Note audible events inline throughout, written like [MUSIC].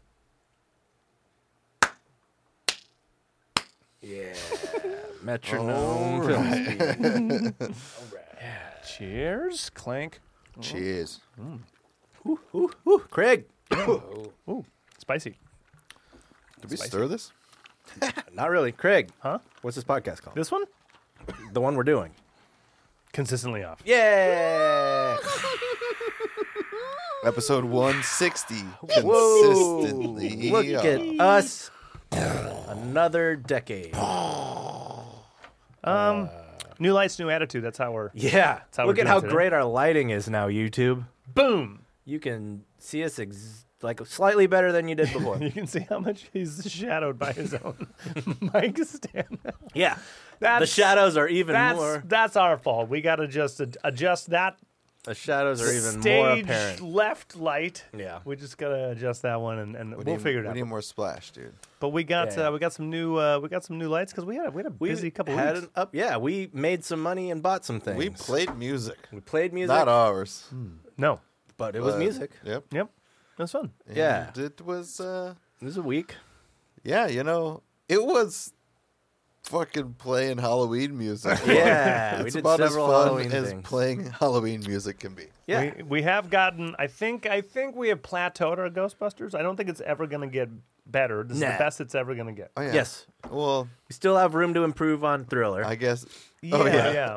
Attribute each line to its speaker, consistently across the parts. Speaker 1: [LAUGHS]
Speaker 2: Yeah.
Speaker 1: Oh,
Speaker 2: Metronome. film speed.
Speaker 1: Cheers. Clank.
Speaker 3: Cheers.
Speaker 2: Ooh, ooh, Craig.
Speaker 1: Ooh, spicy.
Speaker 3: Did we
Speaker 1: Spicy.
Speaker 3: stir this?
Speaker 2: Not really. Craig.
Speaker 1: Huh?
Speaker 2: What's this podcast called?
Speaker 1: This one?
Speaker 2: the one we're doing.
Speaker 1: Consistently off.
Speaker 2: [LAUGHS] Yeah.
Speaker 3: Episode
Speaker 2: [LAUGHS]
Speaker 3: 160.
Speaker 2: Whoa.
Speaker 3: Consistently.
Speaker 2: Look at us. Another decade.
Speaker 1: New lights, new attitude. That's how we're.
Speaker 2: Yeah.
Speaker 1: how
Speaker 2: Look
Speaker 1: we're
Speaker 2: at
Speaker 1: doing
Speaker 2: how
Speaker 1: today.
Speaker 2: great our lighting is now, YouTube.
Speaker 1: Boom.
Speaker 2: You can see us ex- like slightly better than you did
Speaker 1: [LAUGHS]
Speaker 2: before.
Speaker 1: You can see how much he's shadowed by
Speaker 2: [LAUGHS]
Speaker 1: his own [LAUGHS] mic stand.
Speaker 2: yeah. the
Speaker 1: That's-
Speaker 2: shadows are even
Speaker 1: That's
Speaker 2: more.
Speaker 1: that's our fault. We got to just ad- adjust that
Speaker 2: The shadows are even
Speaker 1: stage
Speaker 2: more apparent.
Speaker 1: left light.
Speaker 2: Yeah.
Speaker 1: we just gotta adjust that one, and, and we will
Speaker 3: need,
Speaker 1: figure it out.
Speaker 3: We need more splash, dude.
Speaker 1: but we got
Speaker 2: Yeah.
Speaker 1: uh, we got some new uh, we got some new lights because we had a, we had a busy couple
Speaker 2: had
Speaker 1: weeks.
Speaker 2: an uh, up. Yeah, we made some money and bought some things.
Speaker 3: We played music.
Speaker 2: We played music,
Speaker 3: Not ours.
Speaker 1: no,
Speaker 2: but it was
Speaker 3: but-
Speaker 2: music.
Speaker 3: Yep.
Speaker 1: yep, that's fun.
Speaker 2: Yeah.
Speaker 3: And It was, uh,
Speaker 2: It was a week.
Speaker 3: yeah, you know, it was fucking playing Halloween music.
Speaker 2: [LAUGHS] Yeah,
Speaker 3: [LAUGHS]
Speaker 2: we
Speaker 3: it's
Speaker 2: did
Speaker 3: about as
Speaker 2: several
Speaker 3: fun
Speaker 2: Halloween
Speaker 3: as
Speaker 2: things.
Speaker 3: playing [LAUGHS] Halloween music can be.
Speaker 2: Yeah,
Speaker 1: We, we have gotten. I think. I think we have plateaued our Ghostbusters. I don't think it's ever going to get better. This is
Speaker 2: Nah.
Speaker 1: the best it's ever going to get.
Speaker 3: Oh, yeah.
Speaker 2: Yes.
Speaker 3: Well,
Speaker 2: we still have room to improve on Thriller.
Speaker 3: I guess. oh, yeah.
Speaker 1: yeah,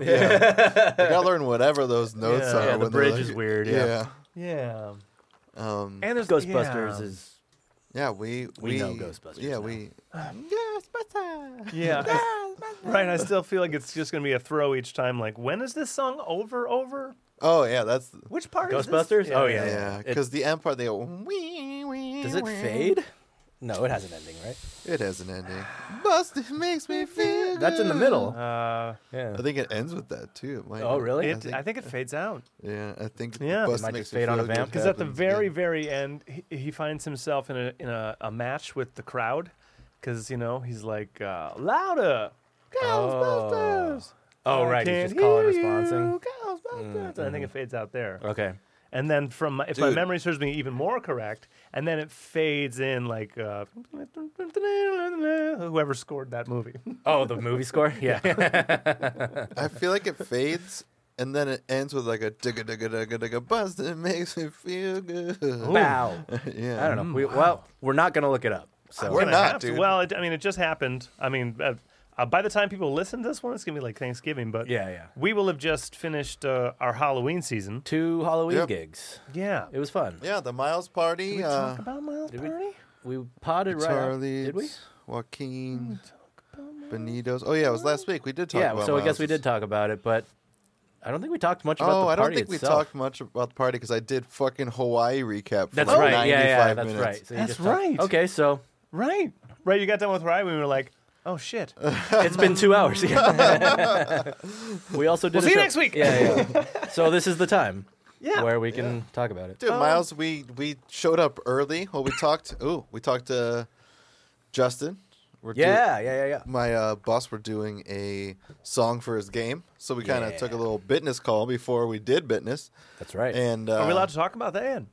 Speaker 2: [LAUGHS]
Speaker 1: yeah.
Speaker 3: You gotta learn whatever those notes
Speaker 1: Yeah. Yeah,
Speaker 3: are.
Speaker 2: the
Speaker 3: when they're
Speaker 2: bridge
Speaker 3: like-
Speaker 2: is weird, yeah.
Speaker 1: Yeah.
Speaker 3: yeah. Um,
Speaker 1: And there's
Speaker 2: Ghostbusters
Speaker 1: yeah.
Speaker 2: is
Speaker 3: yeah, we, we
Speaker 2: know Ghostbusters
Speaker 3: Yeah,
Speaker 2: now. [SIGHS]
Speaker 1: [SIGHS]
Speaker 3: we.
Speaker 1: [LAUGHS] yeah. I- right. I still feel like it's just going to be a throw each time. Like, when is this song over? Over?
Speaker 3: Oh yeah, that's
Speaker 1: Which part?
Speaker 2: Ghostbusters.
Speaker 1: Is this?
Speaker 2: Oh yeah,
Speaker 3: yeah.
Speaker 2: It-
Speaker 3: Because the Empire, they go. "Wee, wee,
Speaker 2: does it
Speaker 3: wee."
Speaker 2: fade? No, it has an ending, right?
Speaker 3: It has
Speaker 1: [SIGHS]
Speaker 3: an ending. Busted makes
Speaker 1: [LAUGHS]
Speaker 3: me feel.
Speaker 2: That's in the
Speaker 3: good.
Speaker 2: middle.
Speaker 1: Uh,
Speaker 2: yeah.
Speaker 3: I think it ends with that too. It might-
Speaker 2: Oh, really?
Speaker 1: it, I think it fades out.
Speaker 3: Yeah, I think.
Speaker 1: Yeah. It
Speaker 3: Busted
Speaker 2: might
Speaker 3: makes
Speaker 2: just
Speaker 3: me
Speaker 2: fade on a
Speaker 3: feel good
Speaker 2: vamp.
Speaker 1: Because at the
Speaker 3: happens
Speaker 1: very,
Speaker 3: again.
Speaker 1: very end, he, he finds himself in a in a, a match with the crowd, because you know he's like uh, louder, Ghostbusters.
Speaker 2: Oh
Speaker 1: I
Speaker 2: right,
Speaker 1: can't
Speaker 2: he's just calling Mm-hmm.
Speaker 1: hear
Speaker 2: responsing.
Speaker 1: you, Ghostbusters. I think it fades out there.
Speaker 2: Okay.
Speaker 1: And then from if my
Speaker 3: Dude.
Speaker 1: memory serves me even more correct, and then it fades in like uh, [LAUGHS] whoever scored that movie.
Speaker 2: Oh, the movie score. [LAUGHS] Yeah.
Speaker 3: I feel like it fades. And then it ends with like a digga digga digga digga bust it makes me feel good.
Speaker 2: Wow.
Speaker 3: [LAUGHS] yeah.
Speaker 2: I don't know. We, well, we're not gonna look it up. So
Speaker 3: Mm. We're
Speaker 1: Gonna
Speaker 3: not,
Speaker 1: have to-
Speaker 3: dude.
Speaker 1: Well, it, I mean, it just happened. I mean, uh, uh, by the time people listen to this one, it's gonna be like Thanksgiving. But
Speaker 2: Yeah, yeah.
Speaker 1: we will have just finished uh, our Halloween season.
Speaker 2: two Halloween
Speaker 3: Yep.
Speaker 2: gigs.
Speaker 1: Yeah.
Speaker 2: It was fun.
Speaker 3: Yeah, the Miles party.
Speaker 1: Did we
Speaker 3: uh,
Speaker 1: talk about Miles
Speaker 2: we-
Speaker 1: Party?
Speaker 2: We potted right. after-
Speaker 3: Charlie,
Speaker 2: Did we?
Speaker 3: Joaquin, Benito's. Oh yeah, it was last week. We did talk.
Speaker 2: Yeah.
Speaker 3: about
Speaker 2: So I guess we
Speaker 3: Miles's.
Speaker 2: did talk about it, but I don't think we talked much about
Speaker 3: Oh,
Speaker 2: the
Speaker 3: I don't
Speaker 2: party
Speaker 3: think we
Speaker 2: itself.
Speaker 3: talked much about the party because I did fucking Hawaii recap. For
Speaker 2: That's
Speaker 3: like
Speaker 2: right. Yeah,
Speaker 3: 95
Speaker 2: yeah. That's
Speaker 3: minutes.
Speaker 2: right. So you
Speaker 1: That's
Speaker 2: just talked-
Speaker 1: right.
Speaker 2: Okay, so
Speaker 1: Right. Right. You got done with Ryan. We were like,
Speaker 2: [LAUGHS]
Speaker 1: oh shit.
Speaker 2: it's been two hours. [LAUGHS]
Speaker 1: [LAUGHS]
Speaker 2: Yeah. we also did.
Speaker 1: We'll
Speaker 2: a
Speaker 1: see you
Speaker 2: show-
Speaker 1: next week.
Speaker 2: Yeah,
Speaker 1: [LAUGHS]
Speaker 2: yeah. so this is the time
Speaker 1: yeah.
Speaker 2: where we can talk about it.
Speaker 3: Dude, Miles, we we showed up early. Well, we talked. Ooh, we talked to Justin. We're doing-
Speaker 2: Yeah, yeah, yeah, yeah.
Speaker 3: my uh, boss were doing a song for his game, so we kind of
Speaker 2: Yeah.
Speaker 3: took a little bitness call before we did bitness.
Speaker 2: That's right.
Speaker 3: And uh,
Speaker 1: Are we allowed to talk about that? Ian?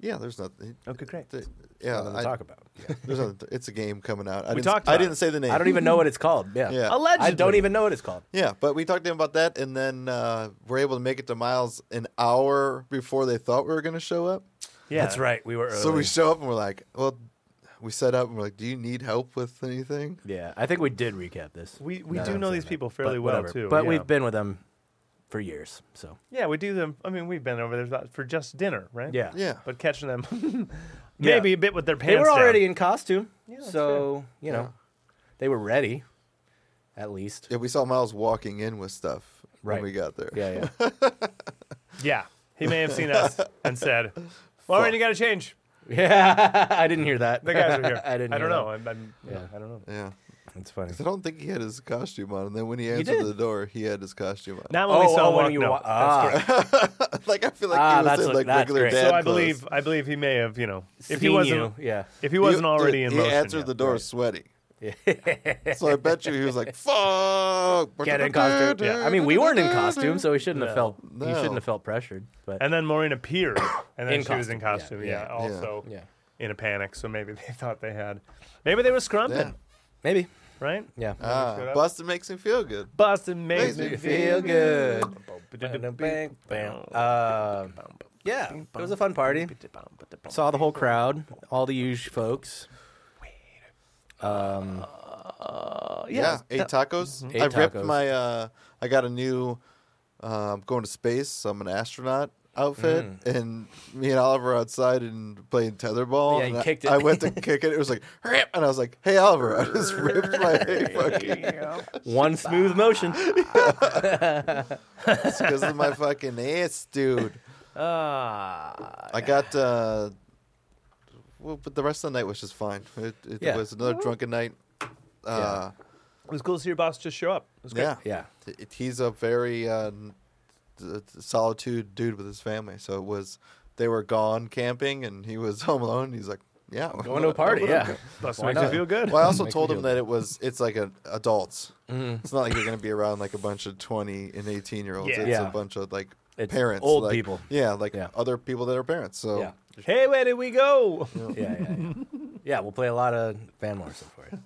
Speaker 3: Yeah, there's nothing.
Speaker 1: Okay, great.
Speaker 3: th- Yeah,
Speaker 2: Nothing to
Speaker 3: I-
Speaker 2: talk about.
Speaker 3: There's a, it's a game coming out. I didn't,
Speaker 1: talked
Speaker 3: I
Speaker 1: about
Speaker 3: didn't
Speaker 1: it.
Speaker 3: say the name.
Speaker 2: I don't even know what it's called. Yeah.
Speaker 3: Yeah.
Speaker 2: I don't
Speaker 1: Allegedly.
Speaker 2: even know what it's called.
Speaker 3: Yeah, but we talked to him about that, and then uh, we're able to make it to Miles an hour before they thought we were going to show up.
Speaker 1: Yeah.
Speaker 2: That's right. We were early.
Speaker 3: So we show up and we're like, well, we set up and we're like, do you need help with anything?
Speaker 2: yeah, I think we did recap this.
Speaker 1: We we
Speaker 2: No,
Speaker 1: do
Speaker 2: I'm
Speaker 1: know
Speaker 2: saying
Speaker 1: these
Speaker 2: that,
Speaker 1: people
Speaker 2: but
Speaker 1: fairly well
Speaker 2: whatever.
Speaker 1: too.
Speaker 2: But
Speaker 1: yeah.
Speaker 2: we've been with them for years. So
Speaker 1: Yeah, we do them. I mean, we've been over there for just dinner, right?
Speaker 2: yeah,
Speaker 3: Yeah.
Speaker 1: But catching them, [LAUGHS]
Speaker 2: Yeah.
Speaker 1: maybe a bit with their pants.
Speaker 2: they were
Speaker 1: down.
Speaker 2: already in costume.
Speaker 1: that's
Speaker 2: so you know,
Speaker 3: Yeah.
Speaker 2: they were ready, at least.
Speaker 3: Yeah, we saw Miles walking in with stuff
Speaker 2: Right.
Speaker 3: when we got there.
Speaker 2: Yeah, yeah.
Speaker 1: Yeah, he may have seen us and said, "Lauren, you got to change."
Speaker 2: yeah, I didn't hear that.
Speaker 1: The guys are here.
Speaker 2: [LAUGHS] I didn't.
Speaker 1: I don't
Speaker 2: hear
Speaker 1: know.
Speaker 2: that.
Speaker 1: I'm, I'm, yeah.
Speaker 2: Yeah.
Speaker 1: I don't know.
Speaker 3: Yeah.
Speaker 2: It's funny.
Speaker 3: 'Cause I don't think he had his costume on. And then when he answered
Speaker 2: did.
Speaker 3: the door, he had his costume on.
Speaker 1: Not when we saw
Speaker 2: when
Speaker 1: one.
Speaker 2: oh, you
Speaker 1: no,
Speaker 2: wa-
Speaker 1: that's
Speaker 2: ah,
Speaker 1: correct.
Speaker 3: [LAUGHS] like, I feel like
Speaker 2: Ah,
Speaker 3: he was
Speaker 2: that's
Speaker 3: in
Speaker 2: what-
Speaker 3: like
Speaker 2: that's
Speaker 3: regular
Speaker 2: great.
Speaker 3: dad
Speaker 1: so I
Speaker 3: clothes.
Speaker 1: believe I believe he may have you know if he
Speaker 2: seen
Speaker 1: wasn't
Speaker 2: you, yeah.
Speaker 1: if he wasn't
Speaker 3: He-
Speaker 1: already
Speaker 3: dude,
Speaker 1: in
Speaker 3: he
Speaker 1: motion.
Speaker 3: answered
Speaker 1: yeah.
Speaker 3: the door sweaty. so I bet you he was like, "Fuck!"
Speaker 2: Get in costume. I mean, we weren't in costume, so we shouldn't
Speaker 1: No.
Speaker 2: have felt. You shouldn't
Speaker 3: No.
Speaker 2: have felt pressured. But
Speaker 1: And then Maureen appeared, and then
Speaker 2: In
Speaker 1: she was in
Speaker 2: costume,
Speaker 1: costume.
Speaker 2: yeah,
Speaker 1: Yeah,
Speaker 2: yeah,
Speaker 1: also
Speaker 2: yeah.
Speaker 1: [LAUGHS] in a panic. So maybe they thought they had, maybe they were scrumping.
Speaker 3: Yeah.
Speaker 2: maybe
Speaker 1: right?
Speaker 2: Yeah.
Speaker 1: showed
Speaker 3: Ah,
Speaker 1: up.
Speaker 3: Boston makes me feel good.
Speaker 1: Boston makes,
Speaker 3: Makes
Speaker 1: me
Speaker 3: me
Speaker 1: feel
Speaker 2: Feel
Speaker 1: good.
Speaker 2: good. Um, yeah, it was a fun party. Saw the whole crowd, all the huge folks. Um,
Speaker 1: Uh,
Speaker 3: Yeah,
Speaker 1: yeah.
Speaker 3: eight tacos.
Speaker 2: Eight
Speaker 3: I ripped
Speaker 2: Mm-hmm. tacos.
Speaker 3: my. Uh, I got a new. Uh, I'm going to space, so I'm an astronaut outfit,
Speaker 2: Mm.
Speaker 3: and me and Oliver outside and playing tetherball.
Speaker 2: Yeah,
Speaker 3: and
Speaker 2: you
Speaker 3: I-
Speaker 2: kicked it.
Speaker 3: I went to kick it. It was like rip, and I was like, "Hey, Oliver, I just
Speaker 2: [LAUGHS]
Speaker 3: ripped my fucking
Speaker 2: one smooth motion.
Speaker 3: because of my fucking ass, dude."
Speaker 1: Ah,
Speaker 3: I got. Uh, well, but the rest of the night was just fine. It, it
Speaker 2: Yeah.
Speaker 3: was another drunken night. Uh,
Speaker 1: it was cool to see your boss just show up. It was great.
Speaker 3: yeah,
Speaker 2: Yeah.
Speaker 3: Th- it- he's a very uh, n- th- th- solitude dude with his family. So it was they were gone camping, and he was [LAUGHS] home alone. and He's like, "Yeah, I'm
Speaker 2: Going to
Speaker 3: [LAUGHS]
Speaker 2: a party. Yeah.
Speaker 1: Boston
Speaker 2: Why
Speaker 1: makes me
Speaker 2: not?
Speaker 1: feel good.
Speaker 3: Well, I
Speaker 2: [LAUGHS]
Speaker 3: also
Speaker 2: Make
Speaker 3: told
Speaker 2: me
Speaker 3: him
Speaker 2: feel Mm-hmm.
Speaker 3: that it was. It's like an adults. It's not like you're going to be around like a bunch of twenty and eighteen year olds.
Speaker 1: Yeah.
Speaker 3: It's
Speaker 2: Yeah.
Speaker 3: a bunch of like
Speaker 2: It's
Speaker 3: parents,
Speaker 2: old
Speaker 3: like-
Speaker 2: people.
Speaker 3: Yeah, like
Speaker 2: Yeah.
Speaker 3: other people that are parents. So
Speaker 2: Yeah.
Speaker 1: Hey, where did we go?
Speaker 2: Yeah. Yeah. Yeah.
Speaker 1: [LAUGHS]
Speaker 2: yeah we'll play a lot of Van Morrison for you.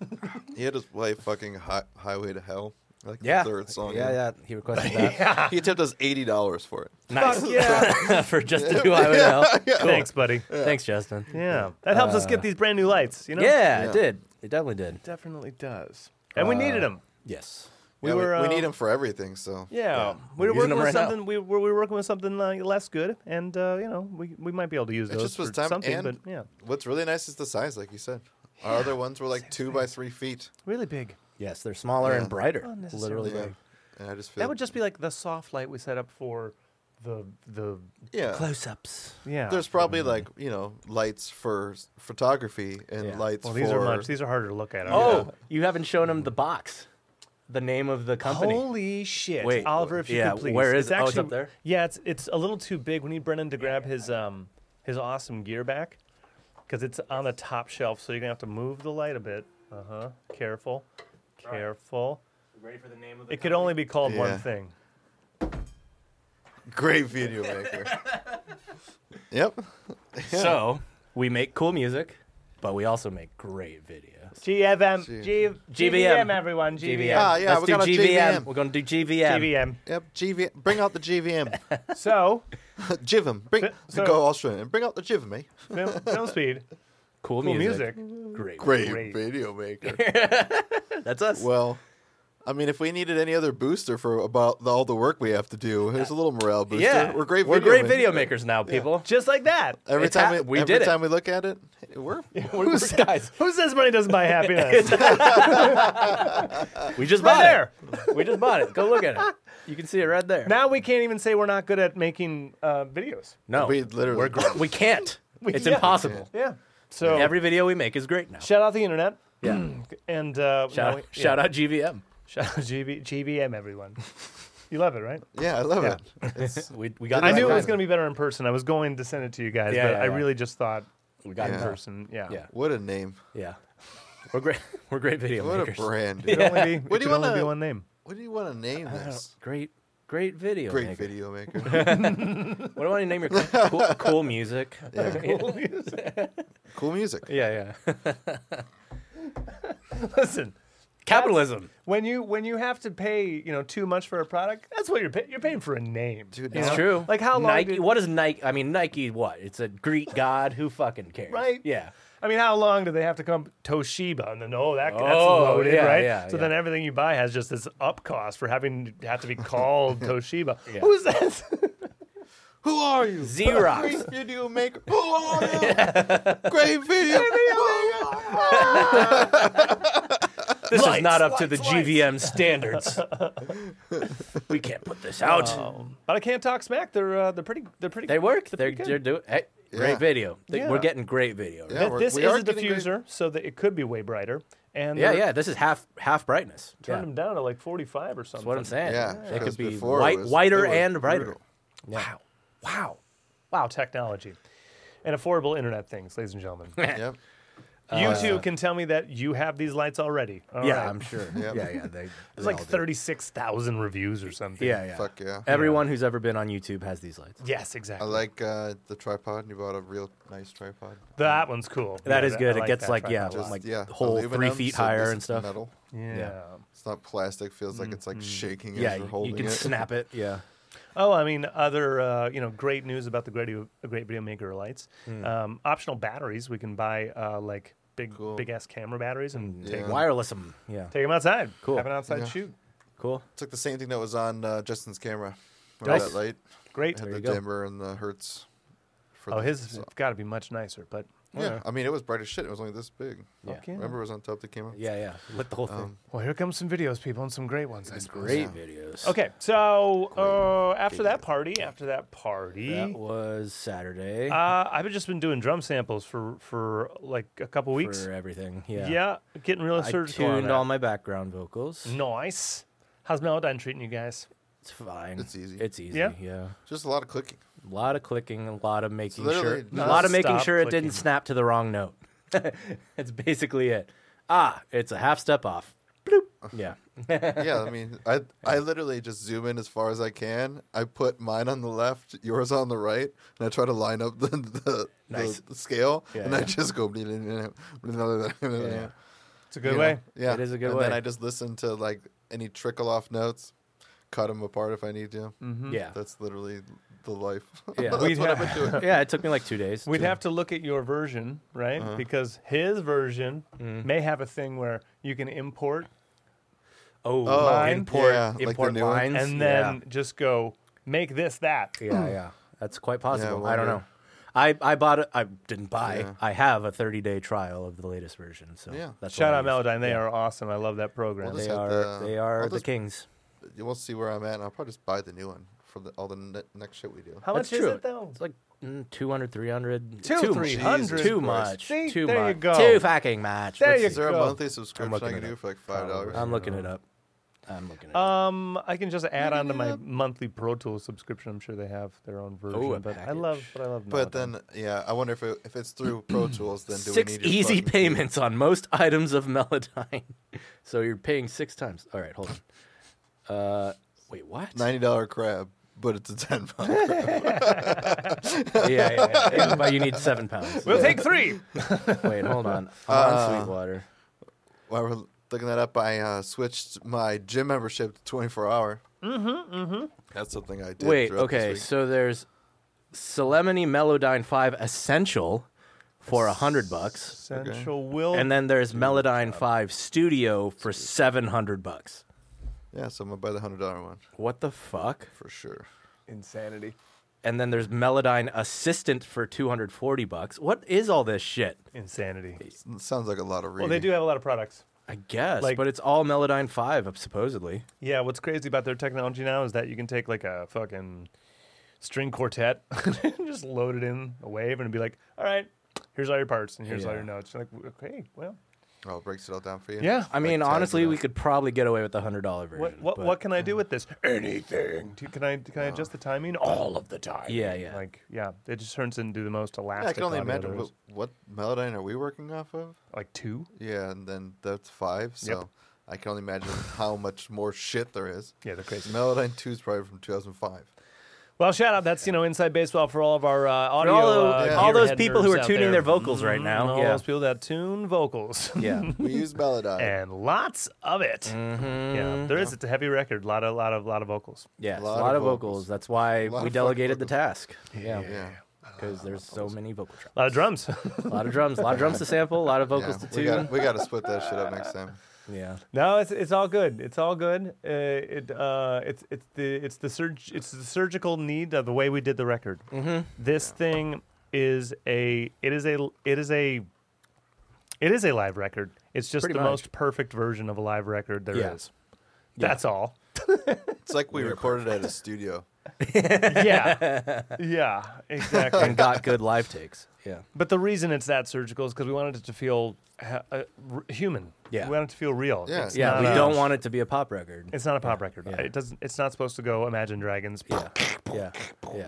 Speaker 3: he had his play fucking hi- Highway to Hell. Like
Speaker 2: Yeah.
Speaker 3: the third song.
Speaker 2: Yeah. Yeah. He
Speaker 1: [LAUGHS]
Speaker 2: requested that.
Speaker 3: He tipped us eighty dollars for it.
Speaker 2: Nice. [LAUGHS]
Speaker 1: Fuck yeah.
Speaker 2: for just the two highway
Speaker 3: [LAUGHS]
Speaker 2: to hell.
Speaker 1: Thanks, buddy.
Speaker 2: Thanks, Justin.
Speaker 1: Yeah, that helps us get these brand new lights. You know?
Speaker 2: Yeah,
Speaker 3: Uh, Yeah.
Speaker 2: it did. It definitely did.
Speaker 1: definitely does. And we needed them.
Speaker 2: Yes.
Speaker 1: We
Speaker 3: Yeah,
Speaker 1: were.
Speaker 3: we,
Speaker 1: um,
Speaker 3: need him for everything. So
Speaker 1: Yeah, we
Speaker 2: We're using
Speaker 1: were working
Speaker 2: 'em
Speaker 1: with
Speaker 2: right now.
Speaker 1: something. We were, we were working with something like less good, and uh, you know, we, we might be able to use
Speaker 3: It
Speaker 1: those
Speaker 3: just was
Speaker 1: for
Speaker 3: time
Speaker 1: something.
Speaker 3: and-
Speaker 1: but yeah,
Speaker 3: What's really nice is the size, like you said. Our other ones were like two by three feet.
Speaker 1: really big.
Speaker 2: Yes, they're smaller
Speaker 3: Yeah.
Speaker 2: and brighter.
Speaker 1: Unnecessarily
Speaker 2: Literally.
Speaker 3: Yeah.
Speaker 2: big.
Speaker 3: And I just feel
Speaker 1: That would just be like the soft light we set up for the the
Speaker 3: yeah.
Speaker 2: Close-ups.
Speaker 1: yeah.
Speaker 3: There's probably like you know lights for s- photography and
Speaker 2: Yeah.
Speaker 3: lights
Speaker 1: well, these
Speaker 3: for
Speaker 1: are much. These are harder to look at.
Speaker 2: Oh, you haven't shown him the box, the name of the company.
Speaker 1: Holy shit,
Speaker 2: Wait,
Speaker 1: Oliver! If you
Speaker 2: yeah,
Speaker 1: could please,
Speaker 2: where is
Speaker 1: it's
Speaker 2: it? Oh,
Speaker 1: actually
Speaker 2: it's up there?
Speaker 1: Yeah, it's it's a little too big. We need Brendan to grab his um his awesome gear back because it's on the top shelf. So you're gonna have to move the light a bit. Uh huh. Careful, careful.
Speaker 2: Ready for the name of
Speaker 1: It could only be called
Speaker 3: Yeah.
Speaker 1: one thing.
Speaker 3: [LAUGHS] great
Speaker 1: [LAUGHS]
Speaker 3: video maker. yep.
Speaker 2: So we make cool music, but we also make great videos.
Speaker 1: GVM, G-
Speaker 2: GVM.
Speaker 1: everyone,
Speaker 3: Ah,
Speaker 2: GVM.
Speaker 3: yeah,
Speaker 2: Let's
Speaker 3: we
Speaker 2: do
Speaker 3: got a
Speaker 2: GVM.
Speaker 3: GVM.
Speaker 2: We're gonna do GVM.
Speaker 1: GVM.
Speaker 3: Yep. GV. Bring out the [LAUGHS] GVM.
Speaker 1: So,
Speaker 3: Jivim. Bring
Speaker 1: so-
Speaker 3: go Australian. Bring out the Jivim, eh?
Speaker 1: film, film speed,
Speaker 2: Cool,
Speaker 1: cool
Speaker 2: music.
Speaker 1: music.
Speaker 2: Great.
Speaker 3: Great,
Speaker 1: Great.
Speaker 3: video maker.
Speaker 2: That's us.
Speaker 3: well. I mean, if we needed any other booster for about the, all the work we have to do, here's a little morale booster.
Speaker 2: yeah,
Speaker 3: we're great.
Speaker 2: We're
Speaker 3: video
Speaker 2: great
Speaker 3: ma-
Speaker 2: video makers now,
Speaker 1: [LAUGHS]
Speaker 2: people.
Speaker 1: Just like that.
Speaker 3: Every
Speaker 2: It's
Speaker 3: time
Speaker 2: hap-
Speaker 3: we,
Speaker 2: we
Speaker 3: every
Speaker 2: did it.
Speaker 3: time we look at it,
Speaker 2: [LAUGHS]
Speaker 3: we're
Speaker 2: We're, guys,
Speaker 1: Who says money
Speaker 2: [LAUGHS]
Speaker 1: doesn't buy happiness?
Speaker 2: we just bought
Speaker 1: right there.
Speaker 2: it. We just bought it. Go look at it. You can see it right there.
Speaker 1: Now we can't even say we're not good at making uh, videos.
Speaker 2: no,
Speaker 3: we literally
Speaker 2: we're gr- we can't. it's
Speaker 1: yeah.
Speaker 2: impossible.
Speaker 1: Yeah. So
Speaker 2: Every video we make is great now.
Speaker 1: shout out the internet.
Speaker 2: Yeah.
Speaker 1: And uh,
Speaker 2: Shout,
Speaker 1: no, yeah.
Speaker 2: shout out GVM.
Speaker 1: shout out GB, GBM everyone. you love
Speaker 2: [LAUGHS]
Speaker 1: it, right?
Speaker 3: Yeah, I love it. It's,
Speaker 2: We, we got
Speaker 1: I
Speaker 2: that
Speaker 1: knew it
Speaker 2: right.
Speaker 1: was going to be better in person. I was going to send it to you guys,
Speaker 2: Yeah,
Speaker 1: but
Speaker 2: yeah,
Speaker 1: I
Speaker 2: yeah.
Speaker 1: really just thought
Speaker 2: We got
Speaker 1: in
Speaker 2: it.
Speaker 1: person. Yeah.
Speaker 2: Yeah.
Speaker 3: what a name.
Speaker 2: Yeah. We're great. [LAUGHS] We're great video
Speaker 3: What a
Speaker 2: makers.
Speaker 3: brand.
Speaker 1: It
Speaker 3: dude.
Speaker 1: could
Speaker 2: [LAUGHS]
Speaker 1: only be,
Speaker 3: What
Speaker 1: it
Speaker 3: do you
Speaker 1: could only be
Speaker 3: wanna-
Speaker 1: one name.
Speaker 3: What do you want to name this?
Speaker 2: Great, great video.
Speaker 3: Great
Speaker 2: maker.
Speaker 3: video
Speaker 2: [LAUGHS]
Speaker 3: maker.
Speaker 2: What do I want to name your cool, cool, cool music?
Speaker 3: Yeah.
Speaker 2: yeah,
Speaker 3: cool music.
Speaker 2: [LAUGHS] yeah. yeah.
Speaker 1: [LAUGHS]
Speaker 2: [LAUGHS]
Speaker 1: Listen,
Speaker 2: Capitalism.
Speaker 1: when you when you have to pay you know too much for a product, that's what you're paying. You're paying for a name.
Speaker 3: Dude,
Speaker 1: you
Speaker 3: that's
Speaker 2: It's
Speaker 1: know?
Speaker 2: true.
Speaker 1: Like how long?
Speaker 2: Nike?
Speaker 1: did-
Speaker 2: What is Nike? I mean, Nike. What? It's a Greek god. Who fucking cares?
Speaker 1: Right.
Speaker 2: Yeah.
Speaker 1: I mean, how long do they have to come Toshiba and then oh that that's
Speaker 2: Oh,
Speaker 1: loaded,
Speaker 2: yeah,
Speaker 1: right?
Speaker 2: yeah,
Speaker 1: so
Speaker 2: yeah.
Speaker 1: then everything you buy has just this up cost for having to have to
Speaker 2: [LAUGHS]
Speaker 1: be called Toshiba.
Speaker 2: Yeah.
Speaker 1: Who's that?
Speaker 3: Who are you?
Speaker 2: Xerox.
Speaker 3: Great video maker. Who are
Speaker 2: [LAUGHS]
Speaker 3: you? Great video maker.
Speaker 2: This is not up to the GVM
Speaker 1: [LAUGHS]
Speaker 2: standards. we can't put this out.
Speaker 1: but I can't talk smack. They're uh, they're pretty. Oh. They're pretty.
Speaker 2: Um, they work. They're,
Speaker 1: pretty good.
Speaker 2: they're doing. Hey,
Speaker 3: Yeah.
Speaker 2: Great video. They- We're
Speaker 1: Yeah.
Speaker 2: getting great video.
Speaker 3: Yeah,
Speaker 2: Right?
Speaker 3: we're-
Speaker 1: this
Speaker 3: we
Speaker 1: is
Speaker 3: are
Speaker 1: a
Speaker 3: getting great-
Speaker 1: diffuser, so that it could be way brighter. And
Speaker 2: Yeah,
Speaker 1: they're-
Speaker 2: yeah. This is half half brightness.
Speaker 1: Turned
Speaker 2: Yeah.
Speaker 1: them down to like 45 or something.
Speaker 2: That's what I'm saying.
Speaker 3: Yeah,
Speaker 2: It
Speaker 3: 'cause
Speaker 2: could be
Speaker 3: before it
Speaker 2: white,
Speaker 3: was-
Speaker 2: whiter
Speaker 3: it was
Speaker 2: and brighter.
Speaker 3: brutal.
Speaker 1: Wow.
Speaker 2: [LAUGHS]
Speaker 1: Wow. Wow, technology. And affordable internet things, ladies and gentlemen. Uh,
Speaker 3: Yep.
Speaker 1: You two can tell me that you have these lights already. All
Speaker 2: yeah,
Speaker 1: right.
Speaker 2: I'm
Speaker 3: [LAUGHS]
Speaker 2: sure.
Speaker 3: Yep.
Speaker 2: Yeah, yeah. They, they
Speaker 1: There's like
Speaker 2: all do.
Speaker 1: 36,000 reviews or something.
Speaker 2: Yeah, yeah.
Speaker 3: Fuck yeah.
Speaker 2: Everyone who's ever been on YouTube has these lights.
Speaker 1: Yes,
Speaker 3: I
Speaker 1: exactly.
Speaker 3: like uh, the tripod. You bought a real nice tripod.
Speaker 1: that one's cool.
Speaker 2: That is good.
Speaker 1: I
Speaker 2: it gets
Speaker 1: that
Speaker 2: like
Speaker 1: tripod
Speaker 2: yeah,
Speaker 1: a lot.
Speaker 2: like
Speaker 3: yeah,
Speaker 2: whole three
Speaker 3: aluminum,
Speaker 2: feet
Speaker 3: so
Speaker 2: higher
Speaker 3: this
Speaker 2: and
Speaker 3: is
Speaker 2: stuff.
Speaker 3: Metal.
Speaker 1: yeah.
Speaker 3: It's not plastic. Feels like it's like shaking
Speaker 2: Mm-hmm. Yeah,
Speaker 3: as you're
Speaker 2: you,
Speaker 3: holding
Speaker 2: you can
Speaker 3: it.
Speaker 2: snap it. Yeah,
Speaker 1: Oh, I mean, other uh, you know, great news about the great uh, great video maker lights.
Speaker 2: Hmm.
Speaker 1: Um, optional batteries. We can buy uh, like big
Speaker 3: Cool.
Speaker 1: big ass camera batteries and take,
Speaker 3: Yeah.
Speaker 2: wireless them. Yeah,
Speaker 1: take them outside.
Speaker 2: Mm, Cool.
Speaker 1: Have an outside
Speaker 3: Yeah.
Speaker 1: shoot.
Speaker 2: cool.
Speaker 3: It's like the same thing that was on uh, Justin's camera. Remember
Speaker 1: Nice.
Speaker 3: that light? It
Speaker 1: Great.
Speaker 3: had
Speaker 2: There
Speaker 3: the
Speaker 2: you go.
Speaker 3: dimmer and the hertz. For
Speaker 1: Oh,
Speaker 3: the-
Speaker 1: his
Speaker 3: so-
Speaker 1: got to be much nicer, but
Speaker 3: Yeah, I mean it was bright as shit. It was only this big.
Speaker 2: Yeah.
Speaker 1: fuck yeah.
Speaker 3: Remember, it was on top of the camera.
Speaker 2: Yeah, yeah. Lit the whole thing.
Speaker 3: Um,
Speaker 1: Well, here comes some videos, people, and some great ones. I suppose.
Speaker 2: Great videos.
Speaker 1: Okay, so uh, after that
Speaker 3: videos.
Speaker 1: party, after that party,
Speaker 2: that was Saturday
Speaker 1: Uh, I've just been doing drum samples for for like a couple weeks.
Speaker 2: for everything. Yeah,
Speaker 1: yeah. getting real
Speaker 2: I
Speaker 1: surgical. on
Speaker 2: tuned
Speaker 1: that. Mm-hmm.
Speaker 2: all my background vocals.
Speaker 1: nice. How's Melodyne treating you guys?
Speaker 2: It's fine.
Speaker 3: It's easy.
Speaker 2: It's easy.
Speaker 1: Yeah?
Speaker 2: yeah.
Speaker 3: Just a lot of
Speaker 2: [LAUGHS]
Speaker 3: clicking.
Speaker 2: A lot of clicking, a lot of making sure,
Speaker 3: literally
Speaker 2: a lot of making
Speaker 1: non-stop
Speaker 2: sure it
Speaker 1: clicking.
Speaker 2: didn't snap to the wrong note. [LAUGHS] That's basically it. Ah, it's a half step off. Bloop.
Speaker 3: Uh-huh.
Speaker 2: Yeah,
Speaker 1: Mm-hmm.
Speaker 3: yeah, I mean, I I literally just zoom in as far as I can. I put mine on the left, yours on the right, and I try to line up the the,
Speaker 2: Nice.
Speaker 3: the, scale,
Speaker 2: Yeah,
Speaker 3: and
Speaker 2: yeah.
Speaker 3: I just go. [LAUGHS] Yeah, yeah.
Speaker 1: It's a good way.
Speaker 3: yeah,
Speaker 2: It is a good
Speaker 3: and
Speaker 2: way.
Speaker 3: then I just listen to like any trickle off notes, cut them apart if I need to.
Speaker 2: yeah,
Speaker 3: That's literally the life. [LAUGHS]
Speaker 2: Yeah.
Speaker 1: [LAUGHS]
Speaker 3: That's
Speaker 1: We'd
Speaker 3: what I've
Speaker 1: have-
Speaker 3: been [LAUGHS] doing.
Speaker 2: yeah. It took me like two days.
Speaker 1: We'd
Speaker 2: to-
Speaker 1: have to look at your version, right? Because his version
Speaker 2: Mm-hmm.
Speaker 1: may have a thing where you can import
Speaker 2: oh,
Speaker 1: Mine?
Speaker 2: import
Speaker 3: yeah, like the
Speaker 2: import
Speaker 3: new one.
Speaker 2: lines,
Speaker 1: and then just go make this that.
Speaker 2: yeah, yeah, yeah. That's quite possible.
Speaker 3: well,
Speaker 2: I don't
Speaker 3: Hmm. yeah.
Speaker 2: know. I I bought it. I didn't buy.
Speaker 3: Yeah.
Speaker 2: I have a 30 day trial of the latest version. So
Speaker 3: Yeah.
Speaker 2: that's
Speaker 1: Shout
Speaker 2: what I
Speaker 1: out
Speaker 2: use.
Speaker 1: Melodyne, they are awesome. I love that program.
Speaker 3: Well,
Speaker 2: They
Speaker 3: Just have
Speaker 2: are
Speaker 3: the-
Speaker 2: they are
Speaker 3: I'll
Speaker 2: the
Speaker 3: just-
Speaker 2: kings.
Speaker 3: We'll see where I'm at, and I'll probably just buy the new one for the, all the ne- next shit we do.
Speaker 1: How
Speaker 2: That's
Speaker 1: much
Speaker 2: true.
Speaker 1: is it though?
Speaker 2: It's like mm, 200, 300.
Speaker 1: Two,
Speaker 2: too much.
Speaker 1: 300.
Speaker 2: Too
Speaker 3: Jesus
Speaker 2: much.
Speaker 3: Christ.
Speaker 1: See?
Speaker 2: Too
Speaker 1: There you
Speaker 2: much.
Speaker 1: go.
Speaker 2: Too fucking much.
Speaker 1: There
Speaker 2: Let's
Speaker 1: you
Speaker 2: see.
Speaker 3: Is there a
Speaker 1: go.
Speaker 3: monthly subscription I
Speaker 2: looking
Speaker 3: can
Speaker 2: it
Speaker 3: do
Speaker 2: up.
Speaker 3: for like five dollars?
Speaker 2: I'm looking it up. I'm looking it up.
Speaker 1: Um, I can just add on to my monthly Pro Tools subscription. I'm sure they have their own version,
Speaker 2: Oh, a
Speaker 1: but I love,
Speaker 2: package.
Speaker 1: but I love.
Speaker 3: But
Speaker 1: Melodyne.
Speaker 3: then, yeah, I wonder if it, if it's through Pro Tools, then do
Speaker 2: six
Speaker 3: we need your
Speaker 2: easy
Speaker 3: fucking-
Speaker 2: payments on most [LAUGHS] items of Melodyne. so you're paying six times. All right, hold on. Uh, wait, what?
Speaker 3: ninety dollar crab? But it's a ten [LAUGHS] pound. crab.
Speaker 2: yeah, yeah, yeah,
Speaker 3: [LAUGHS]
Speaker 2: yeah. But you need seven pounds.
Speaker 1: we'll take three.
Speaker 2: Wait, hold
Speaker 3: [LAUGHS]
Speaker 2: on. I'm on
Speaker 3: Uh,
Speaker 2: Sweetwater.
Speaker 3: While we're looking that up, I uh, switched my gym membership to twenty four hour. Mm-hmm. Mm-hmm. That's something I did.
Speaker 2: Wait,
Speaker 3: throughout this
Speaker 2: okay.
Speaker 3: week.
Speaker 2: So there's Solemnity Melodyne 5 Essential for a 100 bucks.
Speaker 1: Central will
Speaker 2: And then there's Melodyne 5 Studio for 700 bucks.
Speaker 3: yeah, so I'm gonna buy the hundred dollar one
Speaker 2: What the fuck?
Speaker 3: for sure.
Speaker 1: insanity.
Speaker 2: And then there's Melodyne Assistant for 240 bucks. What is all this shit?
Speaker 1: Insanity.
Speaker 3: It sounds like a lot of
Speaker 1: Well,
Speaker 3: reading.
Speaker 1: they do have a lot of products.
Speaker 2: I guess,
Speaker 1: Like-
Speaker 2: but it's all Melodyne 5 up- supposedly.
Speaker 1: Yeah, what's crazy about their technology now is that you can take like a fucking string quartet [LAUGHS] and just load it in a wave and be like, all right, here's all your parts and here's all
Speaker 2: Yeah.
Speaker 1: your notes. You're like, okay, well,
Speaker 3: Oh, it breaks it all down for you.
Speaker 1: yeah.
Speaker 2: I mean,
Speaker 3: Like, tabs
Speaker 2: honestly,
Speaker 3: it
Speaker 2: we
Speaker 3: up.
Speaker 2: could probably get away with the $100 version.
Speaker 1: What what,
Speaker 2: but-
Speaker 1: what can I do with this? Anything. Do- Can I can I adjust the timing? All of the time.
Speaker 2: Yeah, yeah.
Speaker 1: Like yeah, it just turns into the most
Speaker 3: Yeah, I
Speaker 1: elastic.
Speaker 3: can only
Speaker 1: audio
Speaker 3: imagine
Speaker 1: there
Speaker 3: what,
Speaker 1: is.
Speaker 3: what Melodyne are we working off of?
Speaker 1: like two.
Speaker 3: Yeah, and then that's five. So I can only imagine how much more shit there is.
Speaker 1: Yeah, they're crazy.
Speaker 3: Melodyne two is probably from 2005.
Speaker 1: Well, shout out. That's you know inside baseball for all of our uh, audio.
Speaker 2: all, the-
Speaker 1: uh,
Speaker 2: all those
Speaker 1: gearhead
Speaker 2: people who
Speaker 1: nerds
Speaker 2: are
Speaker 1: out
Speaker 2: tuning
Speaker 1: there.
Speaker 2: their vocals right
Speaker 1: And
Speaker 2: now.
Speaker 1: all
Speaker 2: Yeah.
Speaker 1: those people that tune vocals. [LAUGHS]
Speaker 2: yeah.
Speaker 3: We
Speaker 2: [LAUGHS]
Speaker 3: use
Speaker 2: Eh.
Speaker 3: Melodyne.
Speaker 1: and lots of it. Yeah, there is. It's a heavy record. lot of lot of lot of vocals.
Speaker 2: Mm-hmm. Yeah.
Speaker 3: A
Speaker 2: it's
Speaker 3: lot
Speaker 2: a lot
Speaker 3: of
Speaker 2: of vocals.
Speaker 3: vocals.
Speaker 2: That's why
Speaker 3: lot
Speaker 2: we
Speaker 3: of fucking
Speaker 2: delegated the
Speaker 3: vocals.
Speaker 2: task. Yeah.
Speaker 3: yeah.
Speaker 2: Because there's so many vocal tracks.
Speaker 1: A lot of drums. [LAUGHS]
Speaker 2: A lot of drums. A lot of drums to sample. A lot of
Speaker 3: Yeah,
Speaker 2: vocals to
Speaker 3: we
Speaker 2: tune.
Speaker 3: got we got to split that shit up next time.
Speaker 2: Yeah.
Speaker 1: no, it's it's all good. It's all good. Uh, it uh, it's it's the it's the surg- it's the surgical need of the way we did the record. Mm-hmm. This thing is a it is a it is a it is a live record. It's just
Speaker 2: Pretty
Speaker 1: the
Speaker 2: much.
Speaker 1: most perfect version of a live record there is.
Speaker 2: Yeah.
Speaker 1: That's all.
Speaker 2: [LAUGHS]
Speaker 3: It's like we recorded at a studio.
Speaker 1: Yeah.
Speaker 2: [LAUGHS]
Speaker 1: yeah. Exactly.
Speaker 2: And got good live takes. Yeah.
Speaker 1: But the reason it's that surgical is because we wanted it to feel ha- uh, r- human.
Speaker 2: Yeah.
Speaker 1: we wanted it to feel real.
Speaker 3: Yeah.
Speaker 1: it's
Speaker 2: Yeah.
Speaker 1: Not
Speaker 2: We
Speaker 1: a,
Speaker 2: don't want it to be a pop record.
Speaker 1: It's not a pop record.
Speaker 2: Yeah.
Speaker 1: It doesn't. It's not supposed to go Imagine Dragons.
Speaker 2: Yeah. Yeah. Yeah.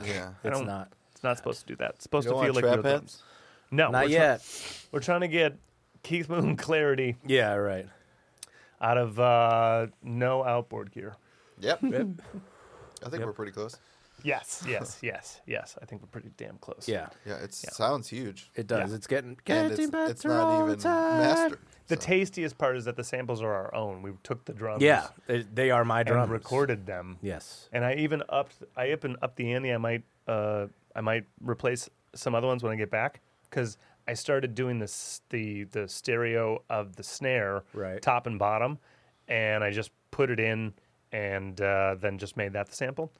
Speaker 3: Yeah.
Speaker 1: I
Speaker 2: It's
Speaker 1: don't-
Speaker 2: not.
Speaker 1: It's not supposed to do that. It's supposed
Speaker 3: You
Speaker 1: to
Speaker 3: don't
Speaker 1: feel
Speaker 3: want
Speaker 1: like
Speaker 3: trap
Speaker 1: real drums.
Speaker 3: hats?
Speaker 1: No,
Speaker 2: Not
Speaker 1: we're try-
Speaker 2: yet.
Speaker 1: we're trying to get Keith Moon Clarity
Speaker 2: Yeah, right.
Speaker 1: out of uh, no outboard gear.
Speaker 3: Yep. I
Speaker 2: Yep.
Speaker 3: think we're pretty close.
Speaker 1: Yes, [LAUGHS] yes, yes, yes. I think we're pretty damn close.
Speaker 2: Yeah,
Speaker 3: Yeah, it
Speaker 1: Yeah.
Speaker 3: sounds huge.
Speaker 2: it does.
Speaker 1: Yeah.
Speaker 2: It's getting
Speaker 3: And
Speaker 2: getting
Speaker 3: it's,
Speaker 2: better
Speaker 3: it's not
Speaker 2: all the
Speaker 3: even
Speaker 2: time.
Speaker 3: mastered.
Speaker 1: The
Speaker 3: so.
Speaker 1: tastiest part is that the samples are our own. We took the drums.
Speaker 2: Yeah, they, they are my
Speaker 1: and
Speaker 2: drums.
Speaker 1: recorded them.
Speaker 2: Yes.
Speaker 1: And I even upped. I even up the ante. I might. Uh, I might replace some other ones when I get back because I started doing this the the stereo of the snare,
Speaker 2: Right.
Speaker 1: top and bottom, and I just put it in and uh, then just made that the sample.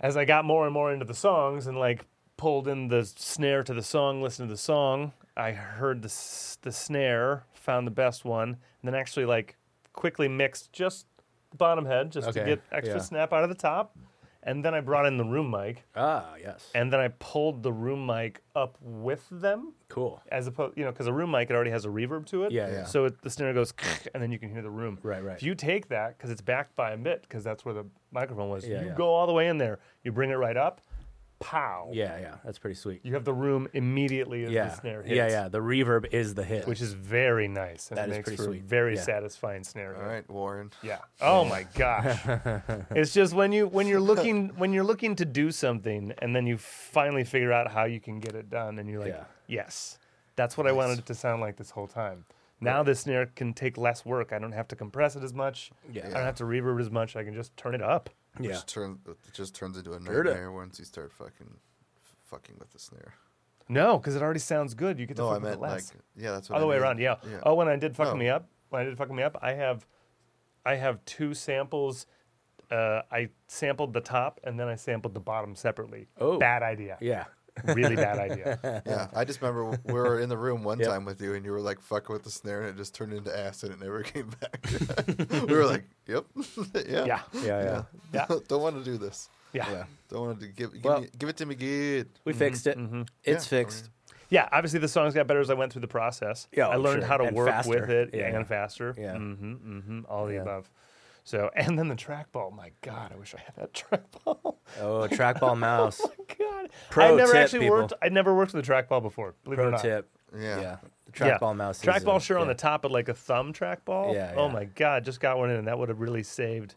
Speaker 1: As I got more and more into the songs and like pulled in the snare to the song, listened to the song, I heard the s- the snare, found the best one, and then actually like quickly mixed just the bottom head just to
Speaker 2: Okay,
Speaker 1: get extra
Speaker 2: yeah.
Speaker 1: snap out of the top, and then I brought in the room mic,
Speaker 2: Ah, yes.
Speaker 1: and then I pulled the room mic up with them
Speaker 2: cool.
Speaker 1: as opposed, you know, because a room mic it already has a reverb to it.
Speaker 2: Yeah, yeah.
Speaker 1: So it, the snare goes, [LAUGHS] and then you can hear the room.
Speaker 2: Right, right.
Speaker 1: If you take that because it's backed by a mitt, because that's where the microphone was,
Speaker 2: Yeah,
Speaker 1: you
Speaker 2: yeah.
Speaker 1: go all the way in there. You bring it right up, pow.
Speaker 2: Yeah, yeah. That's pretty sweet.
Speaker 1: You have the room immediately as
Speaker 2: yeah.
Speaker 1: the snare hits.
Speaker 2: yeah, yeah. The reverb is the hit.
Speaker 1: Which is very nice. And
Speaker 2: That
Speaker 1: it
Speaker 2: is
Speaker 1: makes
Speaker 2: pretty
Speaker 1: for a
Speaker 2: sweet.
Speaker 1: very
Speaker 2: Yeah.
Speaker 1: satisfying snare.
Speaker 3: All
Speaker 1: hit.
Speaker 3: right, Warren.
Speaker 1: Yeah. Oh my gosh. it's just when you when you're looking when you're looking to do something and then you finally figure out how you can get it done and you're like,
Speaker 2: Yeah.
Speaker 1: yes, that's what I wanted it to sound like this whole time. Now this snare can take less work. I don't have to compress it as much.
Speaker 2: Yeah.
Speaker 1: I don't have to reverb it as much. I can just turn it up.
Speaker 2: yeah.
Speaker 3: Just turns it just turns into a
Speaker 2: Heard it.
Speaker 3: nightmare once you start fucking fucking with the snare.
Speaker 1: No, because it already sounds good. You get to
Speaker 3: No,
Speaker 1: fuck
Speaker 3: I
Speaker 1: with
Speaker 3: meant
Speaker 1: it
Speaker 3: like
Speaker 1: less.
Speaker 3: yeah, that's what
Speaker 1: Other
Speaker 3: I
Speaker 1: way
Speaker 3: mean.
Speaker 1: around, yeah.
Speaker 3: Yeah.
Speaker 1: Oh, when I did fuck
Speaker 3: No.
Speaker 1: me up, when I did fuck me up, I have, I have two samples. Uh, I sampled the top and then I sampled the bottom separately.
Speaker 2: Oh.
Speaker 1: bad idea.
Speaker 2: Yeah.
Speaker 1: really bad idea.
Speaker 2: [LAUGHS]
Speaker 3: Yeah, I just remember we were in the room one
Speaker 2: Yep.
Speaker 3: time with you, and you were like fucking with the snare, and it just turned into acid, and it never [LAUGHS] came back. [LAUGHS] we were like, "Yep, yeah,
Speaker 1: Yeah,
Speaker 2: Yeah,
Speaker 3: [LAUGHS]
Speaker 2: yeah.
Speaker 1: yeah,
Speaker 3: don't want to do this.
Speaker 1: yeah, yeah.
Speaker 2: Yeah.
Speaker 3: Don't want to give give,
Speaker 2: Well-
Speaker 3: me, give it to me good."
Speaker 2: We fixed it. It's
Speaker 3: Yeah.
Speaker 2: fixed.
Speaker 1: Obviously, the songs got better as I went through the process.
Speaker 2: Yeah,
Speaker 1: I
Speaker 2: oh,
Speaker 1: learned
Speaker 2: sure.
Speaker 1: how to
Speaker 2: And
Speaker 1: work
Speaker 2: faster.
Speaker 1: with it
Speaker 2: Yeah.
Speaker 1: and faster.
Speaker 2: Yeah.
Speaker 1: mm-hmm, mm-hmm, all the
Speaker 2: Yeah.
Speaker 1: above. So, and then the trackball. My God, I wish I had that [LAUGHS] trackball.
Speaker 2: Oh, trackball
Speaker 1: [LAUGHS]
Speaker 2: mouse.
Speaker 1: God, I
Speaker 2: Pro
Speaker 1: never
Speaker 2: tip,
Speaker 1: actually
Speaker 2: people.
Speaker 1: worked. I never worked with a trackball before. Believe it or
Speaker 2: Pro
Speaker 1: not.
Speaker 2: tip.
Speaker 3: Yeah.
Speaker 2: Yeah. The
Speaker 1: Yeah.
Speaker 2: Trackball mouse. is,
Speaker 1: Trackball
Speaker 2: uh,
Speaker 1: sure on
Speaker 2: yeah.
Speaker 1: the top, but like a thumb trackball.
Speaker 2: Yeah,
Speaker 1: Oh
Speaker 2: yeah.
Speaker 1: my God, just got one in, and that would have really saved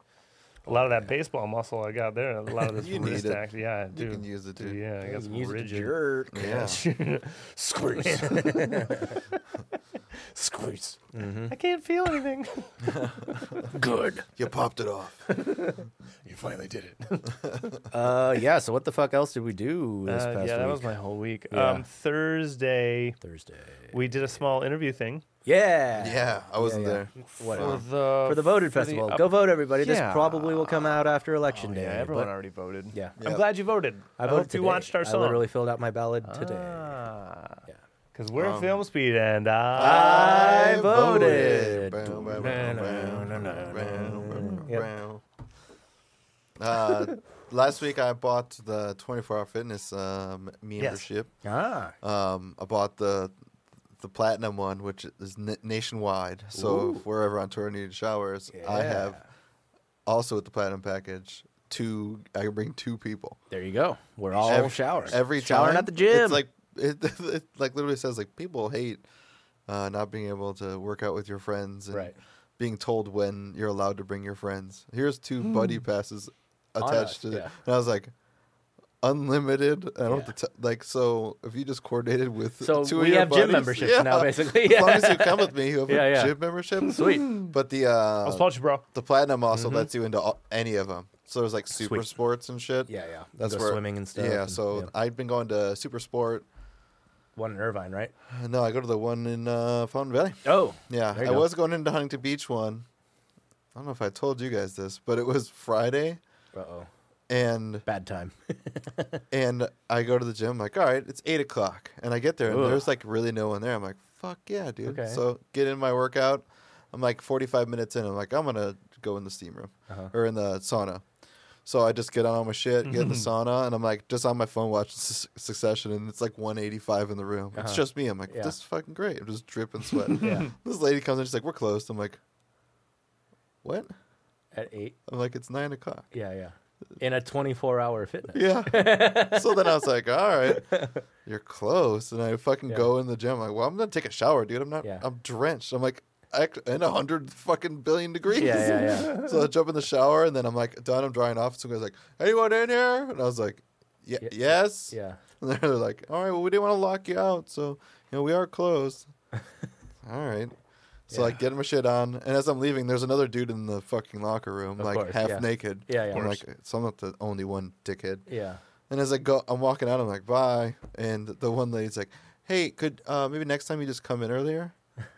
Speaker 1: a lot of that baseball muscle I got there. and
Speaker 2: [LAUGHS]
Speaker 1: A lot of this
Speaker 3: You need
Speaker 1: wrist
Speaker 3: it.
Speaker 1: act. Yeah, I do.
Speaker 3: You can use it
Speaker 1: do,
Speaker 3: too.
Speaker 1: yeah, I got
Speaker 2: You
Speaker 1: some
Speaker 2: use a
Speaker 1: [LAUGHS] rigid.
Speaker 2: jerk.
Speaker 3: Yeah,
Speaker 2: [LAUGHS]
Speaker 1: Squeeze. [LAUGHS] Squeeze.
Speaker 2: Mm-hmm.
Speaker 1: I can't feel anything.
Speaker 2: Good.
Speaker 3: you popped it off.
Speaker 1: you finally did it.
Speaker 2: [LAUGHS] Uh, yeah. So what the fuck else did we do [LAUGHS] this
Speaker 1: Uh, yeah,
Speaker 2: past
Speaker 1: that
Speaker 2: week?
Speaker 1: was my whole week.
Speaker 2: Yeah.
Speaker 1: Um, Thursday,
Speaker 2: Thursday.
Speaker 1: we did a small interview thing.
Speaker 2: Yeah.
Speaker 3: Yeah, I wasn't
Speaker 2: yeah.
Speaker 3: there.
Speaker 2: Whatever.
Speaker 1: the,
Speaker 2: For the voted festival. Go vote, everybody.
Speaker 1: Yeah.
Speaker 2: This probably will come out after election day.
Speaker 1: Yeah, everyone
Speaker 2: but-
Speaker 1: already voted.
Speaker 2: Yeah.
Speaker 1: I'm
Speaker 3: Yeah.
Speaker 1: glad you voted.
Speaker 2: I,
Speaker 1: I,
Speaker 2: voted
Speaker 1: hope
Speaker 2: today.
Speaker 1: you watched our song. Ah.
Speaker 2: I literally filled out my ballot today. Yeah.
Speaker 1: Because we're
Speaker 3: Um,
Speaker 1: film speed and I.
Speaker 2: I
Speaker 3: I
Speaker 2: voted.
Speaker 3: voted. Bow, bow, bow, bow, bow, bow, bow. Uh, Last week I bought the 24 Hour Fitness um, membership.
Speaker 2: Ah.
Speaker 3: Um, I bought the the platinum one, which is n- nationwide. So
Speaker 2: Ooh.
Speaker 3: if we're ever on tour and need showers, I have also with the platinum package two. I can bring two people.
Speaker 2: There you go. We're all
Speaker 3: Every-
Speaker 2: showering.
Speaker 3: every
Speaker 2: showering
Speaker 3: time
Speaker 2: at the gym.
Speaker 3: It's like it, [LAUGHS] it like literally says like people hate uh, not being able to work out with your friends and
Speaker 2: Right.
Speaker 3: being told when you're allowed to bring your friends. Here's two buddy passes
Speaker 2: Hmm. us,
Speaker 3: attached to it,
Speaker 2: yeah.
Speaker 3: and I was like. Unlimited. I don't have to t- like. So if you just coordinated with
Speaker 2: So
Speaker 3: two of
Speaker 2: we
Speaker 3: your
Speaker 2: have gym
Speaker 3: buddies-
Speaker 2: memberships
Speaker 3: yeah.
Speaker 2: now, basically.
Speaker 3: [LAUGHS] As long as you come with me, you have
Speaker 2: [LAUGHS] Yeah,
Speaker 3: a
Speaker 2: yeah.
Speaker 3: gym membership.
Speaker 2: Sweet.
Speaker 3: But the uh,
Speaker 1: I'll spot you, bro.
Speaker 3: the platinum also lets you into all, any of them. So there's like super
Speaker 2: Mm-hmm. Sweet.
Speaker 3: sports and shit.
Speaker 2: Yeah, yeah.
Speaker 3: That's
Speaker 2: Go
Speaker 3: where
Speaker 2: swimming and stuff
Speaker 3: Yeah.
Speaker 2: and-
Speaker 3: so
Speaker 2: yeah.
Speaker 3: I'd been going to super sport.
Speaker 2: One in Irvine, right?
Speaker 3: No, I go to the one in uh, Fountain Valley.
Speaker 2: Oh.
Speaker 3: Yeah,
Speaker 2: There
Speaker 3: I
Speaker 2: you go.
Speaker 3: was going into Huntington Beach one. I don't know if I told you guys this, but it was Friday,
Speaker 2: Uh oh.
Speaker 3: and
Speaker 2: Bad time.
Speaker 3: and I go to the gym. I'm like, all right, it's eight o'clock, and I get there, and
Speaker 2: Ugh.
Speaker 3: there's like really no one there. I'm like, fuck yeah, dude.
Speaker 2: Okay.
Speaker 3: So get in my workout. I'm like 45 minutes in. I'm like, I'm gonna go in the steam room
Speaker 2: Uh-huh.
Speaker 3: or in the sauna. So I just get on all my shit, get in
Speaker 2: [LAUGHS]
Speaker 3: the sauna, and I'm like just on my phone watching Su- Succession, and it's like 185 in the room. It's just me. I'm like,
Speaker 2: Uh-huh. Yeah.
Speaker 3: this is fucking great. I'm just
Speaker 2: [LAUGHS]
Speaker 3: dripping sweat.
Speaker 2: Yeah.
Speaker 3: This lady comes in, she's like, we're closed. I'm like, what?
Speaker 2: At eight.
Speaker 3: I'm like, it's nine o'clock.
Speaker 2: Yeah, yeah. in a 24 hour
Speaker 3: [LAUGHS]
Speaker 2: fitness. [LAUGHS]
Speaker 3: Yeah. so then I was like, all right, you're close. And I fucking go in the gym. like, well, I'm going to take a shower, dude. I'm not,
Speaker 2: Yeah.
Speaker 3: I'm drenched. I'm like, I, in a hundred fucking billion degrees.
Speaker 2: Yeah, yeah,
Speaker 3: [LAUGHS] so I jump in the shower and then I'm like, done, I'm drying off. Some guy's like, anyone in here? And I was like, yeah,
Speaker 2: Yeah.
Speaker 3: yes.
Speaker 2: Yeah.
Speaker 3: [LAUGHS] And they're like, all right, well, we didn't want to lock you out. So, you know, we
Speaker 2: [LAUGHS]
Speaker 3: are closed. all right. So
Speaker 2: Yeah.
Speaker 3: like get my shit on, and as I'm leaving, there's another dude in the fucking locker room,
Speaker 2: Of
Speaker 3: like
Speaker 2: course,
Speaker 3: half
Speaker 2: yeah.
Speaker 3: naked.
Speaker 2: Yeah, yeah.
Speaker 3: I'm
Speaker 2: Of
Speaker 3: like, so I'm not the only one dickhead.
Speaker 2: Yeah.
Speaker 3: And as I go, I'm walking out. I'm like, bye. And the one lady's like, hey, could uh, maybe next time you just come
Speaker 2: [LAUGHS]
Speaker 3: in earlier?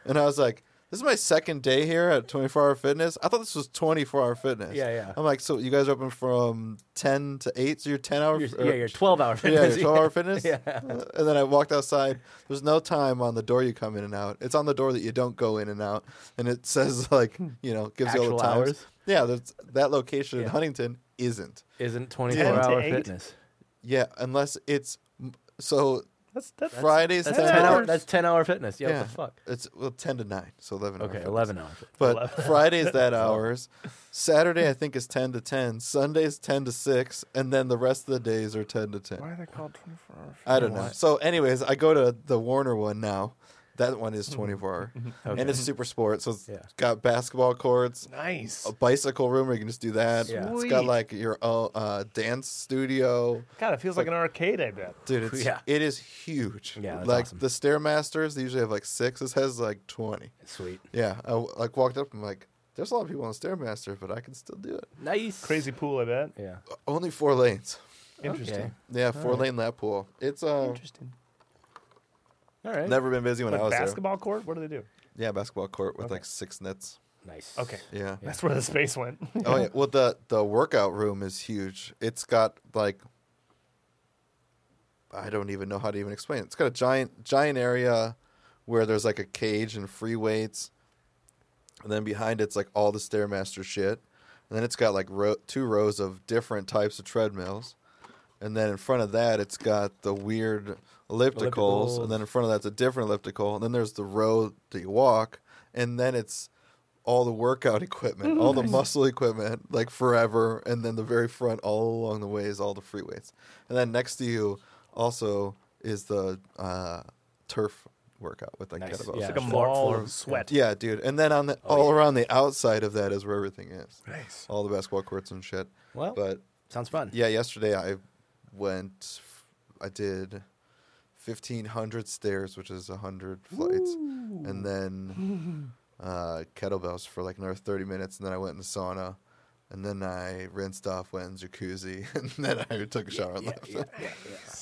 Speaker 3: And I was like, this is my second day here at 24 Hour Fitness. I thought this was 24 Hour Fitness.
Speaker 2: Yeah, yeah.
Speaker 3: I'm like, so you guys are open from 10 to 8, so you're 10 hour.
Speaker 2: You're,
Speaker 3: or-
Speaker 2: yeah, you're 12 hour
Speaker 3: [LAUGHS] yeah,
Speaker 2: fitness. [LAUGHS]
Speaker 3: you're 12 hour fitness.
Speaker 2: Yeah.
Speaker 3: Uh, and then I walked outside. There's no time on the door you come in and out. It's on the door that you don't go in and out, and it says like you know gives you all
Speaker 2: Hmm. Actual
Speaker 3: the times.
Speaker 2: hours?
Speaker 3: Yeah, that's, that location in
Speaker 2: Yeah.
Speaker 3: Huntington isn't.
Speaker 2: Isn't 24 hour
Speaker 1: eight?
Speaker 2: fitness.
Speaker 3: Yeah, unless it's so
Speaker 1: That's that's
Speaker 3: Fridays
Speaker 2: That's
Speaker 3: 10
Speaker 2: 10 hour,
Speaker 1: hours.
Speaker 2: that's 10 hour fitness. Yeah,
Speaker 3: Yeah.
Speaker 2: what the fuck?
Speaker 3: It's well, ten to nine, so eleven. hour
Speaker 2: Okay,
Speaker 3: fitness.
Speaker 2: 11 hour fitness.
Speaker 3: But
Speaker 1: 11.
Speaker 3: Friday's
Speaker 2: [LAUGHS]
Speaker 3: that hours. [LAUGHS] Saturday I think is ten to ten. Sunday's ten to six, and then the rest of the days are ten to ten.
Speaker 1: Why are they called 24 hour?
Speaker 3: I don't know. So, anyways, I go to the Warner one now. That one
Speaker 1: Hmm.
Speaker 3: is twenty
Speaker 2: [LAUGHS]
Speaker 3: four hour, and it's super sport. So it's
Speaker 2: Yeah.
Speaker 3: got basketball courts,
Speaker 1: Nice.
Speaker 3: a bicycle room where you can just do that.
Speaker 2: Yeah.
Speaker 3: It's got
Speaker 1: Sweet.
Speaker 3: like your own uh, dance studio.
Speaker 1: God, it feels like, an arcade. I bet.
Speaker 3: Dude, it's,
Speaker 2: Yeah.
Speaker 3: it is huge.
Speaker 2: Yeah, that's
Speaker 3: like
Speaker 2: awesome.
Speaker 3: the stairmasters, they usually have like six. This has like twenty.
Speaker 2: Sweet.
Speaker 3: Yeah, I w- like walked up and like, there's a lot of people on Stairmaster, but I can still do it.
Speaker 2: Nice.
Speaker 1: Crazy pool. I bet.
Speaker 2: Yeah.
Speaker 3: Only four lanes.
Speaker 1: Interesting.
Speaker 2: Okay.
Speaker 3: Yeah, four lane lap pool. It's uh,
Speaker 1: Interesting.
Speaker 2: All right.
Speaker 3: never been busy when
Speaker 1: Like
Speaker 3: I was
Speaker 1: basketball court. What do they do?
Speaker 3: there. Yeah, basketball court with
Speaker 1: Okay.
Speaker 3: like six nets.
Speaker 2: Nice.
Speaker 1: Okay.
Speaker 3: Yeah.
Speaker 1: That's where the space went.
Speaker 3: Oh yeah. Well, the the workout room is huge. It's got like, I don't even know how to even explain it. It's got a giant giant area where there's like a cage and free weights, and then behind it's like all the stairmaster shit, and then it's got like ro- two rows of different types of treadmills, and then in front of that it's got the weird ellipticals,
Speaker 2: Ellipticals.
Speaker 3: and then in front of that's a different elliptical, and then there's the row that you walk, and then it's all the workout [LAUGHS] equipment, all the muscle equipment, like forever, and then the very front all along the way is all the free weights, and then next to you also is the uh, turf workout with like
Speaker 2: Nice.
Speaker 3: kettlebells.
Speaker 2: Yeah.
Speaker 1: It's like a
Speaker 2: Floor-
Speaker 1: mall
Speaker 2: floor-
Speaker 1: of sweat.
Speaker 3: Yeah, dude. And then on the all around the outside of that is where everything is.
Speaker 1: Nice.
Speaker 3: All the basketball courts and shit.
Speaker 2: Well-
Speaker 3: but
Speaker 2: Sounds fun.
Speaker 3: yeah, yesterday I went I did 1500 stairs, which is 100 flights, and then
Speaker 1: [LAUGHS]
Speaker 3: uh, kettlebells for like another 30 minutes and then I went in the sauna. And then I rinsed off, went in the jacuzzi, [LAUGHS] and then I took a shower and left.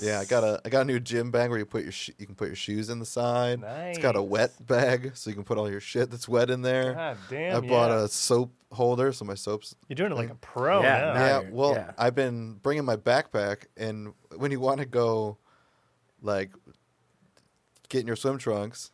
Speaker 3: Yeah, I got a I got a new gym bag where you put your sh- you can put your shoes in the side. It's got a
Speaker 1: Nice.
Speaker 3: wet bag, so you can put all your shit that's wet in there.
Speaker 1: God damn.
Speaker 3: [LAUGHS] I bought
Speaker 1: yeah.
Speaker 3: a soap holder, so my soaps.
Speaker 1: You're doing it like a pro.
Speaker 2: Yeah,
Speaker 1: now.
Speaker 2: nice.
Speaker 3: yeah,
Speaker 2: you're-
Speaker 3: well,
Speaker 2: yeah.
Speaker 3: I've been bringing my backpack, and when you want to go, like, get in your swim trunks,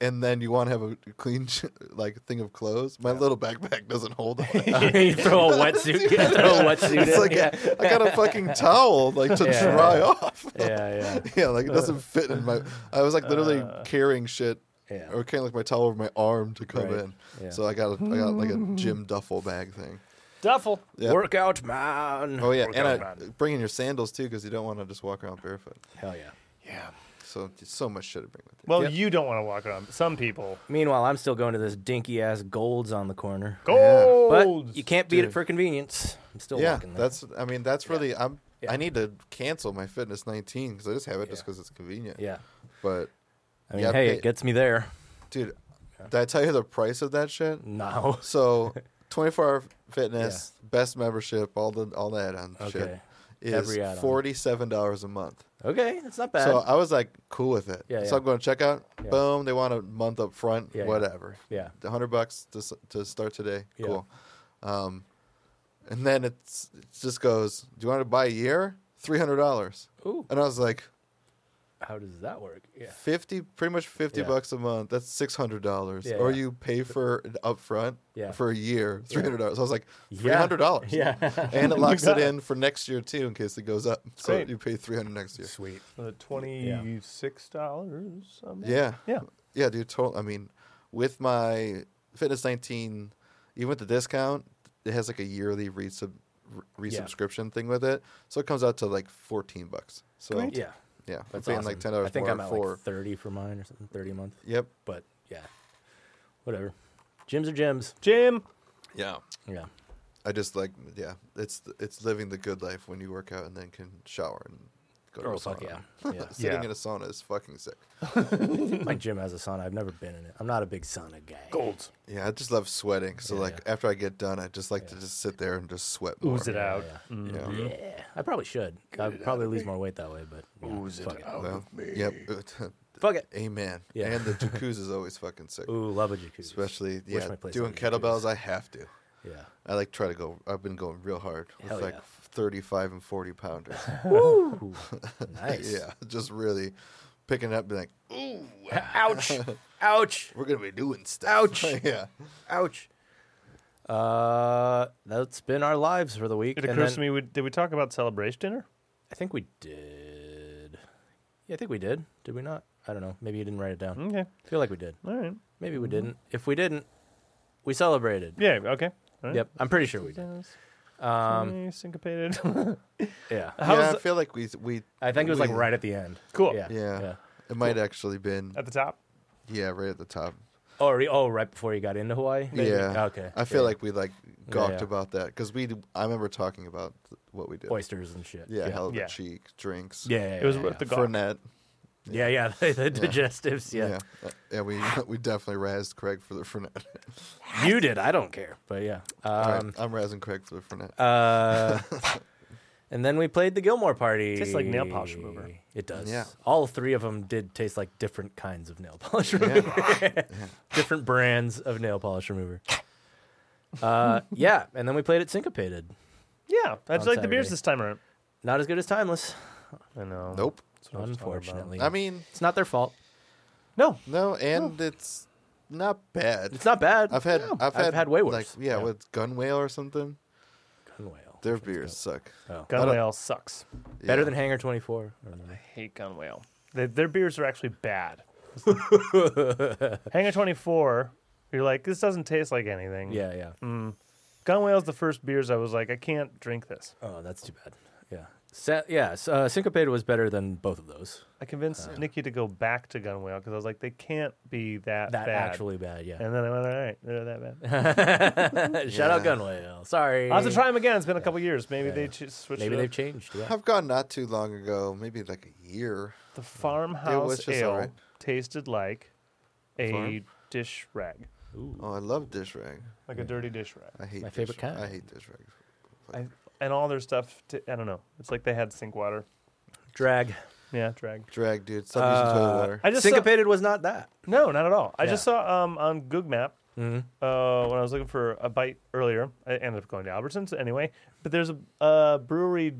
Speaker 3: and then you want to have a clean like thing of clothes, my little backpack doesn't
Speaker 2: [LAUGHS]
Speaker 3: hold all
Speaker 2: [LAUGHS]
Speaker 3: that. [LAUGHS]
Speaker 2: you throw a wetsuit. You throw a wetsuit.
Speaker 3: It's
Speaker 2: in.
Speaker 3: like
Speaker 2: yeah.
Speaker 3: a, I got a fucking towel like
Speaker 2: [LAUGHS]
Speaker 3: to
Speaker 2: Yeah.
Speaker 3: dry off.
Speaker 2: yeah,
Speaker 3: Yeah, like it doesn't fit in my. I was like literally carrying shit,
Speaker 2: Uh. Yeah.
Speaker 3: or carrying like my towel over my arm to come
Speaker 2: Right.
Speaker 3: in.
Speaker 2: Yeah.
Speaker 3: So I got a, I got like a
Speaker 2: [LAUGHS]
Speaker 3: gym duffel bag thing.
Speaker 1: Duffel.
Speaker 2: yeah.
Speaker 3: Yeah.
Speaker 2: Workout man.
Speaker 3: Oh yeah,
Speaker 1: Workout
Speaker 3: and I,
Speaker 1: man.
Speaker 3: bring in your sandals too because you don't want to just walk around barefoot.
Speaker 2: Hell yeah.
Speaker 1: Yeah.
Speaker 3: So so much shit to bring with you.
Speaker 1: Well,
Speaker 3: Yeah.
Speaker 1: you don't want to walk around. Some people.
Speaker 2: Meanwhile, I'm still going to this dinky ass Golds on the corner.
Speaker 1: Gold.
Speaker 2: But you can't beat it
Speaker 3: Dude.
Speaker 2: for convenience. I'm still
Speaker 3: yeah,
Speaker 2: walking there.
Speaker 3: that's I mean that's really I'm
Speaker 2: Yeah.
Speaker 3: I need to cancel my Fitness 19 because I just have it just
Speaker 2: Yeah.
Speaker 3: because it's convenient.
Speaker 2: yeah.
Speaker 3: but
Speaker 2: I mean,
Speaker 3: Yeah,
Speaker 2: hey,
Speaker 3: pay-
Speaker 2: it gets me there. [LAUGHS]
Speaker 3: dude, did I tell you the price of that shit?
Speaker 2: No.
Speaker 3: So, 24 hour fitness, best membership, all the all the add-on
Speaker 2: Okay.
Speaker 3: shit is
Speaker 2: Every add-on.
Speaker 3: forty-seven dollars a month.
Speaker 2: Okay, that's not bad.
Speaker 3: So uh, I was like, cool with it.
Speaker 2: Yeah,
Speaker 3: so
Speaker 2: yeah.
Speaker 3: I'm going to check out.
Speaker 2: Yeah.
Speaker 3: Boom, they want a month up front.
Speaker 2: Yeah, yeah.
Speaker 3: whatever.
Speaker 2: Yeah.
Speaker 3: The hundred bucks to s- to start today.
Speaker 2: Yeah.
Speaker 3: Cool. Um, and then it's it just goes. Do you want to buy a year? Three hundred dollars.
Speaker 2: Ooh,
Speaker 3: And I was like,
Speaker 2: how does that work? Yeah.
Speaker 3: fifty, pretty much fifty
Speaker 2: Yeah.
Speaker 3: bucks a month. That's six hundred dollars.
Speaker 2: Yeah,
Speaker 3: or
Speaker 2: yeah.
Speaker 3: you pay for it upfront
Speaker 2: Yeah.
Speaker 3: for a year, three hundred dollars. I was like,
Speaker 2: Yeah.
Speaker 3: three hundred dollars.
Speaker 2: [LAUGHS] Yeah.
Speaker 3: and it locks
Speaker 2: [LAUGHS]
Speaker 3: it in for next year too, in case it goes up. So
Speaker 1: Great.
Speaker 3: you pay three hundred next year.
Speaker 2: Sweet.
Speaker 1: Uh, Twenty-six dollars.
Speaker 3: Yeah.
Speaker 1: Yeah.
Speaker 3: Yeah, dude. Total. I mean, with my Fitness 19, even with the discount, it has like a yearly resub re- resubscription thing with it. So it comes out to like 14 bucks. So
Speaker 1: Great.
Speaker 2: Yeah,
Speaker 3: yeah, I'm
Speaker 2: that's
Speaker 3: paying
Speaker 2: awesome.
Speaker 3: like 10 dollars
Speaker 2: I think
Speaker 3: more
Speaker 2: I'm at
Speaker 3: for
Speaker 2: like 30 for mine or something, 30 a month.
Speaker 3: Yep.
Speaker 2: But yeah, whatever. Gyms are gems.
Speaker 1: Jim.
Speaker 3: Yeah.
Speaker 2: Yeah.
Speaker 3: I just like yeah, it's it's living the good life when you work out and then can shower and go to
Speaker 2: Oh
Speaker 3: a
Speaker 2: fuck
Speaker 3: sauna.
Speaker 2: yeah.
Speaker 3: [LAUGHS]
Speaker 2: Yeah.
Speaker 3: Sitting
Speaker 1: Yeah.
Speaker 3: in a sauna is fucking sick.
Speaker 2: My gym has a sauna. I've never been in it. I'm not a big sauna guy.
Speaker 1: Golds.
Speaker 3: Yeah, I just love sweating. So
Speaker 2: Yeah,
Speaker 3: like
Speaker 2: yeah.
Speaker 3: after I get done, I just like to
Speaker 2: Yeah.
Speaker 3: just sit there and just sweat. More.
Speaker 1: Ooze it
Speaker 2: Yeah,
Speaker 1: out.
Speaker 2: yeah.
Speaker 1: Mm.
Speaker 3: Yeah.
Speaker 2: Yeah, I probably should. I'd probably lose more weight that way, but yeah, fuck it.
Speaker 3: Well, yep. [LAUGHS]
Speaker 2: Fuck it.
Speaker 3: Amen.
Speaker 2: Yeah.
Speaker 3: And the jacuzzi is always fucking sick.
Speaker 2: Ooh, love a jacuzzi.
Speaker 3: Especially yeah,
Speaker 2: my place
Speaker 3: doing
Speaker 2: had a jacuzzi.
Speaker 3: kettlebells. I have to.
Speaker 2: Yeah.
Speaker 3: I like try to go. I've been going real hard with
Speaker 2: Hell
Speaker 3: like
Speaker 2: yeah.
Speaker 3: 35 and 40 pounders. [LAUGHS]
Speaker 2: Woo. [LAUGHS] nice.
Speaker 3: yeah, just really picking up. Being like,
Speaker 2: [LAUGHS]
Speaker 3: [LAUGHS]
Speaker 2: Ouch. Ouch.
Speaker 3: we're gonna be doing stuff.
Speaker 2: Ouch.
Speaker 3: [LAUGHS] yeah.
Speaker 2: Ouch. Uh, that's been our lives for the week.
Speaker 1: It
Speaker 2: and
Speaker 1: occurs
Speaker 2: then-
Speaker 1: to me, we, did we talk about celebration dinner?
Speaker 2: I think we did. Yeah, I think we did. Did we not? I don't know. Maybe you didn't write it down.
Speaker 1: Okay.
Speaker 2: I feel like we did.
Speaker 1: All right.
Speaker 2: Maybe we didn't. If we didn't, we celebrated.
Speaker 1: Yeah. Okay. All right.
Speaker 2: Yep, I'm pretty sure we did. Um,
Speaker 1: Hey, syncopated. [LAUGHS]
Speaker 2: yeah,
Speaker 3: yeah,
Speaker 1: How's-
Speaker 3: I feel like we we.
Speaker 2: I think it was like
Speaker 3: we-
Speaker 2: right at the end.
Speaker 1: cool.
Speaker 2: Yeah,
Speaker 3: Yeah. It might actually been
Speaker 1: At the top.
Speaker 3: yeah, right at the top.
Speaker 2: Oh, re- oh, right before you got into Hawaii. Maybe?
Speaker 3: Yeah.
Speaker 2: Okay.
Speaker 3: I feel
Speaker 2: yeah.
Speaker 3: like we like gawked
Speaker 2: yeah.
Speaker 3: about that because we. I remember talking about th- what we did.
Speaker 2: oysters and shit.
Speaker 3: Yeah, hell of
Speaker 1: Yeah.
Speaker 3: a cheek drinks.
Speaker 2: Yeah, yeah, yeah,
Speaker 1: It was
Speaker 2: yeah,
Speaker 1: worth the
Speaker 3: For
Speaker 1: gawk.
Speaker 3: net.
Speaker 2: yeah, yeah, [LAUGHS] the, the digestives. Yeah.
Speaker 3: Yeah. Uh,
Speaker 2: [LAUGHS]
Speaker 3: yeah, we we definitely razzed Craig for the Fernet.
Speaker 2: you did. I don't care, but yeah.
Speaker 3: All right,
Speaker 2: Um,
Speaker 3: I'm razzing Craig for the Fernet. [LAUGHS]
Speaker 2: uh, and then we played the Gilmore Party.
Speaker 1: Tastes like nail polish remover.
Speaker 2: It does.
Speaker 3: Yeah.
Speaker 2: All three of them did taste like different kinds of nail [LAUGHS] polish remover, [LAUGHS] different brands of nail polish remover. Uh, yeah, and then we played it syncopated.
Speaker 1: Yeah. I just
Speaker 2: On
Speaker 1: like the beers
Speaker 2: Saturday.
Speaker 1: this time around.
Speaker 2: Not as good as timeless,
Speaker 1: I know.
Speaker 3: nope.
Speaker 1: That's what I was talking about.
Speaker 2: unfortunately.
Speaker 3: I mean,
Speaker 2: it's not their fault.
Speaker 1: No.
Speaker 3: no, and it's not bad.
Speaker 2: It's not bad.
Speaker 3: I've had I've
Speaker 2: I've
Speaker 3: had
Speaker 2: had way worse.
Speaker 3: Like, yeah,
Speaker 2: Yeah.
Speaker 3: with Gunwale or something.
Speaker 2: Gunwale.
Speaker 3: Their beers suck.
Speaker 2: Oh.
Speaker 3: I don't-
Speaker 1: Gunwale sucks.
Speaker 2: Better
Speaker 3: Yeah.
Speaker 2: than Hanger 24.
Speaker 1: hate Gunwale. They, their beers are actually bad.
Speaker 2: [LAUGHS]
Speaker 1: Hangar 24, you're like, this doesn't taste like anything.
Speaker 2: Yeah, yeah.
Speaker 1: Gunwale's the first beers I was like, I can't drink this.
Speaker 2: Oh, that's too bad. Yeah. Sa- yeah, s- uh, Syncopated was better than both of those.
Speaker 1: I convinced
Speaker 2: Uh.
Speaker 1: Nikki to go back to Gunwale because I was like, they can't be that,
Speaker 2: That
Speaker 1: bad.
Speaker 2: actually bad, yeah.
Speaker 1: And then I went, all right, they're that
Speaker 2: [LAUGHS]
Speaker 1: bad.
Speaker 2: Shout out
Speaker 3: Yeah.
Speaker 2: Gunwale. Sorry.
Speaker 1: I'll have to try them again. It's been a couple years. Maybe they
Speaker 2: yeah.
Speaker 1: ch- switched
Speaker 2: Maybe
Speaker 1: it
Speaker 2: they've
Speaker 1: up.
Speaker 2: changed. Yeah.
Speaker 3: I've gone not too long ago, maybe like a year.
Speaker 1: The farmhouse
Speaker 3: just all
Speaker 1: ale
Speaker 3: right.
Speaker 1: tasted like a
Speaker 3: Farm?
Speaker 1: dish rag,
Speaker 3: Oh, I love dish rag.
Speaker 1: like a dirty dish rag.
Speaker 3: I hate
Speaker 2: My
Speaker 3: dish
Speaker 2: favorite
Speaker 3: rag. I
Speaker 2: kind.
Speaker 3: hate dish rag.
Speaker 1: I, and all their stuff, t I don't know. It's like they had sink water.
Speaker 2: Drag.
Speaker 1: Yeah, drag.
Speaker 3: Drag, dude. Stop using toilet
Speaker 2: Uh,
Speaker 3: water.
Speaker 1: I just saw-
Speaker 2: Syncopated was not that.
Speaker 1: No, not at all. I just
Speaker 2: Yeah.
Speaker 1: saw um, on Goog Map
Speaker 2: Mhm.
Speaker 1: uh, when I was looking for a bite earlier. I ended up going to Albertsons anyway. But there's a uh, brewery.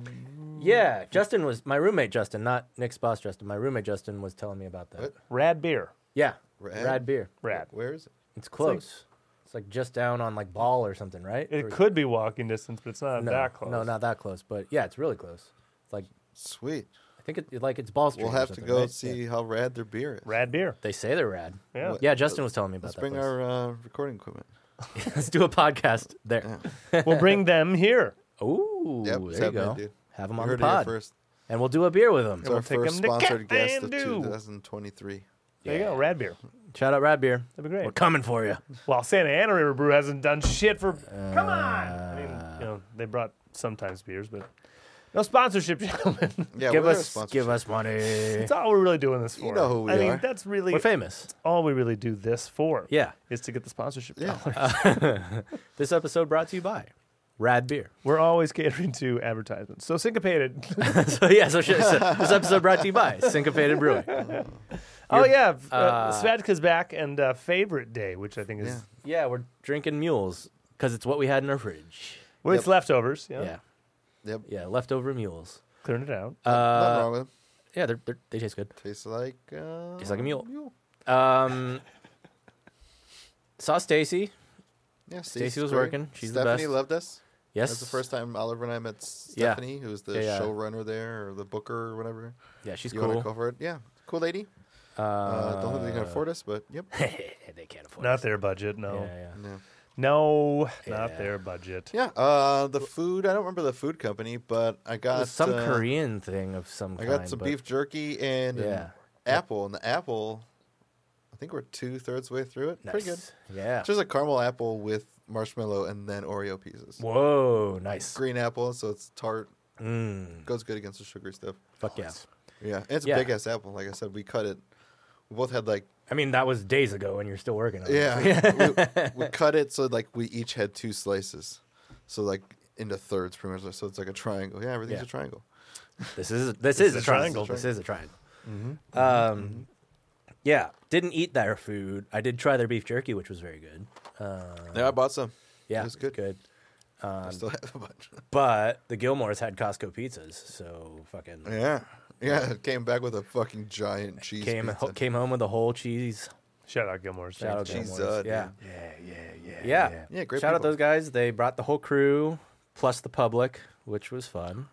Speaker 2: Yeah, Justin was my roommate. Justin, not Nick's boss. Justin, my roommate. Justin was telling me about that.
Speaker 3: What?
Speaker 1: Rad beer.
Speaker 2: Yeah,
Speaker 3: Rad?
Speaker 2: rad beer.
Speaker 1: Rad.
Speaker 3: Where is it?
Speaker 2: It's close. It's like, just down on like Ball or something, right?
Speaker 1: It
Speaker 2: Or-
Speaker 1: could be walking distance, but it's not
Speaker 2: no,
Speaker 1: that close.
Speaker 2: No, not that close, but yeah, it's really close. It's like
Speaker 3: Sweet.
Speaker 2: I think it like it's Ball Street.
Speaker 3: We'll
Speaker 2: or
Speaker 3: have to
Speaker 2: something,
Speaker 3: go
Speaker 2: right?
Speaker 3: see
Speaker 2: Yeah.
Speaker 3: how rad their beer is.
Speaker 1: Rad beer.
Speaker 2: They say they're rad.
Speaker 1: Yeah.
Speaker 3: What-
Speaker 2: Yeah, Justin was telling me about
Speaker 3: Let's
Speaker 2: that.
Speaker 3: bring
Speaker 2: place.
Speaker 3: our uh, recording equipment.
Speaker 2: [LAUGHS] Let's do a podcast there.
Speaker 1: we'll bring them here.
Speaker 2: Ooh,
Speaker 3: Yep, it's
Speaker 2: there you
Speaker 3: happening,
Speaker 2: go.
Speaker 3: dude.
Speaker 2: Have them
Speaker 3: You
Speaker 2: on
Speaker 3: heard
Speaker 2: the
Speaker 3: it here
Speaker 2: pod,
Speaker 3: first.
Speaker 2: and we'll do a beer with them.
Speaker 3: It's our
Speaker 1: take 'em
Speaker 3: first
Speaker 1: to
Speaker 3: sponsored guest of
Speaker 1: Kathmandu.
Speaker 3: 2023.
Speaker 1: There you go. Rad beer.
Speaker 2: Shout out Rad Beer.
Speaker 1: That'd be great.
Speaker 2: We're coming for you.
Speaker 1: Well, Santa Ana River Brew hasn't done shit for. come on.
Speaker 2: Uh,
Speaker 1: I mean,
Speaker 3: Ah.
Speaker 1: you know, they brought sometimes beers, but no sponsorship, gentlemen.
Speaker 3: Yeah,
Speaker 2: give
Speaker 3: we're a
Speaker 2: us,
Speaker 3: sponsorship.
Speaker 2: give us money.
Speaker 1: That's all we're really doing this for.
Speaker 3: You know who we
Speaker 1: I mean,
Speaker 3: are.
Speaker 1: that's really
Speaker 2: We're famous.
Speaker 1: all we really do this for.
Speaker 2: Yeah.
Speaker 1: is to get the sponsorship
Speaker 3: Yeah.
Speaker 1: dollars.
Speaker 2: This episode brought to you by Rad Beer.
Speaker 1: [LAUGHS]
Speaker 2: [LAUGHS]
Speaker 1: We're always catering to advertisements. So syncopated. [LAUGHS]
Speaker 2: so yeah, so, shit, so this episode brought to you by Syncopated Brewing.
Speaker 1: [LAUGHS] oh yeah, uh,
Speaker 2: uh,
Speaker 1: Svatka's back and uh, favorite day, which I think is
Speaker 3: Yeah.
Speaker 2: Yeah, we're drinking mules because it's what we had in our fridge.
Speaker 1: well, it's
Speaker 3: Yep.
Speaker 1: leftovers. Yeah,
Speaker 2: Yeah,
Speaker 3: Yep.
Speaker 2: yeah, leftover mules.
Speaker 1: clearing it out.
Speaker 2: uh,
Speaker 3: Nothing wrong with it.
Speaker 2: Yeah, they're, they're, they taste good.
Speaker 3: Tastes like uh,
Speaker 2: Tastes like a mule. Um, saw Stacy.
Speaker 3: Yeah,
Speaker 2: Stacey
Speaker 3: Stacey's
Speaker 2: was
Speaker 3: great.
Speaker 2: working. She's the
Speaker 3: Stephanie
Speaker 2: best.
Speaker 3: loved us.
Speaker 2: Yes,
Speaker 3: That's the first time Oliver and I met
Speaker 2: Yeah.
Speaker 3: Stephanie, who's the
Speaker 2: Yeah, yeah.
Speaker 3: showrunner there or the booker or whatever.
Speaker 2: Yeah, she's
Speaker 3: you want to
Speaker 2: cool. Uh,
Speaker 3: call for it? Yeah, cool lady. Uh, don't think they can afford us, but yep.
Speaker 2: [LAUGHS] they can't afford.
Speaker 1: Not
Speaker 2: us.
Speaker 1: their budget. No.
Speaker 2: Yeah, yeah.
Speaker 3: No.
Speaker 1: No, not
Speaker 2: Yeah.
Speaker 1: their budget.
Speaker 3: Yeah, uh, the food. I don't remember the food company, but I
Speaker 2: It
Speaker 3: got
Speaker 2: was some
Speaker 3: uh,
Speaker 2: Korean thing of some
Speaker 3: I
Speaker 2: kind.
Speaker 3: got some
Speaker 2: but-
Speaker 3: beef jerky and an
Speaker 2: Yeah.
Speaker 3: apple, and the apple. I think we're two thirds way through it. Pretty good.
Speaker 2: Nice. Yeah.
Speaker 3: It's just a caramel apple with marshmallow and then Oreo pieces.
Speaker 2: Whoa, nice.
Speaker 3: Green apple, so it's tart.
Speaker 2: Mm,
Speaker 3: Goes good against the sugary stuff.
Speaker 2: fuck yeah.
Speaker 3: Yeah, and it's
Speaker 2: Yeah.
Speaker 3: a big ass apple. Like I said, we cut it. We both
Speaker 2: [LAUGHS]
Speaker 3: had like
Speaker 2: I mean, that was days ago, and you're still working on it. [LAUGHS]
Speaker 3: yeah. we, we cut it so like we each had two slices, so like into thirds pretty much. So it's like a triangle. Yeah, everything's
Speaker 2: Yeah.
Speaker 3: a triangle.
Speaker 2: This is this, is a triangle. This is a triangle.
Speaker 3: Mm-hmm.
Speaker 2: Um, yeah. Didn't eat their food. I did try their beef jerky, which was very good. Uh, um,
Speaker 3: Yeah, I bought some.
Speaker 2: yeah,
Speaker 3: it was good.
Speaker 2: Good.
Speaker 3: I still [LAUGHS] have a bunch.
Speaker 2: But the Gilmores had Costco pizzas, so fucking
Speaker 3: Yeah. Yeah, it came back with a fucking giant cheese
Speaker 2: came
Speaker 3: pizza.
Speaker 2: ho- came home with a whole cheese.
Speaker 1: Shout out Gilmore's.
Speaker 2: Shout out
Speaker 3: you,
Speaker 2: Gilmores.
Speaker 3: Jesus, dude.
Speaker 2: yeah.
Speaker 4: Yeah, yeah, yeah.
Speaker 2: yeah,
Speaker 3: Yeah, great
Speaker 2: Shout out
Speaker 3: people.
Speaker 2: those guys. They brought the whole crew plus the public, which was fun.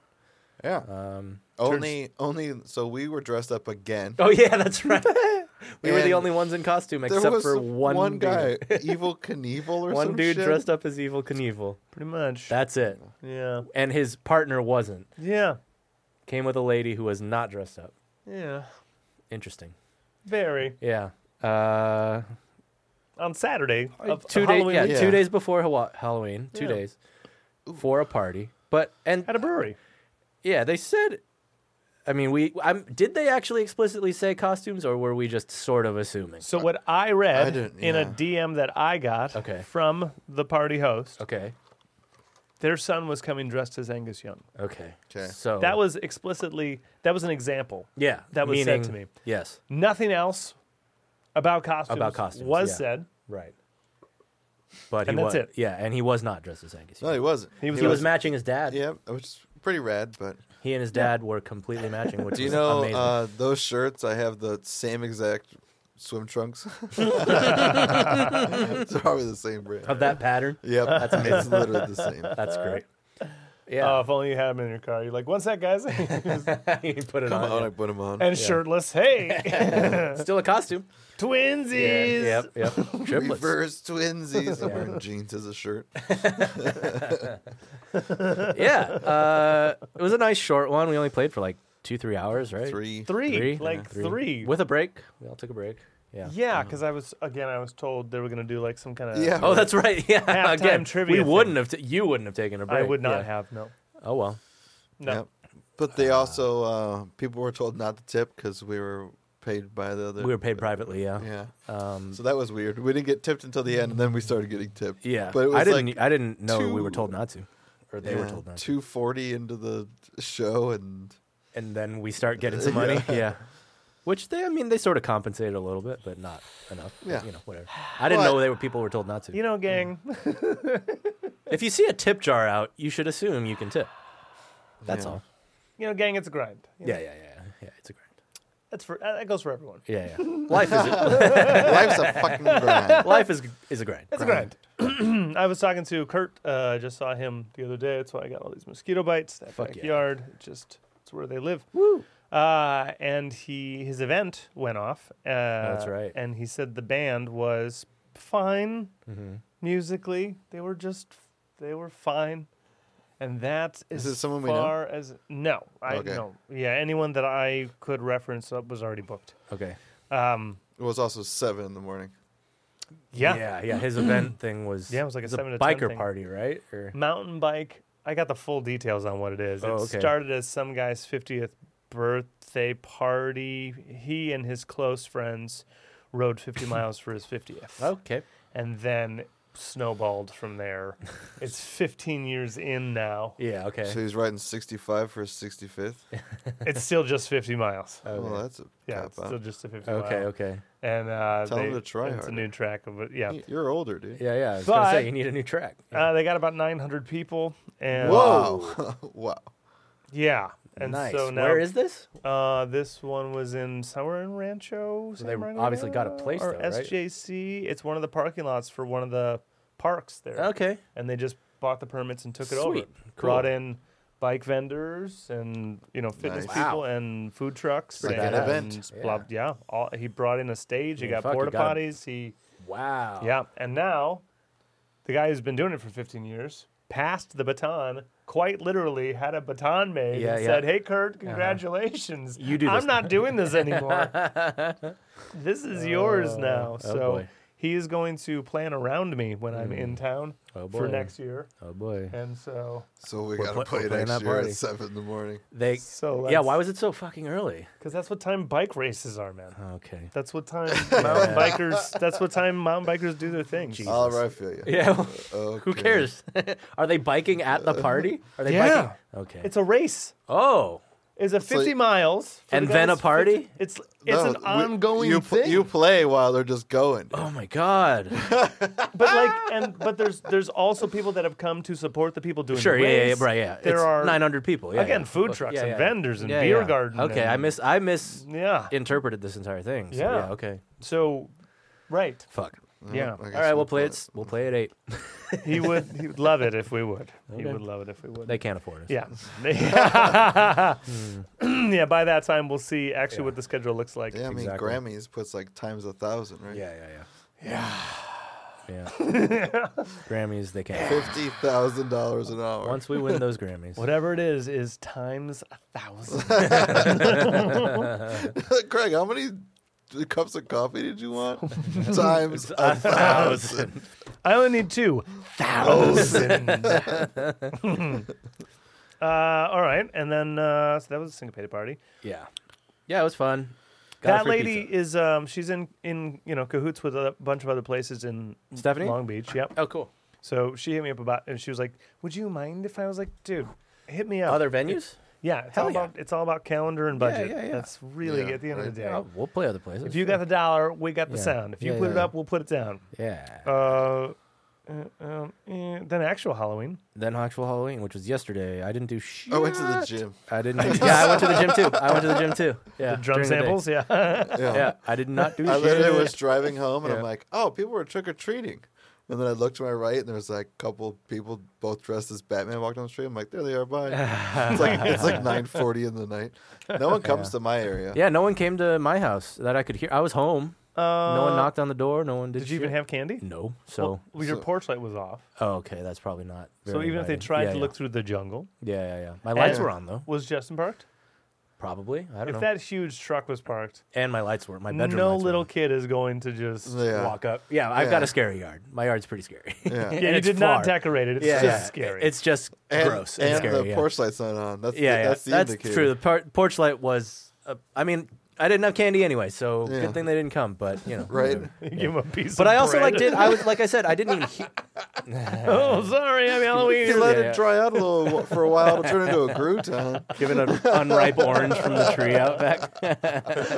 Speaker 3: Yeah.
Speaker 2: Um,
Speaker 3: only only so we were dressed up again.
Speaker 2: oh yeah, [LAUGHS] that's right. we were the
Speaker 3: And
Speaker 2: only ones in costume
Speaker 3: there
Speaker 2: except
Speaker 3: was
Speaker 2: for one
Speaker 3: one
Speaker 2: dude. [LAUGHS]
Speaker 3: guy, Evil Knievel or
Speaker 2: One
Speaker 3: some
Speaker 2: dude
Speaker 3: shit.
Speaker 2: dressed up as Evil Knievel.
Speaker 1: Pretty much.
Speaker 2: That's it.
Speaker 1: yeah.
Speaker 2: And his partner wasn't.
Speaker 1: Yeah.
Speaker 2: Came with a lady who was not dressed up.
Speaker 1: Yeah.
Speaker 2: Interesting.
Speaker 1: Very.
Speaker 2: Yeah. Uh,
Speaker 1: On Saturday of
Speaker 2: two days.
Speaker 1: Halloween
Speaker 2: Yeah,
Speaker 1: weekend,
Speaker 3: weekend.
Speaker 2: two
Speaker 3: Yeah.
Speaker 2: days before Hawa- Halloween. Two
Speaker 1: Yeah.
Speaker 2: days for a party. But and
Speaker 1: at a brewery.
Speaker 2: yeah, they said. I mean, we. I'm, did they actually explicitly say costumes, or were we just sort of assuming?
Speaker 1: So what I read
Speaker 3: didn't-
Speaker 1: in a
Speaker 3: yeah.
Speaker 1: DM that I got
Speaker 2: Okay.
Speaker 1: from the party host,
Speaker 2: Okay.
Speaker 1: their son was coming dressed as Angus Young.
Speaker 2: Okay.
Speaker 3: 'Kay.
Speaker 2: So
Speaker 1: That was explicitly that was an example.
Speaker 2: yeah.
Speaker 1: that was said
Speaker 2: meaning-
Speaker 1: to me.
Speaker 2: Yes.
Speaker 1: Nothing else about costumes,
Speaker 2: About costumes,
Speaker 1: was
Speaker 2: yeah.
Speaker 1: said.
Speaker 2: Right. But
Speaker 1: And
Speaker 2: he
Speaker 1: that's
Speaker 2: wa-
Speaker 1: it.
Speaker 2: Yeah, and he was not dressed as Angus.
Speaker 3: No, he wasn't.
Speaker 1: He was-
Speaker 2: he was matching his dad.
Speaker 3: Yeah, it was pretty rad, but
Speaker 2: He and his dad were completely matching, which
Speaker 3: do you
Speaker 2: was
Speaker 3: know
Speaker 2: amazing.
Speaker 3: uh, those shirts? I have the same exact swim trunks. [LAUGHS] it's probably the same brand.
Speaker 2: of that pattern. [LAUGHS]
Speaker 3: Yep, that's it's literally the same.
Speaker 2: That's great. Uh,
Speaker 1: Oh,
Speaker 2: [LAUGHS] Yeah,
Speaker 1: if only you had him in your car. You're like, "What's that,
Speaker 2: [LAUGHS]
Speaker 1: guys?" [LAUGHS]
Speaker 2: he put it
Speaker 3: Come
Speaker 2: on.
Speaker 3: on,
Speaker 2: yeah.
Speaker 3: I put them on.
Speaker 1: and shirtless.
Speaker 2: [LAUGHS]
Speaker 1: Hey, [LAUGHS]
Speaker 2: Still a
Speaker 3: [LAUGHS]
Speaker 2: costume.
Speaker 1: twinsies.
Speaker 2: Yep, yep. Triplets.
Speaker 3: Reverse twinsies. I'm wearing jeans as a shirt.
Speaker 2: Yeah, uh, it was a nice short one. We only played for like two, three hours, right?
Speaker 3: Three.
Speaker 1: Three,
Speaker 2: Three?
Speaker 1: like three.
Speaker 2: with a break. We all took a break. Yeah.
Speaker 1: yeah, because I was again, I was told they were gonna do like some kind of.
Speaker 3: Yeah.
Speaker 2: Oh, that's right. [LAUGHS] Yeah.
Speaker 1: Halftime
Speaker 2: Again,
Speaker 1: trivia
Speaker 2: we
Speaker 1: thing.
Speaker 2: wouldn't have. T- you wouldn't have taken a break.
Speaker 1: I would not
Speaker 2: Yeah.
Speaker 1: have. No,
Speaker 2: Oh well.
Speaker 1: no.
Speaker 3: Yep. But they also uh, people were told not to tip because we were paid by the other.
Speaker 2: We were paid privately. Yeah.
Speaker 3: Yeah.
Speaker 2: Um,
Speaker 3: So that was weird. We didn't get tipped until the end, and then we started getting tipped.
Speaker 2: yeah.
Speaker 3: But it was
Speaker 2: I didn't.
Speaker 3: like
Speaker 2: I didn't know we were
Speaker 3: two-
Speaker 2: told not to, or they were
Speaker 3: yeah,
Speaker 2: told not. to.
Speaker 3: 240 into the show, and
Speaker 2: And then we start getting
Speaker 3: [LAUGHS]
Speaker 2: some money. Yeah. Which they, I mean, they sort of compensated a little bit, but not enough. But,
Speaker 3: Yeah.
Speaker 2: You know, whatever. I didn't
Speaker 3: Well,
Speaker 2: know
Speaker 3: I-
Speaker 2: they were people were told not to.
Speaker 1: You know, gang. [LAUGHS]
Speaker 2: if you see a tip jar out, you should assume you can tip. That's [LAUGHS]
Speaker 3: Yeah.
Speaker 2: all.
Speaker 1: You know, gang. It's a grind. You know,
Speaker 2: Yeah, yeah, yeah, yeah. It's a grind.
Speaker 1: That's for that goes for everyone.
Speaker 2: Yeah, yeah. Life is [LAUGHS] a,
Speaker 3: [LAUGHS] life's a fucking grind.
Speaker 2: life is is a grind.
Speaker 1: It's a grind. [CLEARS THROAT] I was talking to Kurt. Uh, I just saw him the other day. That's why I got all these mosquito bites. That
Speaker 2: Fuck yeah.
Speaker 1: backyard. It Just it's where they live. Woo. Uh, and he his event went off. Uh, That's
Speaker 2: right.
Speaker 1: And he said the band was fine
Speaker 2: Mm-hmm.
Speaker 1: musically. They were just they were fine. And that is
Speaker 3: this someone we know?
Speaker 1: far as no, I
Speaker 3: Okay.
Speaker 1: no, yeah. Anyone that I could reference up was already booked.
Speaker 2: Okay.
Speaker 1: Um,
Speaker 3: It was also seven in the morning.
Speaker 1: yeah,
Speaker 2: yeah, yeah. His
Speaker 3: [CLEARS THROAT]
Speaker 2: event thing was
Speaker 1: Yeah, it was like a seven to 10
Speaker 2: biker
Speaker 1: thing.
Speaker 2: party, right? Or
Speaker 1: mountain bike. I got the full details on what it is.
Speaker 2: Oh,
Speaker 1: it
Speaker 2: okay.
Speaker 1: started as some guy's 50th birthday party. He and his close friends
Speaker 2: [LAUGHS]
Speaker 1: rode 50 miles for his 50th.
Speaker 2: okay,
Speaker 1: And then snowballed
Speaker 2: [LAUGHS]
Speaker 1: from there. it's 15 years in now.
Speaker 2: yeah, okay.
Speaker 3: So he's riding 65 for his 65th.
Speaker 1: It's still just 50 miles.
Speaker 2: okay.
Speaker 3: Well, that's a
Speaker 1: Yeah,
Speaker 3: cop
Speaker 1: it's still
Speaker 3: out.
Speaker 1: just a 50
Speaker 2: okay,
Speaker 1: mile.
Speaker 2: okay.
Speaker 1: And uh,
Speaker 3: Tell 'em
Speaker 1: they-
Speaker 3: to try
Speaker 1: It's a
Speaker 3: harder.
Speaker 1: new track of it. Yeah.
Speaker 3: Y- You're older, dude.
Speaker 2: Yeah, yeah. I was gonna
Speaker 1: But-
Speaker 2: say you need a new track. Yeah.
Speaker 1: Uh, they got about 900 people. And
Speaker 3: Wow. [LAUGHS] wow.
Speaker 1: Yeah. And
Speaker 2: nice.
Speaker 1: so now
Speaker 2: Where is this?
Speaker 1: Uh, this one was in somewhere in Rancho.
Speaker 2: they
Speaker 1: San
Speaker 2: obviously got a
Speaker 1: Bernardino,
Speaker 2: place,
Speaker 1: or
Speaker 2: though, right?
Speaker 1: SJC. It's one of the parking lots for one of the parks there.
Speaker 2: Okay.
Speaker 1: And they just bought the permits and took it over.
Speaker 2: Sweet. Cool.
Speaker 1: Brought in bike vendors and you know fitness
Speaker 3: Nice.
Speaker 2: Wow.
Speaker 1: people and food trucks
Speaker 3: Like
Speaker 1: and
Speaker 3: an event.
Speaker 1: blah- yeah. all, he brought in a stage. He
Speaker 2: Yeah,
Speaker 1: got
Speaker 2: fuck, you
Speaker 1: porta
Speaker 2: gotta-
Speaker 1: potties. He
Speaker 2: Wow.
Speaker 1: yeah. And now the guy who's been doing it for 15 years passed the baton quite literally had a baton made
Speaker 2: Yeah,
Speaker 1: and
Speaker 2: yeah. Uh-huh.
Speaker 1: said hey kurt congratulations
Speaker 2: You do
Speaker 1: i'm
Speaker 2: this
Speaker 1: not
Speaker 2: [LAUGHS]
Speaker 1: doing this anymore this is yours now
Speaker 2: oh
Speaker 1: so
Speaker 2: boy.
Speaker 1: he is going to plan around me when i'm in town
Speaker 2: Oh
Speaker 1: for
Speaker 2: boy.
Speaker 1: next year
Speaker 2: Oh boy.
Speaker 1: and so
Speaker 3: So we
Speaker 2: We're
Speaker 3: gotta
Speaker 2: pla-
Speaker 3: play
Speaker 2: we're playing
Speaker 3: next
Speaker 2: that
Speaker 3: year
Speaker 2: party.
Speaker 3: at seven in the morning.
Speaker 2: They
Speaker 1: so
Speaker 2: yeah. Why was it so fucking early?
Speaker 1: because that's what time bike races are man
Speaker 2: Okay.
Speaker 1: that's
Speaker 2: [LAUGHS]
Speaker 1: what time mountain bikers that's what time mountain bikers do their things
Speaker 2: Jesus.
Speaker 3: All right, I feel you.
Speaker 2: Yeah. [LAUGHS]
Speaker 3: Okay.
Speaker 2: Who cares? [LAUGHS] Are they biking at the party? Are they
Speaker 1: Yeah.
Speaker 2: biking? Okay.
Speaker 1: it's a race
Speaker 2: oh,
Speaker 1: It's a 50
Speaker 3: like-
Speaker 1: miles. for
Speaker 2: And
Speaker 1: the
Speaker 2: then
Speaker 1: guys
Speaker 2: a party?
Speaker 1: 50 it's it's
Speaker 3: No,
Speaker 1: an
Speaker 3: we-
Speaker 1: ongoing
Speaker 3: you, pl-
Speaker 1: thing.
Speaker 3: You play while they're just going.
Speaker 2: oh my god.
Speaker 1: but like and but there's there's also people that have come to support the people doing
Speaker 2: [LAUGHS] Sure.
Speaker 1: the
Speaker 2: Yeah. Yeah. yeah,
Speaker 1: race.
Speaker 2: Right. Yeah.
Speaker 1: There
Speaker 2: it's
Speaker 1: are
Speaker 2: 900 people. Yeah,
Speaker 1: again
Speaker 2: yeah.
Speaker 1: food
Speaker 2: Look,
Speaker 1: trucks
Speaker 2: yeah,
Speaker 1: and
Speaker 2: yeah.
Speaker 1: vendors and
Speaker 2: Yeah,
Speaker 1: beer
Speaker 2: yeah.
Speaker 1: garden.
Speaker 2: Okay. I
Speaker 1: and-
Speaker 2: miss. I miss.
Speaker 1: Yeah.
Speaker 2: Interpreted this entire thing. So,
Speaker 1: Yeah.
Speaker 2: yeah. Okay.
Speaker 1: So right.
Speaker 2: Fuck.
Speaker 1: Yeah.
Speaker 3: I guess
Speaker 2: All right. We'll
Speaker 3: we'll
Speaker 2: play
Speaker 3: play
Speaker 2: it. s- We'll play at eight. [LAUGHS]
Speaker 1: He would he would love it if we would. He
Speaker 2: Okay.
Speaker 1: would love it if we would.
Speaker 2: They can't afford us.
Speaker 1: yeah.
Speaker 2: [LAUGHS]
Speaker 1: [LAUGHS] yeah, by that time we'll see actually what the schedule looks like.
Speaker 3: Yeah, I mean
Speaker 2: Exactly.
Speaker 3: Grammys puts like times a thousand, right?
Speaker 2: Yeah. Yeah.
Speaker 1: [LAUGHS]
Speaker 2: Yeah. Yeah. Grammys. They can't.
Speaker 3: Fifty thousand dollars an hour. [LAUGHS]
Speaker 2: Once we win those Grammys.
Speaker 1: [LAUGHS] Whatever it is is times a thousand.
Speaker 3: Craig, how many cups of coffee did
Speaker 2: [LAUGHS]
Speaker 3: you want? times a thousand.
Speaker 1: I only need two [LAUGHS] thousand. uh, all right, and then uh, so that was a syncopated party.
Speaker 2: Yeah. Yeah. It was fun.
Speaker 1: that
Speaker 2: a free
Speaker 1: lady
Speaker 2: pizza.
Speaker 1: is um, she's in in you know cahoots with a bunch of other places in
Speaker 2: Stephanie?
Speaker 1: Long Beach. Yep.
Speaker 2: Oh, cool.
Speaker 1: So she hit me up about and she was like, "Would you mind if I was like, dude, hit me up?"
Speaker 2: Other venues?
Speaker 1: yeah, it's
Speaker 2: Hell
Speaker 1: all
Speaker 2: yeah.
Speaker 1: about it's all about calendar and budget.
Speaker 2: yeah, yeah.
Speaker 1: That's really
Speaker 3: Yeah,
Speaker 1: at the end of the day.
Speaker 2: Oh, we'll play other places.
Speaker 1: If you got the dollar, we got the
Speaker 2: Yeah.
Speaker 1: sound. If you
Speaker 2: Yeah,
Speaker 1: put
Speaker 2: yeah,
Speaker 1: it
Speaker 2: yeah.
Speaker 1: up, we'll put it down.
Speaker 2: yeah.
Speaker 1: Uh, uh, um, eh, then actual Halloween.
Speaker 2: then actual Halloween, which was yesterday, I didn't do shit.
Speaker 3: I Oh, went to the
Speaker 2: [LAUGHS]
Speaker 3: gym.
Speaker 2: I didn't. do- yeah, I went to the gym too. I went to the gym
Speaker 1: [LAUGHS]
Speaker 2: too. Yeah,
Speaker 1: Drum
Speaker 2: during the day. [LAUGHS]
Speaker 1: samples, yeah.
Speaker 3: Yeah.
Speaker 2: Yeah, I did not do
Speaker 3: [LAUGHS] I
Speaker 2: shit.
Speaker 3: literally was driving home and
Speaker 2: Yeah.
Speaker 3: I'm like, oh, people were trick or treating. And then I looked to my right and there was like a couple people both dressed as Batman walked down the street. I'm like, there they
Speaker 2: [LAUGHS]
Speaker 3: are, bye. it's like it's like nine forty in the night. No one comes to my area.
Speaker 2: yeah, no one came to my house that I could hear. I was home. no one knocked on the door. No one did.
Speaker 1: Uh, Did you even
Speaker 2: shit.
Speaker 1: have candy?
Speaker 2: No. So.
Speaker 1: Well, well, your
Speaker 3: so-
Speaker 1: porch light was off.
Speaker 2: oh, okay. That's probably not.
Speaker 1: So
Speaker 2: very
Speaker 1: even if they
Speaker 2: inviting.
Speaker 1: tried
Speaker 2: Yeah,
Speaker 1: to
Speaker 2: yeah.
Speaker 1: look through the jungle,
Speaker 2: Yeah, yeah, yeah. My lights
Speaker 1: And-
Speaker 2: were on though.
Speaker 1: was Justin parked?
Speaker 2: Probably. I don't
Speaker 1: If
Speaker 2: know.
Speaker 1: that huge truck was parked,
Speaker 2: and my lights were. My bedroom.
Speaker 1: no
Speaker 2: lights were
Speaker 1: little
Speaker 2: on.
Speaker 1: kid is going to just
Speaker 3: Yeah.
Speaker 1: walk up.
Speaker 2: Yeah, I've got
Speaker 3: Yeah.
Speaker 2: a scary yard. My yard's pretty scary.
Speaker 3: Yeah.
Speaker 1: Yeah,
Speaker 2: And
Speaker 1: you
Speaker 2: [LAUGHS] it's
Speaker 1: did not
Speaker 2: far.
Speaker 1: decorate it. It's
Speaker 2: yeah,
Speaker 1: just
Speaker 2: yeah.
Speaker 1: scary.
Speaker 2: It's just
Speaker 3: And,
Speaker 2: gross.
Speaker 3: and
Speaker 2: it's scary,
Speaker 3: the
Speaker 2: yeah.
Speaker 3: porch light's not on. That's
Speaker 2: yeah,
Speaker 3: the,
Speaker 2: yeah.
Speaker 3: that's
Speaker 2: That's,
Speaker 3: the indicator.
Speaker 2: true. The por- porch light was. Uh, I mean, I didn't have candy anyway, so
Speaker 3: Yeah.
Speaker 2: good thing they didn't come. But you know,
Speaker 3: Right?
Speaker 2: whatever.
Speaker 1: You [LAUGHS] give him a piece.
Speaker 2: But
Speaker 1: of
Speaker 2: I also
Speaker 1: bread.
Speaker 2: like did I was like I said I didn't even he-
Speaker 1: [LAUGHS] oh, sorry, I'm
Speaker 3: You
Speaker 1: Halloween.
Speaker 2: [LAUGHS]
Speaker 3: let
Speaker 2: yeah.
Speaker 3: it dry out a little wh- for a while to turn into a
Speaker 2: [LAUGHS]
Speaker 3: crouton
Speaker 2: [LAUGHS] give it an unripe orange from the tree out back.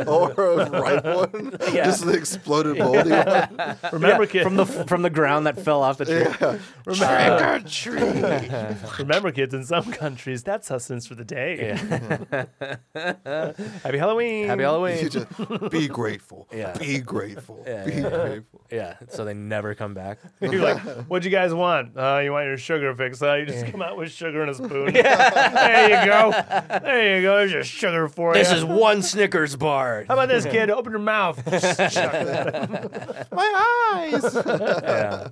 Speaker 3: or a ripe one,
Speaker 2: Yeah.
Speaker 3: just the exploded
Speaker 2: [LAUGHS]
Speaker 3: moldy one.
Speaker 1: Remember, kid.
Speaker 2: from the from the ground that fell off the tree.
Speaker 3: Yeah.
Speaker 1: remember,
Speaker 3: [LAUGHS]
Speaker 1: [LAUGHS]
Speaker 3: Trick
Speaker 1: remember, kids. In some countries, that's sustenance for the day.
Speaker 2: Yeah. [LAUGHS]
Speaker 1: Happy Halloween.
Speaker 2: Happy
Speaker 3: or
Speaker 2: Halloween.
Speaker 3: treat. You just be grateful.
Speaker 2: [LAUGHS] Yeah.
Speaker 3: Be grateful.
Speaker 2: Yeah,
Speaker 3: be
Speaker 2: yeah.
Speaker 3: grateful.
Speaker 2: Yeah, so they never come back.
Speaker 1: [LAUGHS] You're like, what'd you guys want? Uh, you want your sugar fix? Uh, you just come out with sugar and a [LAUGHS] spoon. there you go. There you go. There's your sugar for
Speaker 2: This
Speaker 1: you.
Speaker 2: is one Snickers bar.
Speaker 1: How about this kid? Open your mouth. [LAUGHS]
Speaker 3: My
Speaker 2: [LAUGHS]
Speaker 3: eyes.
Speaker 2: Yeah.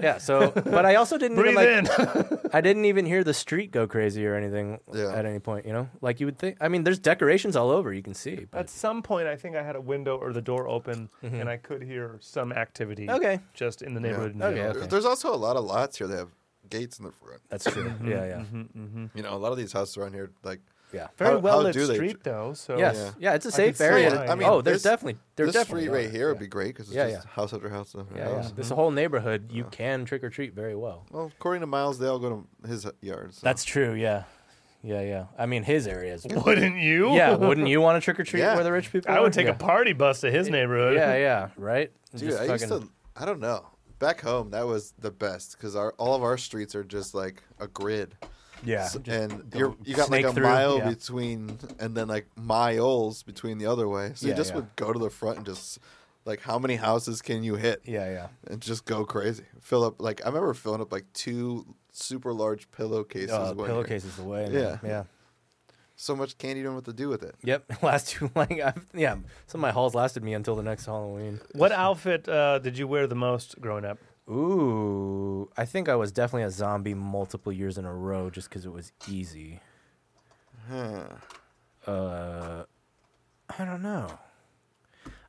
Speaker 2: Yeah, so but I also didn't
Speaker 1: Breathe
Speaker 2: even like
Speaker 1: in.
Speaker 2: I didn't even hear the street go crazy or anything
Speaker 3: Yeah.
Speaker 2: at any point, you know? Like you would think. I mean, there's decorations all over you can see. But
Speaker 1: [LAUGHS] At some point, I think I had a window or the door open, and I could hear some activity.
Speaker 2: Mm-hmm. Okay.
Speaker 1: Just in the neighborhood. in
Speaker 3: Okay,
Speaker 1: general.
Speaker 2: okay.
Speaker 3: There's also a lot of lots here that have gates in the front.
Speaker 2: that's true. yeah, yeah. Mm-hmm.
Speaker 3: You know, a lot of these houses around here, like
Speaker 2: Yeah.
Speaker 1: Very
Speaker 3: How-
Speaker 1: well
Speaker 3: how
Speaker 1: lit
Speaker 3: do they-
Speaker 1: street though. So
Speaker 2: Yes. Yeah.
Speaker 3: Yeah.
Speaker 2: it's a
Speaker 1: can
Speaker 2: safe
Speaker 1: see
Speaker 2: area.
Speaker 1: it.
Speaker 2: to-
Speaker 1: I mean,
Speaker 2: oh, there's
Speaker 3: this-
Speaker 2: definitely there's
Speaker 3: this
Speaker 2: definitely
Speaker 3: street right
Speaker 2: are,
Speaker 3: here would
Speaker 2: yeah.
Speaker 3: be great because it's
Speaker 2: Yeah,
Speaker 3: just house after house after
Speaker 2: Yeah, yeah.
Speaker 3: house.
Speaker 2: This whole neighborhood, you can trick or treat very well.
Speaker 3: Well, according to Miles, they all go to his yard. So.
Speaker 2: That's true. Yeah, yeah, yeah. I mean, his areas.
Speaker 1: [LAUGHS]
Speaker 3: [LAUGHS]
Speaker 1: Wouldn't you?
Speaker 2: yeah, wouldn't you want to trick or treat
Speaker 3: Yeah.
Speaker 2: where the rich people?
Speaker 1: [LAUGHS] I
Speaker 2: are?
Speaker 1: would take
Speaker 2: yeah.
Speaker 1: a party bus to his neighborhood.
Speaker 2: Yeah,
Speaker 1: [LAUGHS]
Speaker 2: yeah. Right. And
Speaker 3: dude.
Speaker 2: just
Speaker 3: I used
Speaker 2: fucking-
Speaker 3: to. I don't know. Back home, that was the best because our all of our streets are just like a grid.
Speaker 2: Yeah.
Speaker 3: S- and you're, you got like
Speaker 2: snake
Speaker 3: a
Speaker 2: through,
Speaker 3: mile
Speaker 2: yeah.
Speaker 3: between, and then like miles between the other way. So
Speaker 2: Yeah,
Speaker 3: you just
Speaker 2: yeah.
Speaker 3: would go to the front and just like, how many houses can you hit?
Speaker 2: yeah, yeah.
Speaker 3: and just go crazy. Fill up like I remember filling up like two super large pillowcases.
Speaker 2: Uh,
Speaker 3: one year.
Speaker 2: pillowcases the way.
Speaker 3: Yeah.
Speaker 2: Yeah, yeah.
Speaker 3: So much candy, you don't know what to do with it.
Speaker 2: Yep. [LAUGHS] Last two, like, I've, yeah. Some of my hauls lasted me until the next Halloween.
Speaker 1: What outfit uh, did you wear the most growing up?
Speaker 2: Ooh, I think I was definitely a zombie multiple years in a row just because it was easy. Uh, I don't know.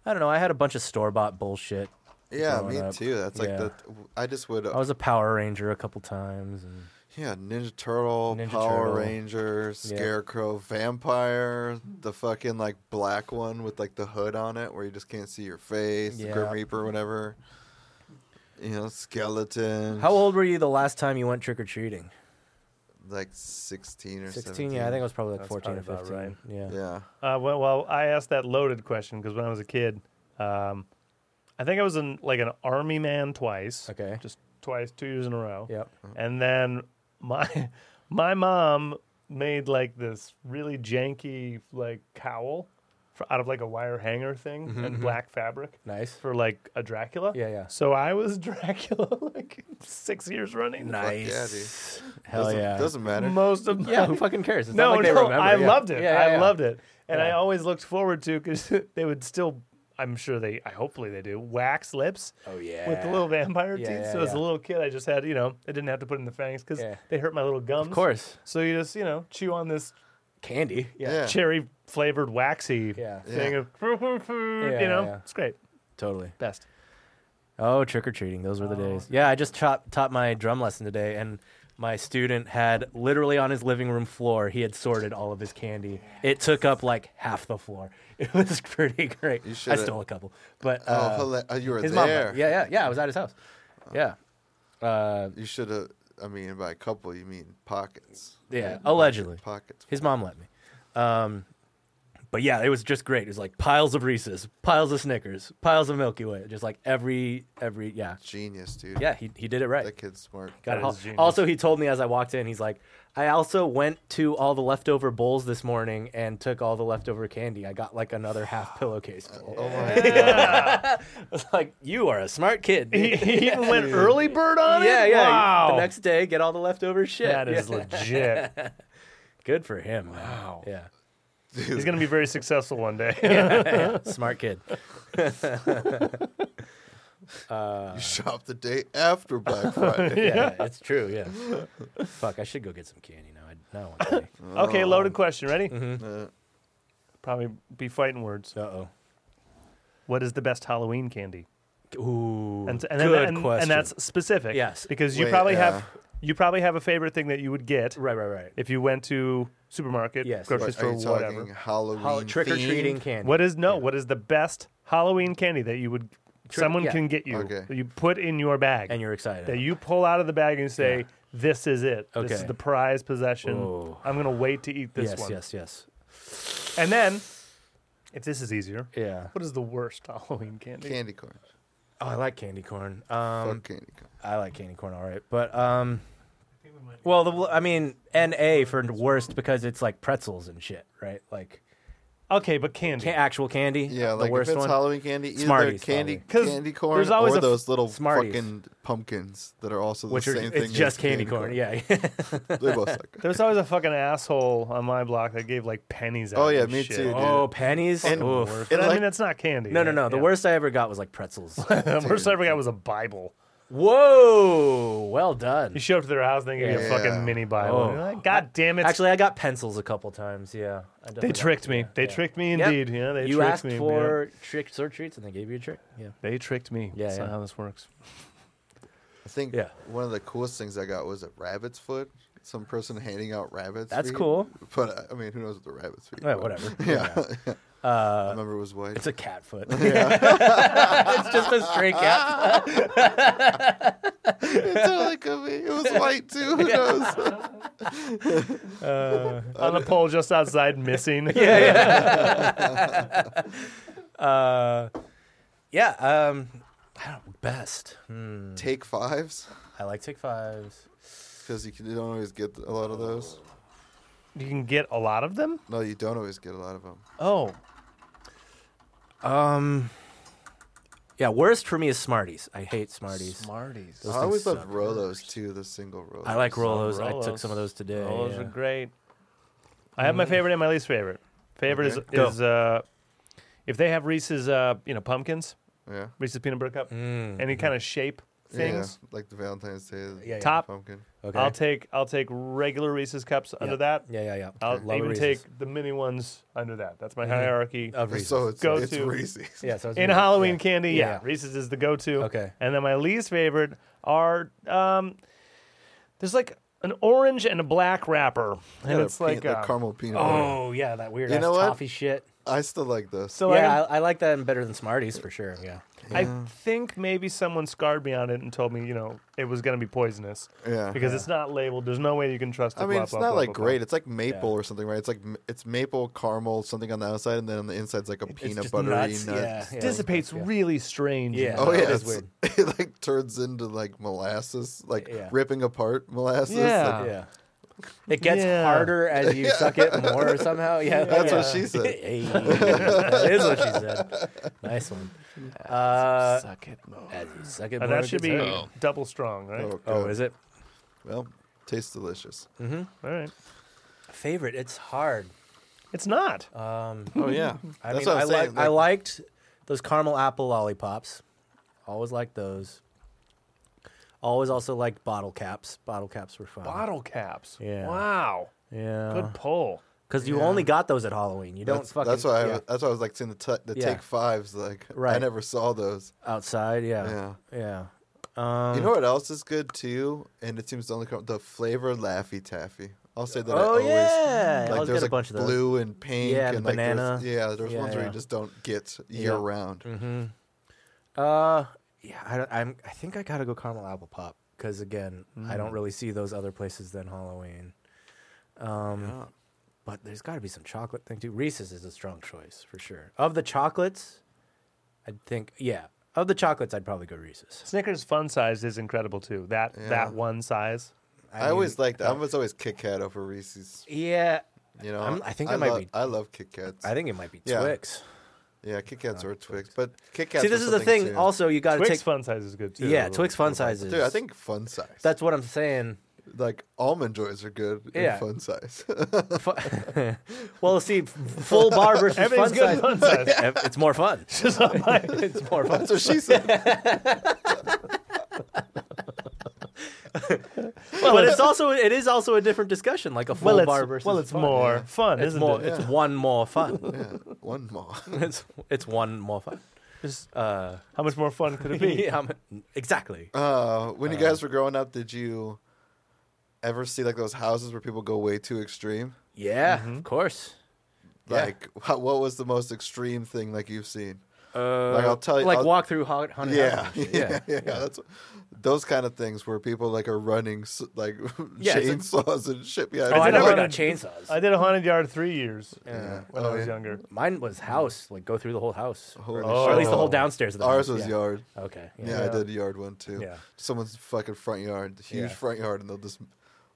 Speaker 2: I don't know. I had a bunch of store bought bullshit.
Speaker 3: Yeah,
Speaker 2: Growing
Speaker 3: me
Speaker 2: up.
Speaker 3: too. That's like
Speaker 2: Yeah. Oh,
Speaker 3: the. I just would.
Speaker 2: I was a Power Ranger a couple times. And
Speaker 3: yeah, Ninja Turtle,
Speaker 2: Ninja
Speaker 3: Power
Speaker 2: Turtle.
Speaker 3: Ranger, Scarecrow, Vampire, the fucking like black one with like the hood on it where you just can't see your face, the Grim
Speaker 2: Yeah.
Speaker 3: Reaper, whatever. You know, skeleton.
Speaker 2: how old were you the last time you went trick or treating?
Speaker 3: Like sixteen or
Speaker 2: Sixteen. Yeah, I think I was probably like
Speaker 1: That's
Speaker 2: fourteen or
Speaker 1: probably
Speaker 2: fifteen.
Speaker 1: about
Speaker 2: Yeah.
Speaker 3: Yeah.
Speaker 1: Uh, well, well, I asked that loaded question because when I was a kid, um, I think I was in like an army man twice.
Speaker 2: Okay.
Speaker 1: just twice, two years in a row.
Speaker 2: Yep.
Speaker 1: And then my [LAUGHS] my mom made like this really janky like cowl for, out of like a wire hanger thing and black fabric
Speaker 2: Nice.
Speaker 1: for like a Dracula.
Speaker 2: Mm-hmm, Yeah, yeah.
Speaker 1: So I was [LAUGHS] Dracula like six years running.
Speaker 2: Nice. Hell
Speaker 3: doesn't,
Speaker 2: yeah.
Speaker 3: Doesn't matter.
Speaker 1: Most of
Speaker 2: [LAUGHS]
Speaker 1: my
Speaker 2: yeah. Who fucking cares? It's not
Speaker 1: no,
Speaker 2: like they
Speaker 1: no,
Speaker 2: remember.
Speaker 1: I
Speaker 2: yeah.
Speaker 1: loved it.
Speaker 2: Yeah, yeah,
Speaker 1: I
Speaker 2: yeah.
Speaker 1: loved it, and I
Speaker 2: Yeah.
Speaker 1: always looked forward to because [LAUGHS] they would still. I'm sure they. I hopefully they do wax lips.
Speaker 2: Oh, yeah.
Speaker 1: With the little vampire
Speaker 2: Yeah,
Speaker 1: teeth.
Speaker 2: yeah,
Speaker 1: so as a
Speaker 2: yeah.
Speaker 1: little kid, I just had you know I didn't have to put in the fangs because
Speaker 2: Yeah.
Speaker 1: they hurt my little gums.
Speaker 2: Of course.
Speaker 1: So you just you know chew on this
Speaker 2: Candy. Yeah.
Speaker 3: Yeah.
Speaker 1: cherry flavored waxy
Speaker 2: Yeah.
Speaker 1: thing
Speaker 3: Yeah.
Speaker 1: of you
Speaker 2: yeah,
Speaker 1: know
Speaker 2: yeah. [LAUGHS]
Speaker 1: it's great
Speaker 2: Totally.
Speaker 1: best. Oh,
Speaker 2: Oh, trick or treating. Those were the days. Yeah, I just taught, taught my drum lesson today, and my student had literally on his living room floor, he had sorted all of his candy. It took up like half the floor. [LAUGHS] It was pretty great.
Speaker 3: You
Speaker 2: I
Speaker 3: should've-
Speaker 2: stole a couple, but
Speaker 3: Oh,
Speaker 2: uh,
Speaker 3: hila- oh, you were
Speaker 2: his
Speaker 3: there.
Speaker 2: mom. Yeah, yeah, yeah. I was at his house. Yeah. Uh,
Speaker 3: You should have. I mean, by a couple, you mean pockets.
Speaker 2: yeah, allegedly.
Speaker 3: Pockets.
Speaker 2: His mom let me. Um, but yeah, it was just great. It was like piles of Reese's, piles of Snickers, piles of Milky Way. Just like every, every, yeah.
Speaker 3: Genius, dude.
Speaker 2: Yeah, he, he did it right.
Speaker 3: That kid's smart.
Speaker 2: Got
Speaker 1: That
Speaker 2: it.
Speaker 1: is
Speaker 2: Al-
Speaker 1: genius.
Speaker 2: Also, he told me as I walked in, he's like, I also went to all the leftover bowls this morning and took all the leftover candy. I got like another
Speaker 1: [SIGHS]
Speaker 2: half pillowcase full.
Speaker 3: Oh my god.
Speaker 2: I was [LAUGHS] like, you are a smart kid.
Speaker 1: [LAUGHS] He,
Speaker 2: dude."
Speaker 1: he even went early bird on
Speaker 2: yeah,
Speaker 1: it.
Speaker 2: yeah.
Speaker 1: Wow.
Speaker 2: The next day, get all the leftover shit.
Speaker 1: that is
Speaker 2: Yeah.
Speaker 1: legit.
Speaker 2: [LAUGHS] good for him. man.
Speaker 1: Wow.
Speaker 2: Yeah.
Speaker 1: He's gonna be very successful one day.
Speaker 2: [LAUGHS]
Speaker 1: [LAUGHS]
Speaker 2: Smart [LAUGHS] kid.
Speaker 3: You shop the day after Black
Speaker 2: [LAUGHS]
Speaker 3: Friday.
Speaker 2: Yeah, Uh, yeah, it's true. Yeah. Fuck, I should go get some candy now. I now I want [LAUGHS] candy.
Speaker 1: okay, loaded question. Ready?
Speaker 3: Uh,
Speaker 1: Probably be fighting words.
Speaker 2: Uh oh.
Speaker 1: What is the best Halloween candy?
Speaker 2: Ooh.
Speaker 1: and, and,
Speaker 2: good
Speaker 1: and,
Speaker 2: question.
Speaker 1: and that's specific.
Speaker 2: Yes.
Speaker 1: because you
Speaker 3: Wait,
Speaker 1: probably
Speaker 3: uh,
Speaker 1: have you probably have a favorite thing that you would get
Speaker 2: right, right, right.
Speaker 1: if you went to supermarket,
Speaker 2: Yes.
Speaker 1: grocery
Speaker 3: what, are
Speaker 1: store,
Speaker 3: you
Speaker 1: whatever.
Speaker 3: talking Halloween?
Speaker 2: Hol- trick or treating
Speaker 3: themed?
Speaker 2: candy.
Speaker 1: What is no? What is the best Halloween candy that you would someone
Speaker 2: yeah.
Speaker 1: can get you?
Speaker 3: Okay.
Speaker 1: That you put in your bag
Speaker 2: And you're excited.
Speaker 1: that you pull out of the bag and you say, "This is it. This
Speaker 2: Okay.
Speaker 1: is the prize possession.
Speaker 2: Ooh.
Speaker 1: I'm gonna wait to eat this
Speaker 2: yes,
Speaker 1: one."
Speaker 2: yes, yes.
Speaker 1: And then, if this is easier,
Speaker 2: Yeah.
Speaker 1: what is the worst [LAUGHS] Halloween candy?
Speaker 3: Candy corn.
Speaker 2: Oh, I like candy corn. Um,
Speaker 3: Fuck candy corn.
Speaker 2: I like candy corn, all right. But um, well, the I mean, NA for worst because it's like pretzels and shit, right? Like
Speaker 1: Okay, but candy.
Speaker 2: can- actual candy.
Speaker 3: Yeah,
Speaker 2: the
Speaker 3: like
Speaker 2: worst
Speaker 3: if it's
Speaker 2: one.
Speaker 3: Halloween candy, either
Speaker 2: Smarties,
Speaker 3: candy
Speaker 1: probably. 'Cause
Speaker 3: candy corn
Speaker 1: there's always
Speaker 3: or
Speaker 1: a f-
Speaker 3: those little
Speaker 2: Smarties.
Speaker 3: fucking pumpkins that are also the
Speaker 2: which are
Speaker 3: same thing.
Speaker 2: it's just
Speaker 3: as
Speaker 2: candy, corn. Yeah,
Speaker 3: they both
Speaker 2: [LAUGHS]
Speaker 3: suck.
Speaker 1: There was always a fucking asshole on my block that gave like pennies out.
Speaker 3: Oh, yeah,
Speaker 1: and
Speaker 3: me
Speaker 1: shit.
Speaker 3: too, dude.
Speaker 2: oh, pennies.
Speaker 3: And-
Speaker 2: Oof.
Speaker 3: It
Speaker 1: But I
Speaker 3: like-
Speaker 1: mean, that's not candy.
Speaker 2: No, no,
Speaker 1: right?
Speaker 2: no. The
Speaker 1: Yeah.
Speaker 2: worst I ever got was like pretzels.
Speaker 1: [LAUGHS] the worst I ever got was a Bible.
Speaker 2: Whoa, well
Speaker 1: You
Speaker 2: done.
Speaker 1: show up to their house, they give you a
Speaker 3: Yeah.
Speaker 1: fucking mini Bible.
Speaker 2: Oh.
Speaker 1: And you're like, God damn it!
Speaker 2: Actually, I got pencils a couple times. Yeah, I
Speaker 1: they tricked me. They tricked me indeed. Yeah, they
Speaker 2: you
Speaker 1: tricked
Speaker 2: asked
Speaker 1: me.
Speaker 2: for tricks or treats, and they gave you a trick. Yeah.
Speaker 1: yeah. They tricked me.
Speaker 2: Yeah,
Speaker 1: that's
Speaker 2: yeah.
Speaker 1: not how this
Speaker 3: [LAUGHS]
Speaker 1: works.
Speaker 3: I think
Speaker 2: Yeah.
Speaker 3: one of the coolest things I got was a rabbit's foot. Some person handing out rabbits.
Speaker 2: That's
Speaker 3: feet.
Speaker 2: cool.
Speaker 3: But uh, I mean, who knows what the rabbit's feet?
Speaker 2: Yeah,
Speaker 3: were.
Speaker 2: whatever.
Speaker 3: [LAUGHS]
Speaker 1: [LAUGHS]
Speaker 3: Yeah. I
Speaker 2: Uh,
Speaker 3: remember it was white.
Speaker 2: it's a cat foot. [LAUGHS] it's just a stray
Speaker 1: [LAUGHS]
Speaker 2: cat.
Speaker 3: It totally could be. It was white
Speaker 2: [LAUGHS]
Speaker 3: too. Who knows?
Speaker 1: On a pole just
Speaker 2: [LAUGHS]
Speaker 1: outside, missing.
Speaker 2: Uh, yeah. Um, I don't best. Hmm.
Speaker 3: Take fives
Speaker 2: I like Take Fives.
Speaker 3: because you, can- you don't always get a lot of those.
Speaker 1: you can get a lot of them.
Speaker 3: No, you don't always get a lot of them.
Speaker 1: Oh,
Speaker 2: Um, yeah. Worst for me is Smarties. I hate Smarties.
Speaker 1: Smarties.
Speaker 2: Those
Speaker 3: I always
Speaker 2: things
Speaker 3: loved
Speaker 2: suck.
Speaker 3: Rolos too, the single Rolos.
Speaker 2: I like Rolos. I took
Speaker 1: Rolos.
Speaker 2: some of those today.
Speaker 1: Those
Speaker 2: yeah. Mm.
Speaker 1: are great. I have my favorite and my least favorite. Favorite
Speaker 3: Okay.
Speaker 2: Go.
Speaker 1: is is uh, if they have Reese's uh, you know pumpkins,
Speaker 3: Yeah.
Speaker 1: Reese's peanut butter cup,
Speaker 2: Mm.
Speaker 1: any kind of shape. things.
Speaker 3: Yeah, like the Valentine's Day.
Speaker 2: Yeah, yeah.
Speaker 1: Top.
Speaker 3: pumpkin.
Speaker 2: Okay.
Speaker 1: I'll take I'll take regular Reese's cups under that.
Speaker 2: yeah, yeah, yeah.
Speaker 1: I'll
Speaker 2: Love a
Speaker 1: even
Speaker 2: Reese's. Mm.
Speaker 1: take the mini ones under that. That's my hierarchy.
Speaker 2: of Reese's.
Speaker 3: So it's
Speaker 1: Go
Speaker 3: it's
Speaker 1: to-
Speaker 3: Reese's. [LAUGHS]
Speaker 2: yeah, so it's
Speaker 1: In
Speaker 2: Reese's,
Speaker 1: Halloween
Speaker 2: yeah.
Speaker 1: candy, yeah.
Speaker 2: Yeah.
Speaker 1: Reese's is the go-to.
Speaker 2: Okay.
Speaker 1: And then my least favorite are um, there's like an orange and a black wrapper, and
Speaker 3: Yeah,
Speaker 1: it's
Speaker 3: pe-
Speaker 1: like uh,
Speaker 3: caramel peanut. butter.
Speaker 2: Oh yeah, that weird
Speaker 3: You
Speaker 2: ass
Speaker 3: know what?
Speaker 2: toffee shit.
Speaker 3: I still like those.
Speaker 1: so I,
Speaker 2: yeah, I, I like that better than Smarties for sure. Yeah.
Speaker 1: I think maybe someone scarred me on it and told me, you know, it was going to be poisonous
Speaker 3: yeah.
Speaker 1: because it's not labeled. There's no way you can trust it.
Speaker 3: I mean,
Speaker 1: blah,
Speaker 3: it's
Speaker 1: blah,
Speaker 3: not
Speaker 1: blah,
Speaker 3: like
Speaker 1: blah, blah.
Speaker 3: great. It's like maple
Speaker 2: Yeah.
Speaker 3: or something, right? It's like m- it's maple caramel something on the outside, and then on the inside's like a peanut
Speaker 2: just
Speaker 3: buttery
Speaker 2: nuts,
Speaker 3: nut.
Speaker 2: yeah.
Speaker 1: It dissipates really strange.
Speaker 2: Yeah.
Speaker 3: Oh yeah,
Speaker 2: That is
Speaker 3: it's,
Speaker 2: weird.
Speaker 3: [LAUGHS] it like turns into like molasses, like
Speaker 2: Yeah.
Speaker 3: ripping apart molasses.
Speaker 1: Yeah.
Speaker 3: Like,
Speaker 2: Yeah. It gets
Speaker 1: Yeah.
Speaker 2: harder as you suck it more somehow. Yeah.
Speaker 3: [LAUGHS] That's what
Speaker 2: yeah.
Speaker 3: she
Speaker 2: [LAUGHS]
Speaker 3: said.
Speaker 2: Hey, that is what she said. Nice
Speaker 3: [LAUGHS]
Speaker 2: one. Uh,
Speaker 1: Suck it, Mo.
Speaker 2: as you suck it
Speaker 1: And
Speaker 2: more,
Speaker 1: Uh, that
Speaker 2: it
Speaker 1: should
Speaker 2: gets
Speaker 1: be
Speaker 2: harder.
Speaker 4: Oh.
Speaker 1: double strong, right?
Speaker 3: oh,
Speaker 2: Oh,
Speaker 3: God.
Speaker 2: is it
Speaker 3: Well,
Speaker 2: [LAUGHS]
Speaker 3: tastes delicious.
Speaker 1: All right.
Speaker 2: favorite? It's hard.
Speaker 1: It's not.
Speaker 2: Uh-huh.
Speaker 3: Oh yeah,
Speaker 2: I
Speaker 3: that's
Speaker 2: mean,
Speaker 3: what I'm
Speaker 2: I,
Speaker 3: saying.
Speaker 2: like, I liked those caramel apple lollipops. Always liked those. Always also liked bottle caps. Bottle caps were fun.
Speaker 1: Bottle caps.
Speaker 2: Yeah. Uh-huh.
Speaker 1: Wow.
Speaker 2: Yeah.
Speaker 1: Good pull.
Speaker 2: Because you only got those at Halloween. You don't
Speaker 3: That's,
Speaker 2: fucking.
Speaker 3: that's why I,
Speaker 2: yeah.
Speaker 3: that's why I was like seeing the t- the
Speaker 2: Yeah.
Speaker 3: take fives like I
Speaker 2: Right. Oh. Uh-huh.
Speaker 3: never saw those.
Speaker 2: outside. Yeah. Yeah. Um,
Speaker 3: you know what else is good too, and it seems the only co- the flavor Laffy Taffy. I'll say that. I
Speaker 2: oh
Speaker 3: always,
Speaker 2: yeah. I
Speaker 3: Like
Speaker 2: always
Speaker 3: there's
Speaker 2: get a
Speaker 3: like
Speaker 2: bunch of those.
Speaker 3: blue and pink
Speaker 2: Yeah, the
Speaker 3: and like there's-
Speaker 2: banana.
Speaker 3: yeah, there's
Speaker 2: Yeah,
Speaker 3: ones where
Speaker 2: yeah. Mm-hmm.
Speaker 3: you just don't get year round.
Speaker 2: Uh, yeah, I, don't- I'm. I think I gotta go caramel apple pop because again, I don't really see those other places than Halloween. Um, but there's got to be some chocolate thing too. Reese's is a strong choice for sure. Of the chocolates, I'd think yeah. Of the chocolates, I'd probably go Reese's.
Speaker 1: Snickers fun size is incredible too. That
Speaker 3: Yeah.
Speaker 1: that one size.
Speaker 3: I,
Speaker 2: mean, uh,
Speaker 3: always liked. I was always Kit Kat over Reese's.
Speaker 2: Yeah,
Speaker 3: You know,
Speaker 2: I'm- I think I might
Speaker 3: love-
Speaker 2: be-
Speaker 3: I love Kit Kats.
Speaker 2: I think it might be
Speaker 3: Yeah.
Speaker 2: Twix.
Speaker 3: yeah, Kit Kats or Twix, but Kit Kats.
Speaker 2: See,
Speaker 3: were
Speaker 2: this is the
Speaker 3: something,
Speaker 2: thing.
Speaker 3: too.
Speaker 2: Also, you got Uh, to
Speaker 1: Twix
Speaker 2: take.
Speaker 1: fun size is good too.
Speaker 2: yeah, Twix fun sizes.
Speaker 3: dude, I think fun size.
Speaker 2: that's what I'm saying. [LAUGHS]
Speaker 3: like almond joys are good in
Speaker 2: Yeah.
Speaker 3: fun size.
Speaker 2: Fu- [LAUGHS] well, see, f- full bar versus fun
Speaker 1: Everything's good
Speaker 2: size.
Speaker 1: fun size.
Speaker 2: Ev- It's more fun. it's more fun.
Speaker 3: [LAUGHS] [LAUGHS] That's
Speaker 2: [LAUGHS]
Speaker 3: what she said.
Speaker 2: Well, but it's also it is also a different discussion, like a [LAUGHS] full
Speaker 1: Well, it's,
Speaker 2: bar versus
Speaker 1: well, it's
Speaker 2: fun.
Speaker 1: more fun,
Speaker 2: It's
Speaker 1: isn't
Speaker 2: more.
Speaker 1: it?
Speaker 2: It's one more
Speaker 3: [LAUGHS]
Speaker 2: fun.
Speaker 3: yeah, one more.
Speaker 2: it's it's one more fun.
Speaker 1: Just,
Speaker 2: Uh,
Speaker 1: how much more fun could it be?
Speaker 2: [LAUGHS] yeah, I'm- exactly.
Speaker 3: [LAUGHS] Uh, when you guys were growing up, did you ever see like those houses where people go way too extreme?
Speaker 2: Yeah, of course. Yeah.
Speaker 3: Like, wha- what was the most extreme thing like you've seen?
Speaker 2: Uh,
Speaker 3: I'll tell you-
Speaker 2: like
Speaker 3: I'll-
Speaker 2: walk through haunted houses.
Speaker 3: [LAUGHS] Yeah,
Speaker 2: and shit. yeah.
Speaker 3: yeah, yeah. That's those kind of things where people like are running s- like [LAUGHS]
Speaker 2: Yeah, it's
Speaker 3: chainsaws and shit. Yeah,
Speaker 2: Oh, I
Speaker 1: Is it
Speaker 2: never
Speaker 1: a-
Speaker 2: got chainsaws.
Speaker 1: [LAUGHS] I did a haunted yard three years
Speaker 3: Oh,
Speaker 2: Yeah.
Speaker 1: when I was younger.
Speaker 2: Mine was house, like go through the whole house,
Speaker 3: Holy
Speaker 2: or at least the whole
Speaker 1: Oh.
Speaker 2: downstairs. Of the
Speaker 3: Ours
Speaker 2: house.
Speaker 3: was
Speaker 2: yeah.
Speaker 3: yard.
Speaker 2: Okay. Yeah.
Speaker 3: Yeah, I
Speaker 1: Yeah.
Speaker 3: did yard one too.
Speaker 2: Yeah.
Speaker 3: Someone's fucking front yard, the huge
Speaker 2: Yeah.
Speaker 3: front yard, and they'll just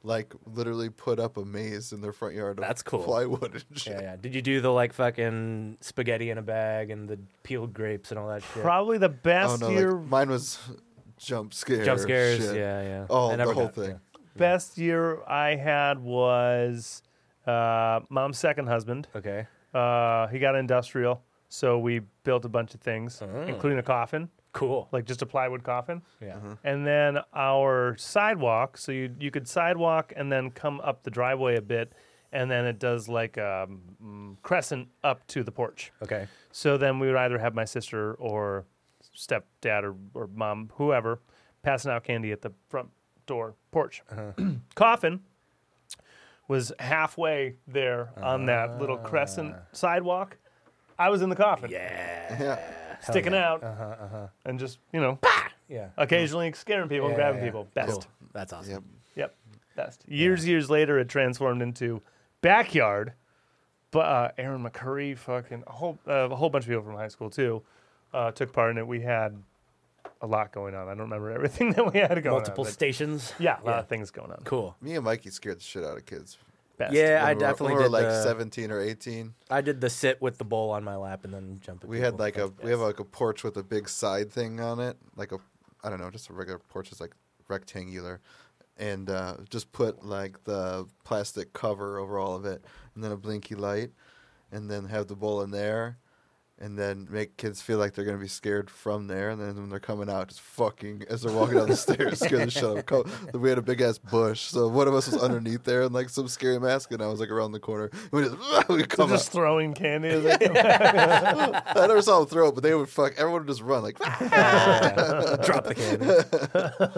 Speaker 3: like literally put up a maze in their front yard. Of
Speaker 2: That's cool.
Speaker 3: Plywood and shit.
Speaker 2: Yeah, yeah. Did you do the like fucking spaghetti in a bag and the peeled grapes and all that shit?
Speaker 1: Probably the
Speaker 3: Oh
Speaker 1: best
Speaker 3: no,
Speaker 1: year,
Speaker 3: like, mine was [LAUGHS] jump scare.
Speaker 2: Jump scares.
Speaker 3: shit.
Speaker 2: Yeah, yeah.
Speaker 3: Oh,
Speaker 2: I
Speaker 3: the
Speaker 2: never
Speaker 3: whole
Speaker 2: got-
Speaker 3: thing.
Speaker 2: yeah.
Speaker 1: best year I had was uh, mom's second husband.
Speaker 2: Okay.
Speaker 1: Uh, he got industrial, so we built a bunch of things,
Speaker 3: Oh.
Speaker 1: including a coffin,
Speaker 2: Cool.
Speaker 1: like just a plywood coffin.
Speaker 2: Yeah.
Speaker 3: Uh-huh.
Speaker 1: and then our sidewalk. So you you could sidewalk and then come up the driveway a bit, and then it does like a mm, crescent up to the porch.
Speaker 2: Okay.
Speaker 1: So then we would either have my sister or stepdad or, or mom, whoever, passing out candy at the front door porch.
Speaker 2: Uh-huh.
Speaker 1: [CLEARS THROAT] Coffin was halfway there on that little crescent sidewalk. I was in the coffin,
Speaker 2: Ah.
Speaker 3: [LAUGHS]
Speaker 2: Yeah. Uh-huh,
Speaker 3: Yeah.
Speaker 1: sticking out, and just you know,
Speaker 2: Yeah.
Speaker 1: occasionally scaring people,
Speaker 2: Yeah,
Speaker 1: grabbing
Speaker 2: yeah.
Speaker 1: people. Best.
Speaker 2: Cool. That's awesome.
Speaker 3: Yep.
Speaker 1: Yep, best. Years, years later, it transformed into backyard. But uh, Aaron McCurry, fucking a whole uh, a whole bunch of people from high school too, uh, took part in it. We had a lot going on. I don't remember everything [LAUGHS] that we had going
Speaker 2: Multiple
Speaker 1: on. but
Speaker 2: stations.
Speaker 1: yeah, a lot
Speaker 2: Yeah.
Speaker 1: of things going on.
Speaker 2: Cool.
Speaker 3: Me and Mikey scared the shit out of kids.
Speaker 1: Best.
Speaker 2: Yeah,
Speaker 3: When
Speaker 2: I
Speaker 3: we were- when
Speaker 2: definitely
Speaker 3: we were
Speaker 2: did.
Speaker 3: like
Speaker 2: the,
Speaker 3: seventeen or eighteen.
Speaker 2: I did the sit with the bowl on my lap and then jump. At
Speaker 3: We had
Speaker 2: people.
Speaker 3: like a we have like a porch with a big side thing on it, like a I don't know, just a regular porch is like rectangular, and uh, just put like the plastic cover over all of it, and then a blinky light, and then have the bowl in there, and then make kids feel like they're gonna be scared from there. And then when they're coming out, just fucking as they're walking down the stairs, scare the shit out of 'em. Co- We had a big ass bush, so one of us was underneath there and like some scary mask, and I was like around the corner. [LAUGHS] We just we
Speaker 1: They're
Speaker 3: come
Speaker 1: just
Speaker 3: out.
Speaker 1: throwing candy. as they
Speaker 2: [LAUGHS]
Speaker 1: come.
Speaker 3: I never saw them throw it, but they would fuck. Everyone would just run
Speaker 2: [LAUGHS]
Speaker 3: like [LAUGHS]
Speaker 2: Drop the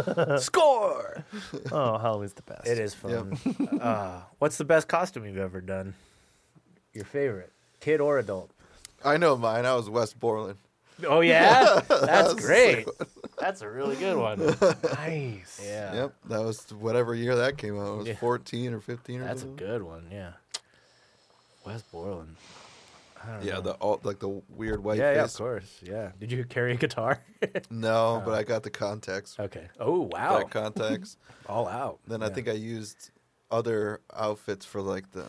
Speaker 2: candy.
Speaker 3: [LAUGHS]
Speaker 2: Score.
Speaker 1: oh, Halloween's the best.
Speaker 2: It is fun. Uh, what's the best costume you've ever done? Your favorite, kid or adult?
Speaker 3: I know mine. I was West Borland.
Speaker 2: Oh yeah, that's
Speaker 3: a
Speaker 2: great. That's a really good one.
Speaker 1: nice.
Speaker 2: Yeah,
Speaker 3: Yep, that was whatever year that came out. It was
Speaker 2: Yeah.
Speaker 3: fourteen or fifteen. Or
Speaker 2: that's a
Speaker 3: something.
Speaker 2: good one. Yeah, Wes Borland. I don't
Speaker 3: Yeah,
Speaker 2: know.
Speaker 3: the all, like the weird white
Speaker 2: yeah, yeah, of
Speaker 3: face.
Speaker 2: course. Yeah. Did you carry a guitar? [LAUGHS]
Speaker 3: no, but I got the contacts.
Speaker 2: okay. Oh wow, [LAUGHS]
Speaker 3: Black contacts.
Speaker 2: all out.
Speaker 3: Then I
Speaker 2: Yeah.
Speaker 3: think I used other outfits for like the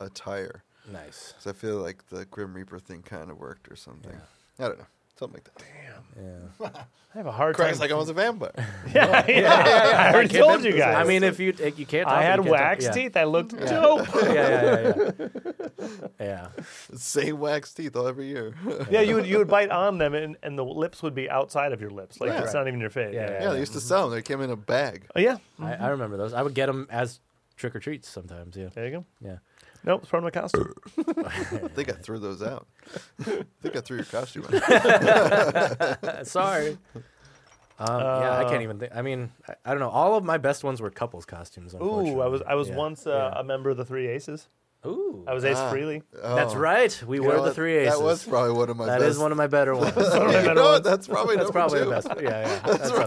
Speaker 3: attire
Speaker 2: nice.
Speaker 3: because I feel like the Grim Reaper thing kind of worked or something. I don't know, something like that.
Speaker 2: Yeah.
Speaker 1: I have a hard
Speaker 3: Craig's
Speaker 1: time.
Speaker 3: like
Speaker 2: [LAUGHS]
Speaker 3: I was a vampire.
Speaker 1: [LAUGHS] yeah, yeah, I already
Speaker 2: can't
Speaker 1: told you
Speaker 3: remember.
Speaker 1: guys.
Speaker 2: I mean, if you if you can't, talk,
Speaker 1: I had
Speaker 2: you can't talk.
Speaker 1: wax
Speaker 2: Yeah.
Speaker 1: teeth. I looked dope.
Speaker 2: [LAUGHS] Yeah, yeah, yeah, yeah. yeah.
Speaker 3: Same wax teeth all every year. [LAUGHS]
Speaker 1: Yeah, you would you would bite on them, and, and the lips would be outside of your lips, like
Speaker 3: Yeah.
Speaker 1: it's not even your face.
Speaker 2: Yeah, Mm-hmm.
Speaker 3: yeah, they used to sell them. They came in a bag.
Speaker 1: Oh yeah,
Speaker 2: I, I remember those. I would get them as trick or treats sometimes. Yeah,
Speaker 1: there you go.
Speaker 2: yeah.
Speaker 1: Nope, it's part of my [CLEARS THROAT] costume.
Speaker 3: I think I threw those out. [LAUGHS] I think I threw your costume
Speaker 2: [LAUGHS]
Speaker 3: out.
Speaker 2: Sorry. Um, yeah, I can't even think. I mean, I, I don't know. All of my best ones were couples costumes.
Speaker 1: Ooh, I was I
Speaker 2: unfortunately.
Speaker 1: was
Speaker 2: Yeah.
Speaker 1: once uh, a member of the Three Aces.
Speaker 2: Yeah. Ooh,
Speaker 1: I was Ace
Speaker 3: Ah.
Speaker 2: [LAUGHS]
Speaker 1: Freely.
Speaker 2: [LAUGHS] that's
Speaker 3: Oh.
Speaker 2: right. We
Speaker 3: You
Speaker 2: were
Speaker 3: know
Speaker 2: the
Speaker 3: what?
Speaker 2: three aces.
Speaker 3: That was probably one of my
Speaker 2: That
Speaker 3: best.
Speaker 2: is one of my
Speaker 1: [LAUGHS]
Speaker 2: better ones. that's
Speaker 1: One of my
Speaker 3: [LAUGHS] You
Speaker 1: better
Speaker 3: know what?
Speaker 1: ones.
Speaker 3: That's probably number
Speaker 2: probably
Speaker 3: two.
Speaker 2: the
Speaker 3: [LAUGHS]
Speaker 2: best. Yeah,
Speaker 1: [LAUGHS]
Speaker 2: yeah. That's up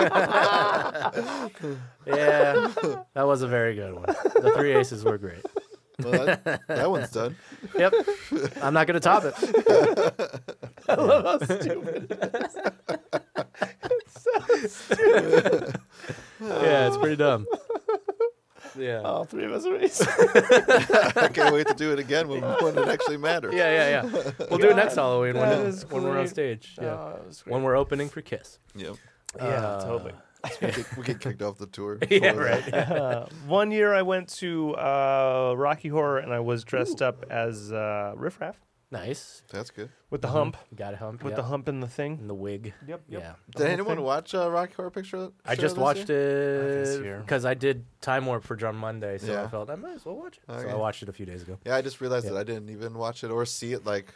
Speaker 3: probably
Speaker 2: there.
Speaker 3: number two.
Speaker 2: yeah, that was a very good one. The three aces were great.
Speaker 3: Well, that, that
Speaker 2: [LAUGHS]
Speaker 3: one's done.
Speaker 2: Yep, I'm not gonna top it.
Speaker 1: I love how
Speaker 2: [LAUGHS]
Speaker 1: stupid.
Speaker 2: Yeah, it's pretty dumb. Yeah.
Speaker 1: All oh, three of us are aces.
Speaker 3: I can't wait to do it again when, when it actually matters.
Speaker 2: Yeah, yeah, yeah. We'll do it next
Speaker 1: God,
Speaker 2: Halloween
Speaker 1: that
Speaker 2: when,
Speaker 1: is
Speaker 2: when we're on
Speaker 1: great.
Speaker 2: stage. Yeah.
Speaker 1: Oh, it was great.
Speaker 2: when we're opening for Kiss. Uh,
Speaker 3: Yep.
Speaker 1: yeah, totally.
Speaker 3: We get, we get kicked off the tour.
Speaker 2: [LAUGHS] Yeah,
Speaker 3: for-
Speaker 2: right.
Speaker 1: [LAUGHS] Uh, one year I went to uh, Rocky Horror and I was dressed up as uh, Riff Raff
Speaker 2: Nice.
Speaker 3: That's good.
Speaker 1: with the hump,
Speaker 2: Got a hump.
Speaker 1: with the hump and the thing.
Speaker 2: and the wig.
Speaker 1: Yep, yep.
Speaker 2: Mm-hmm. Mm. Yeah.
Speaker 3: Did anyone watch uh, Rocky Horror Picture? Show
Speaker 2: I just
Speaker 3: this
Speaker 2: watched
Speaker 3: year?
Speaker 1: this
Speaker 2: it
Speaker 1: year.
Speaker 2: because I did Time Warp for Drum Monday, so I
Speaker 3: Yeah.
Speaker 2: felt I might as well watch it. So
Speaker 3: Okay.
Speaker 2: I watched it a few days ago.
Speaker 3: Yeah, I just realized
Speaker 2: Yeah.
Speaker 3: that I didn't even watch it or see it like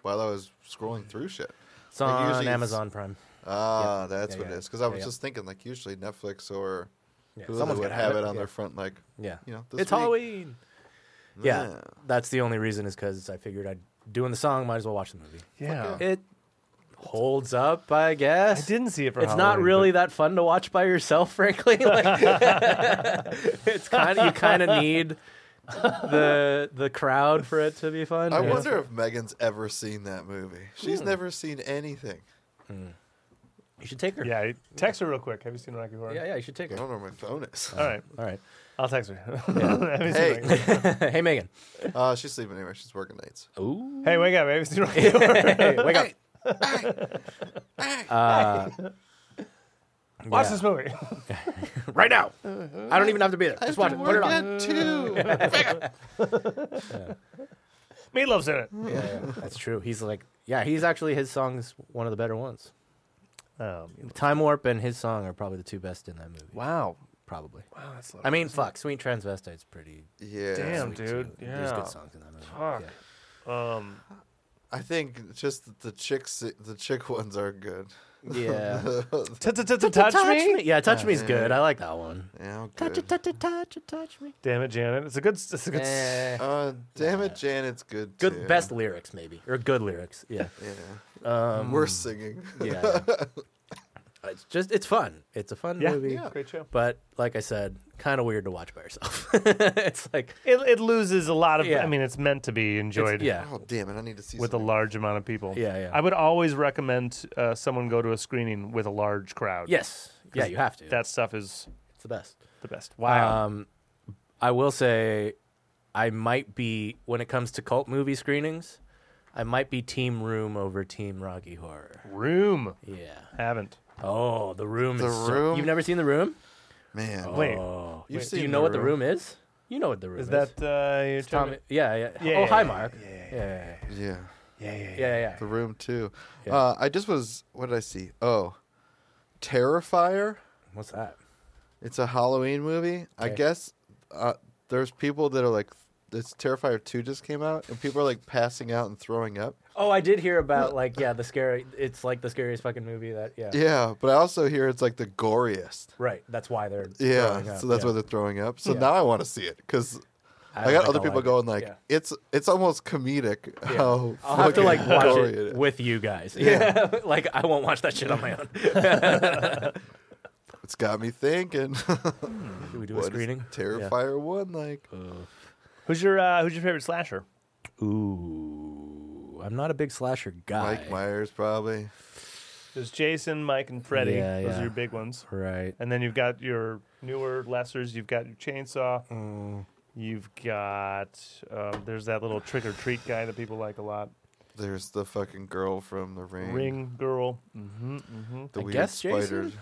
Speaker 3: while I was scrolling through shit.
Speaker 2: It's
Speaker 3: Like,
Speaker 2: on
Speaker 3: usually it's-
Speaker 2: Amazon Prime.
Speaker 3: Ah, that's
Speaker 2: Yeah,
Speaker 3: what
Speaker 2: yeah.
Speaker 3: it is. Because I was
Speaker 2: Yeah, yeah.
Speaker 3: just thinking like usually Netflix or
Speaker 2: Yeah,
Speaker 3: Hulu
Speaker 2: someone's
Speaker 3: would
Speaker 2: gonna
Speaker 3: have it on
Speaker 2: yeah.
Speaker 3: their front like
Speaker 2: Yeah.
Speaker 3: you know. This
Speaker 2: It's
Speaker 3: week.
Speaker 2: Halloween. Yeah.
Speaker 3: Yeah.
Speaker 2: That's the only reason is because I figured I'd doing the song, might as well watch the movie.
Speaker 3: Oh.
Speaker 1: Yeah.
Speaker 2: It holds up, I
Speaker 1: I
Speaker 2: guess.
Speaker 1: didn't see it for
Speaker 2: it's not
Speaker 1: Halloween,
Speaker 2: really that fun to watch by yourself, [LAUGHS]
Speaker 3: [LAUGHS]
Speaker 2: frankly. Like, it's kind of you kind of need the the crowd for it to be fun.
Speaker 3: I
Speaker 2: Yeah.
Speaker 3: wonder if Megan's ever seen that movie.
Speaker 2: Hmm.
Speaker 3: She's never seen anything.
Speaker 2: You should take her.
Speaker 1: but- Yeah, I- text her real quick. Have you seen Rocky Horror?
Speaker 2: yeah, yeah. You should take
Speaker 3: I
Speaker 2: her.
Speaker 3: don't know where my phone is.
Speaker 1: All right,
Speaker 2: All [LAUGHS] right.
Speaker 1: I'll text her. [LAUGHS] Have you seen Rocky Horror?
Speaker 3: Hey,
Speaker 2: hey, Megan.
Speaker 3: uh, she's sleeping anyway. She's working nights.
Speaker 2: Ooh.
Speaker 1: hey, [LAUGHS] wake up! Have you seen Rocky Horror?
Speaker 2: Hey, wake up.
Speaker 1: [LAUGHS]
Speaker 2: Uh,
Speaker 1: Watch
Speaker 2: yeah.
Speaker 1: this movie. [LAUGHS]
Speaker 2: right now. I don't even have to be there. Just watch it. Put it on.
Speaker 1: Meatloaf's in it.
Speaker 2: Yeah, yeah, that's true. He's like, yeah, he's actually his song's one of the better ones.
Speaker 1: Um,
Speaker 2: Time Warp and his song are probably the two best in that movie.
Speaker 1: wow,
Speaker 2: Probably.
Speaker 1: wow, that's a lot
Speaker 2: I mean, fuck, Sweet Transvestite's pretty
Speaker 3: Yeah.
Speaker 1: Damn.
Speaker 2: sweet,
Speaker 1: dude.
Speaker 2: too. There's
Speaker 1: Yeah.
Speaker 2: good songs in that movie.
Speaker 1: Fuck. Um,
Speaker 3: I think just the chicks, the chick ones are good.
Speaker 2: [LAUGHS] Yeah.
Speaker 3: [LAUGHS]
Speaker 2: yeah.
Speaker 1: t- t- t- t- touch me. Oh,
Speaker 2: Yeah, Touch Me's good. I like that one.
Speaker 3: Yeah, I'm
Speaker 2: Touch
Speaker 3: good.
Speaker 2: it, touch it, touch it, touch me.
Speaker 1: Damn it, Janet. It's a good. It's a good.
Speaker 2: Eh,
Speaker 3: Uh, damn it, Janet's good.
Speaker 2: good
Speaker 3: too.
Speaker 2: best lyrics maybe or good lyrics. [LAUGHS] Yeah.
Speaker 3: Yeah.
Speaker 2: Um,
Speaker 3: We're singing.
Speaker 2: yeah. [LAUGHS] it's just it's fun. It's a fun
Speaker 1: yeah,
Speaker 2: movie.
Speaker 1: yeah, great show.
Speaker 2: But like I said, kind of weird to watch by yourself. [LAUGHS] it's like
Speaker 1: It, it loses a lot of.
Speaker 2: Yeah.
Speaker 1: I mean, it's meant to be
Speaker 2: it's-
Speaker 1: enjoyed.
Speaker 2: yeah.
Speaker 3: Oh damn it! I need to see
Speaker 1: With a
Speaker 3: something.
Speaker 1: large amount of people.
Speaker 2: Yeah, yeah.
Speaker 1: I would always recommend uh, someone go to a screening with a large crowd.
Speaker 2: Yes. Yeah, you have to.
Speaker 1: That stuff is
Speaker 2: it's the best.
Speaker 1: the best. Uh, Wow.
Speaker 2: Um, I will say, I might be when it comes to cult movie screenings, I might be Team Room over Team Rocky Horror.
Speaker 1: Room.
Speaker 2: Yeah.
Speaker 1: Haven't.
Speaker 2: Oh, the room.
Speaker 3: The
Speaker 2: is so-
Speaker 3: Room?
Speaker 2: you've never seen the room?
Speaker 3: man.
Speaker 1: Wait.
Speaker 2: Oh.
Speaker 3: You've
Speaker 2: Do you
Speaker 3: seen
Speaker 2: know
Speaker 3: The
Speaker 2: what the
Speaker 3: Room.
Speaker 2: room is? You know what the room is.
Speaker 1: Is that uh, your
Speaker 2: Tommy? Yeah, yeah.
Speaker 1: Yeah,
Speaker 2: oh,
Speaker 1: yeah,
Speaker 2: hi,
Speaker 1: yeah,
Speaker 2: Mark.
Speaker 1: yeah,
Speaker 2: Yeah, yeah, yeah.
Speaker 3: Yeah.
Speaker 2: Yeah, yeah, yeah.
Speaker 3: The Room Two.
Speaker 2: Yeah.
Speaker 3: Uh, I just was. What did I see? Oh, Terrifier.
Speaker 2: What's that?
Speaker 3: It's a Halloween movie. I
Speaker 2: Okay.
Speaker 3: guess uh, there's people that are like, this Terrifier 2 just came out, and people are like passing out and throwing up.
Speaker 2: Oh, I did hear about like yeah, the scary. It's like the scariest fucking movie that yeah.
Speaker 3: Yeah, but I also hear it's like the goriest.
Speaker 2: Right. That's why they're
Speaker 3: Yeah,
Speaker 2: throwing up,
Speaker 3: so that's
Speaker 2: yeah.
Speaker 3: why they're throwing up. So
Speaker 2: Yeah.
Speaker 3: now I want to see it because
Speaker 2: I
Speaker 3: I,
Speaker 2: don't
Speaker 3: got
Speaker 2: think
Speaker 3: other
Speaker 2: I'll
Speaker 3: people
Speaker 2: like it.
Speaker 3: going like
Speaker 2: Yeah.
Speaker 3: it's it's almost comedic
Speaker 2: Yeah.
Speaker 3: how
Speaker 2: I'll have to
Speaker 3: fucking
Speaker 2: like watch
Speaker 3: gory
Speaker 2: it
Speaker 3: is.
Speaker 2: with you guys.
Speaker 3: Yeah.
Speaker 2: [LAUGHS] like I won't watch that shit on
Speaker 3: [LAUGHS]
Speaker 2: my own.
Speaker 3: It's got me thinking.
Speaker 2: Should we do
Speaker 3: [LAUGHS] What
Speaker 2: a
Speaker 3: is
Speaker 2: screening? Uh,
Speaker 3: Terrifier one like?
Speaker 1: Who's your uh, Who's your favorite slasher?
Speaker 2: Ooh, I'm not a big slasher guy.
Speaker 3: Mike Myers probably.
Speaker 1: There's Jason, Mike, and Freddy.
Speaker 2: Yeah,
Speaker 1: Those
Speaker 2: yeah.
Speaker 1: are your big ones.
Speaker 2: Right.
Speaker 1: And then you've got your newer lessers. You've got your chainsaw.
Speaker 3: Mm.
Speaker 1: You've got um, there's that little trick or treat guy that people like a lot.
Speaker 3: There's the fucking girl from the ring.
Speaker 1: Ring girl. Mm-hmm, mm-hmm.
Speaker 3: The
Speaker 2: I
Speaker 3: weird
Speaker 2: guess Jason?
Speaker 3: spiders.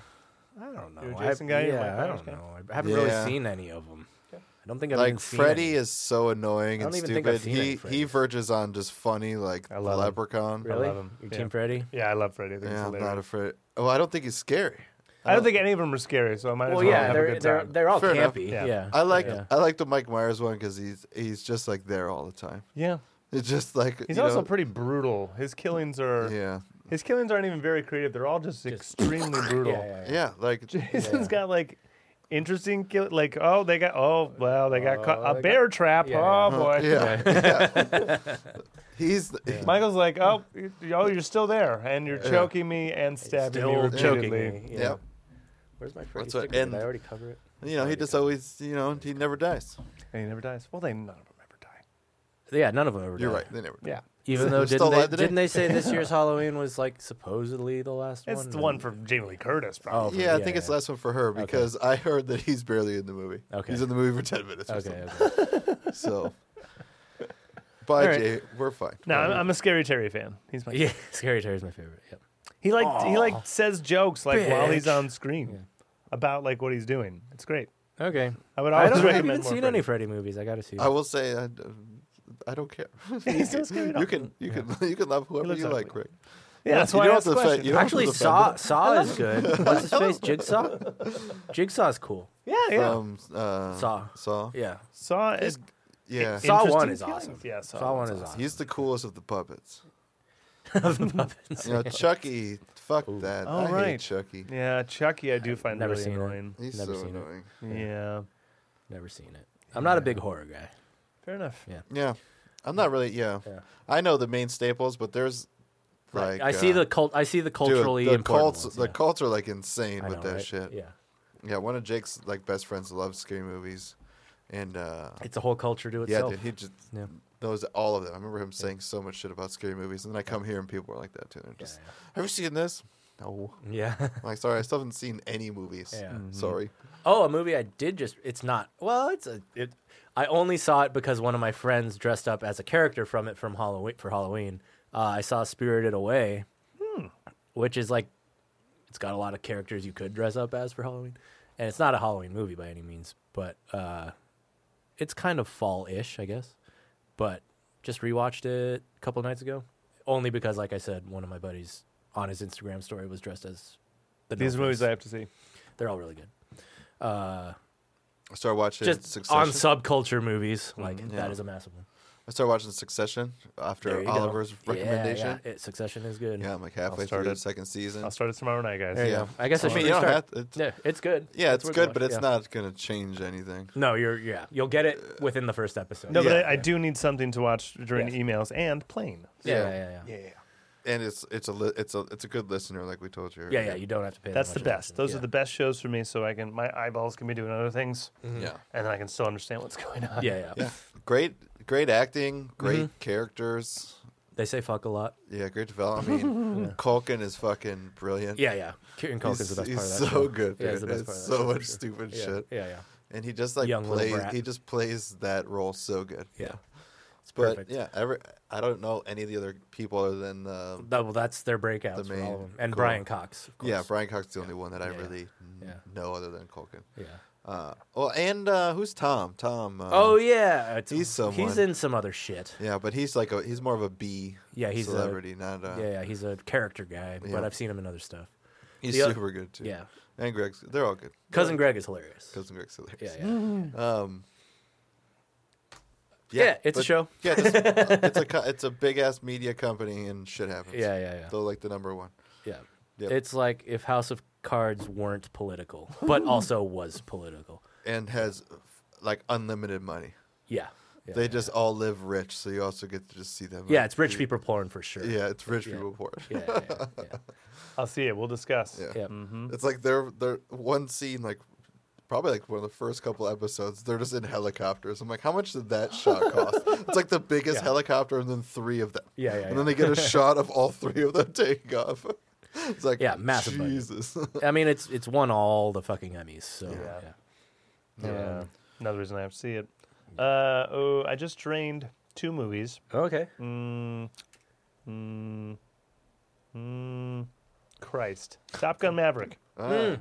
Speaker 2: I don't know.
Speaker 1: You're a
Speaker 2: I-
Speaker 1: Jason guy, you're a Mike
Speaker 2: Yeah, I
Speaker 1: Myers
Speaker 2: don't
Speaker 1: guy?
Speaker 2: know. I haven't
Speaker 3: Yeah.
Speaker 2: really seen any of them. I don't think I've even
Speaker 3: Like
Speaker 2: seen
Speaker 3: Freddy
Speaker 2: any.
Speaker 3: is so annoying
Speaker 2: I
Speaker 3: and
Speaker 2: don't even think I've seen
Speaker 3: stupid. He
Speaker 2: any Freddy.
Speaker 3: he verges on just funny like
Speaker 1: I
Speaker 3: the
Speaker 1: love him.
Speaker 3: leprechaun.
Speaker 2: Really?
Speaker 1: love him.
Speaker 2: Your
Speaker 1: Yeah.
Speaker 2: team Freddy?
Speaker 1: Yeah, I love Freddy. I think it's
Speaker 3: Yeah, I'm
Speaker 1: hilarious.
Speaker 3: not afraid. Oh, I don't think he's scary.
Speaker 1: I don't think any of them are scary, so I might as
Speaker 2: Well,
Speaker 1: well,
Speaker 2: yeah,
Speaker 1: have a
Speaker 2: they're
Speaker 1: good
Speaker 2: they're
Speaker 1: time.
Speaker 2: they're all
Speaker 3: Fair enough.
Speaker 2: campy.
Speaker 1: Yeah.
Speaker 2: Yeah.
Speaker 3: I like
Speaker 2: Yeah.
Speaker 3: I like the Mike Myers one because he's he's just like there all the time.
Speaker 1: yeah,
Speaker 3: It's just like
Speaker 1: he's
Speaker 3: you
Speaker 1: also
Speaker 3: know,
Speaker 1: pretty brutal. His killings are
Speaker 3: Yeah,
Speaker 1: his killings aren't even very creative. They're all just, extremely
Speaker 2: [LAUGHS]
Speaker 1: brutal.
Speaker 2: Yeah, yeah, yeah.
Speaker 3: yeah. Like
Speaker 1: Jason's
Speaker 2: Yeah.
Speaker 1: got like interesting kill. Like oh, they got oh well, they got
Speaker 2: Oh,
Speaker 1: caught a
Speaker 2: they
Speaker 1: bear trap.
Speaker 2: yeah, [LAUGHS]
Speaker 1: oh
Speaker 2: yeah.
Speaker 1: boy.
Speaker 3: [LAUGHS] yeah, uh, yeah.
Speaker 2: [LAUGHS]
Speaker 3: he's the-
Speaker 1: Michael's like, oh, you- oh, you're still there, and you're choking me and stabbing me
Speaker 2: Still choking
Speaker 1: repeatedly.
Speaker 2: me.
Speaker 3: yeah.
Speaker 2: Yeah. Where's my Freddy
Speaker 3: That's what-
Speaker 2: sticker? Did
Speaker 3: and-
Speaker 2: I already cover it?
Speaker 3: You know, he just always you know he never dies.
Speaker 1: And he never dies. Well, they none of them ever die.
Speaker 2: Yeah, none of them ever
Speaker 3: You're
Speaker 2: died.
Speaker 3: right. [LAUGHS] They never. Die.
Speaker 1: Yeah,
Speaker 2: Even
Speaker 3: They're
Speaker 2: though
Speaker 3: still
Speaker 2: didn't they,
Speaker 3: alive today?
Speaker 2: didn't they say
Speaker 3: [LAUGHS]
Speaker 2: this year's Halloween was like supposedly the last
Speaker 1: it's
Speaker 2: one?
Speaker 1: the one for Jamie Lee Curtis.
Speaker 2: Oh,
Speaker 1: Probably.
Speaker 3: Yeah, I think it's the last one for her because I heard that he's barely in the movie.
Speaker 2: Okay.
Speaker 3: He's in the movie for ten minutes. Or
Speaker 2: Okay,
Speaker 3: Something.
Speaker 2: [LAUGHS] okay.
Speaker 3: So. Bye,
Speaker 2: All right.
Speaker 3: Jay. We're fine.
Speaker 1: No, I'm, I'm a Scary Terry fan. He's my
Speaker 2: yeah, Scary Terry's my favorite. Yep.
Speaker 1: he like he like says jokes like while he's
Speaker 2: bitch.
Speaker 1: on screen about like what he's doing. It's great.
Speaker 2: Okay.
Speaker 1: I would
Speaker 2: I
Speaker 1: always
Speaker 2: don't I haven't
Speaker 1: recommend
Speaker 2: even
Speaker 1: more
Speaker 2: seen any Freddy movies. I gotta see.
Speaker 3: I
Speaker 2: Them.
Speaker 3: will say I, I don't
Speaker 2: [LAUGHS]
Speaker 3: care.
Speaker 1: He's so scared.
Speaker 3: you can you can [LAUGHS] you can love whoever
Speaker 1: looks
Speaker 3: you like,
Speaker 1: ugly.
Speaker 3: Rick.
Speaker 1: Yeah, that's
Speaker 3: You
Speaker 1: why
Speaker 3: know
Speaker 1: I
Speaker 3: what
Speaker 1: asked the
Speaker 3: the fa-
Speaker 1: question.
Speaker 3: you know-
Speaker 2: Actually,
Speaker 3: the
Speaker 2: Saw Saw
Speaker 3: [LAUGHS]
Speaker 2: is good. What's his face? Jigsaw. Jigsaw's cool.
Speaker 1: yeah, yeah.
Speaker 3: From uh,
Speaker 2: Saw.
Speaker 3: Saw.
Speaker 2: Yeah.
Speaker 1: Saw is
Speaker 3: Yeah.
Speaker 2: Saw
Speaker 1: Interesting
Speaker 2: one is
Speaker 1: feelings.
Speaker 2: awesome.
Speaker 1: Yeah, Saw
Speaker 2: Saw,
Speaker 1: one's
Speaker 2: one is awesome.
Speaker 3: He's the coolest of
Speaker 2: [LAUGHS]
Speaker 3: the puppets. [LAUGHS]
Speaker 2: Of the puppets.
Speaker 3: You know, Chucky. Fuck that.
Speaker 1: Oh,
Speaker 3: I hate
Speaker 1: right.
Speaker 3: Chucky.
Speaker 1: yeah. Chucky, I do find
Speaker 2: never
Speaker 1: really
Speaker 2: seen it.
Speaker 1: annoying.
Speaker 3: He's
Speaker 2: Never
Speaker 3: so
Speaker 2: seen it.
Speaker 3: annoying.
Speaker 1: Yeah,
Speaker 2: Never seen it. I'm not a big horror guy.
Speaker 1: fair enough.
Speaker 3: Yeah, I'm not really. Yeah.
Speaker 2: Yeah.
Speaker 3: I know the main staples, but there's like
Speaker 2: I see
Speaker 3: uh,
Speaker 2: the cult. I see the
Speaker 3: dude,
Speaker 2: culturally
Speaker 3: the
Speaker 2: important
Speaker 3: cults.
Speaker 2: ones,
Speaker 3: the
Speaker 2: yeah.
Speaker 3: cults are like insane
Speaker 2: I
Speaker 3: with
Speaker 2: know,
Speaker 3: that
Speaker 2: right?
Speaker 3: shit. Yeah.
Speaker 2: Yeah.
Speaker 3: one of Jake's like best friends loves scary movies, and uh,
Speaker 2: It's a whole culture to
Speaker 3: yeah,
Speaker 2: itself.
Speaker 3: dude, he just
Speaker 2: Yeah.
Speaker 3: knows all of them. I remember him saying so much shit about scary movies, and then I come here and people are like that too. And I'm just,
Speaker 2: yeah.
Speaker 3: have you seen this? No.
Speaker 2: yeah. [LAUGHS]
Speaker 3: I'm like, sorry, I still haven't seen any movies.
Speaker 2: Yeah. Mhm.
Speaker 3: Sorry.
Speaker 2: Oh, a movie I did just. It's not. Well, it's a. It. I only saw it because one of my friends dressed up as a character from it from Halloween for Halloween. Uh, I saw Spirited Away,
Speaker 1: Hmm.
Speaker 2: which is like, it's got a lot of characters you could dress up as for Halloween, and it's not a Halloween movie by any means, but uh, it's kind of fall-ish, I guess. But just rewatched it a couple nights ago, only because, like I said, one of my buddies on his Instagram story was dressed as. The
Speaker 1: These
Speaker 2: No
Speaker 1: movies
Speaker 2: Face.
Speaker 1: I have to see.
Speaker 2: they're all really good. Uh,
Speaker 3: I started watching
Speaker 2: just
Speaker 3: Succession.
Speaker 2: on subculture movies. Like
Speaker 3: Yeah.
Speaker 2: that is a massive one.
Speaker 3: I started watching Succession
Speaker 2: There
Speaker 3: after
Speaker 2: you go.
Speaker 3: Oliver's
Speaker 2: Yeah,
Speaker 3: recommendation.
Speaker 2: Yeah, It- Succession is good.
Speaker 3: Yeah, I'm like halfway
Speaker 1: start
Speaker 3: through the
Speaker 1: it.
Speaker 3: second season.
Speaker 1: I'll start it tomorrow night, guys.
Speaker 2: There you
Speaker 3: Yeah.
Speaker 2: go. I guess I
Speaker 3: I
Speaker 2: should
Speaker 3: mean, you don't
Speaker 2: restart.
Speaker 3: have to, it's,
Speaker 2: Yeah, it's good.
Speaker 3: yeah, it's
Speaker 2: worth
Speaker 3: good,
Speaker 2: a
Speaker 3: but
Speaker 2: watch,
Speaker 3: it's
Speaker 2: yeah.
Speaker 3: not going to change anything.
Speaker 2: No, you're yeah. You'll get it within the first episode.
Speaker 1: No,
Speaker 2: yeah.
Speaker 1: but I,
Speaker 3: Yeah.
Speaker 1: I do need something to watch during
Speaker 2: Yes.
Speaker 1: emails and playing.
Speaker 2: yeah, yeah, yeah, yeah,
Speaker 3: And it's it's a li- it's a it's a good listener, like we told you.
Speaker 2: yeah,
Speaker 3: earlier.
Speaker 2: You don't have to pay. that
Speaker 1: That's the
Speaker 2: much
Speaker 1: best.
Speaker 2: attention.
Speaker 1: Those
Speaker 2: yeah.
Speaker 1: are the best shows for me, so I can my eyeballs can be doing other things,
Speaker 2: Mm-hmm.
Speaker 3: yeah,
Speaker 1: and I can still understand what's [LAUGHS] going
Speaker 2: [LAUGHS]
Speaker 1: on.
Speaker 2: Yeah, yeah,
Speaker 3: Mm-hmm. yeah. Great, great acting, great
Speaker 2: Mm-hmm.
Speaker 3: characters.
Speaker 2: They say fuck a lot.
Speaker 3: Yeah, great
Speaker 2: [LAUGHS]
Speaker 3: development. I mean, Culkin is fucking brilliant.
Speaker 2: Yeah, yeah. Kieran
Speaker 3: he's,
Speaker 2: Culkin's the best
Speaker 3: he's
Speaker 2: part of that.
Speaker 3: so
Speaker 2: show.
Speaker 3: good. Dude.
Speaker 2: Yeah, he's the best part
Speaker 3: It's
Speaker 2: of that
Speaker 3: so
Speaker 2: show, for
Speaker 3: much
Speaker 2: sure.
Speaker 3: stupid
Speaker 2: Yeah,
Speaker 3: shit,
Speaker 2: Yeah, yeah,
Speaker 3: and he just like
Speaker 2: Young little
Speaker 3: plays.
Speaker 2: brat.
Speaker 3: He just plays that role so good.
Speaker 2: yeah. It's
Speaker 3: But
Speaker 2: perfect.
Speaker 3: yeah, every I don't know any of the other people other than uh,
Speaker 2: That- well, that's their breakouts
Speaker 3: The
Speaker 2: for
Speaker 3: main-
Speaker 2: all of them. And
Speaker 3: cool.
Speaker 2: Brian Cox. of
Speaker 3: yeah
Speaker 2: course.
Speaker 3: Brian Cox is the only one that I
Speaker 2: Yeah, yeah.
Speaker 3: really n-
Speaker 2: Yeah.
Speaker 3: know other than Culkin.
Speaker 2: Yeah.
Speaker 3: Uh, well, and uh, who's Tom? Tom. Uh,
Speaker 2: oh yeah, it's-
Speaker 3: he's someone.
Speaker 2: He's in some other shit.
Speaker 3: yeah, but he's like a he's more of a B.
Speaker 2: Yeah, he's a-
Speaker 3: celebrity, not uh, a.
Speaker 2: Yeah, yeah, he's a character guy,
Speaker 3: Yeah.
Speaker 2: but I've seen him in other stuff.
Speaker 3: He's
Speaker 2: The oth-
Speaker 3: super good too.
Speaker 2: Yeah,
Speaker 3: and Greg's they're all good.
Speaker 2: cousin Greg is hilarious.
Speaker 3: Cousin Greg's hilarious.
Speaker 2: Yeah,
Speaker 3: [LAUGHS]
Speaker 2: yeah,
Speaker 3: Um,
Speaker 2: Yeah, it's a
Speaker 3: but-
Speaker 2: show.
Speaker 3: Yeah,
Speaker 2: [LAUGHS]
Speaker 3: it's a, it's a co- it's a big ass media company and shit happens.
Speaker 2: yeah, yeah, yeah.
Speaker 3: They're like the number one.
Speaker 2: yeah.
Speaker 3: Yep.
Speaker 2: It's like if House of Cards weren't political,
Speaker 3: [LAUGHS]
Speaker 2: but also was political.
Speaker 3: and has like unlimited money.
Speaker 2: Yeah, yeah.
Speaker 3: they just all live rich, so you also get to just see them.
Speaker 2: yeah, it's rich people porn for sure.
Speaker 3: Yeah, it's rich
Speaker 2: Yeah.
Speaker 3: people poor.
Speaker 2: yeah, yeah, yeah, yeah.
Speaker 1: I'll see it. We'll discuss.
Speaker 3: Yeah.
Speaker 2: yeah.
Speaker 3: It's like they're they're one scene like probably like one of the first couple episodes. They're just in helicopters. I'm like, how much did
Speaker 2: [LAUGHS]
Speaker 3: that shot cost? it's like the biggest
Speaker 2: Yeah.
Speaker 3: helicopter, and then three of them.
Speaker 2: Yeah, yeah, [LAUGHS]
Speaker 3: and then they get a shot of all three of them taking off. it's like
Speaker 2: Yeah, massive budget.
Speaker 3: Jesus. [LAUGHS]
Speaker 2: I mean, it's it's won all the fucking Emmys. So yeah,
Speaker 1: Yeah. Yeah. Another reason I have to see it. Uh, oh, I just drained two movies.
Speaker 2: okay.
Speaker 1: Mm, mm, mm, Christ. Top Gun Maverick.
Speaker 3: Ah,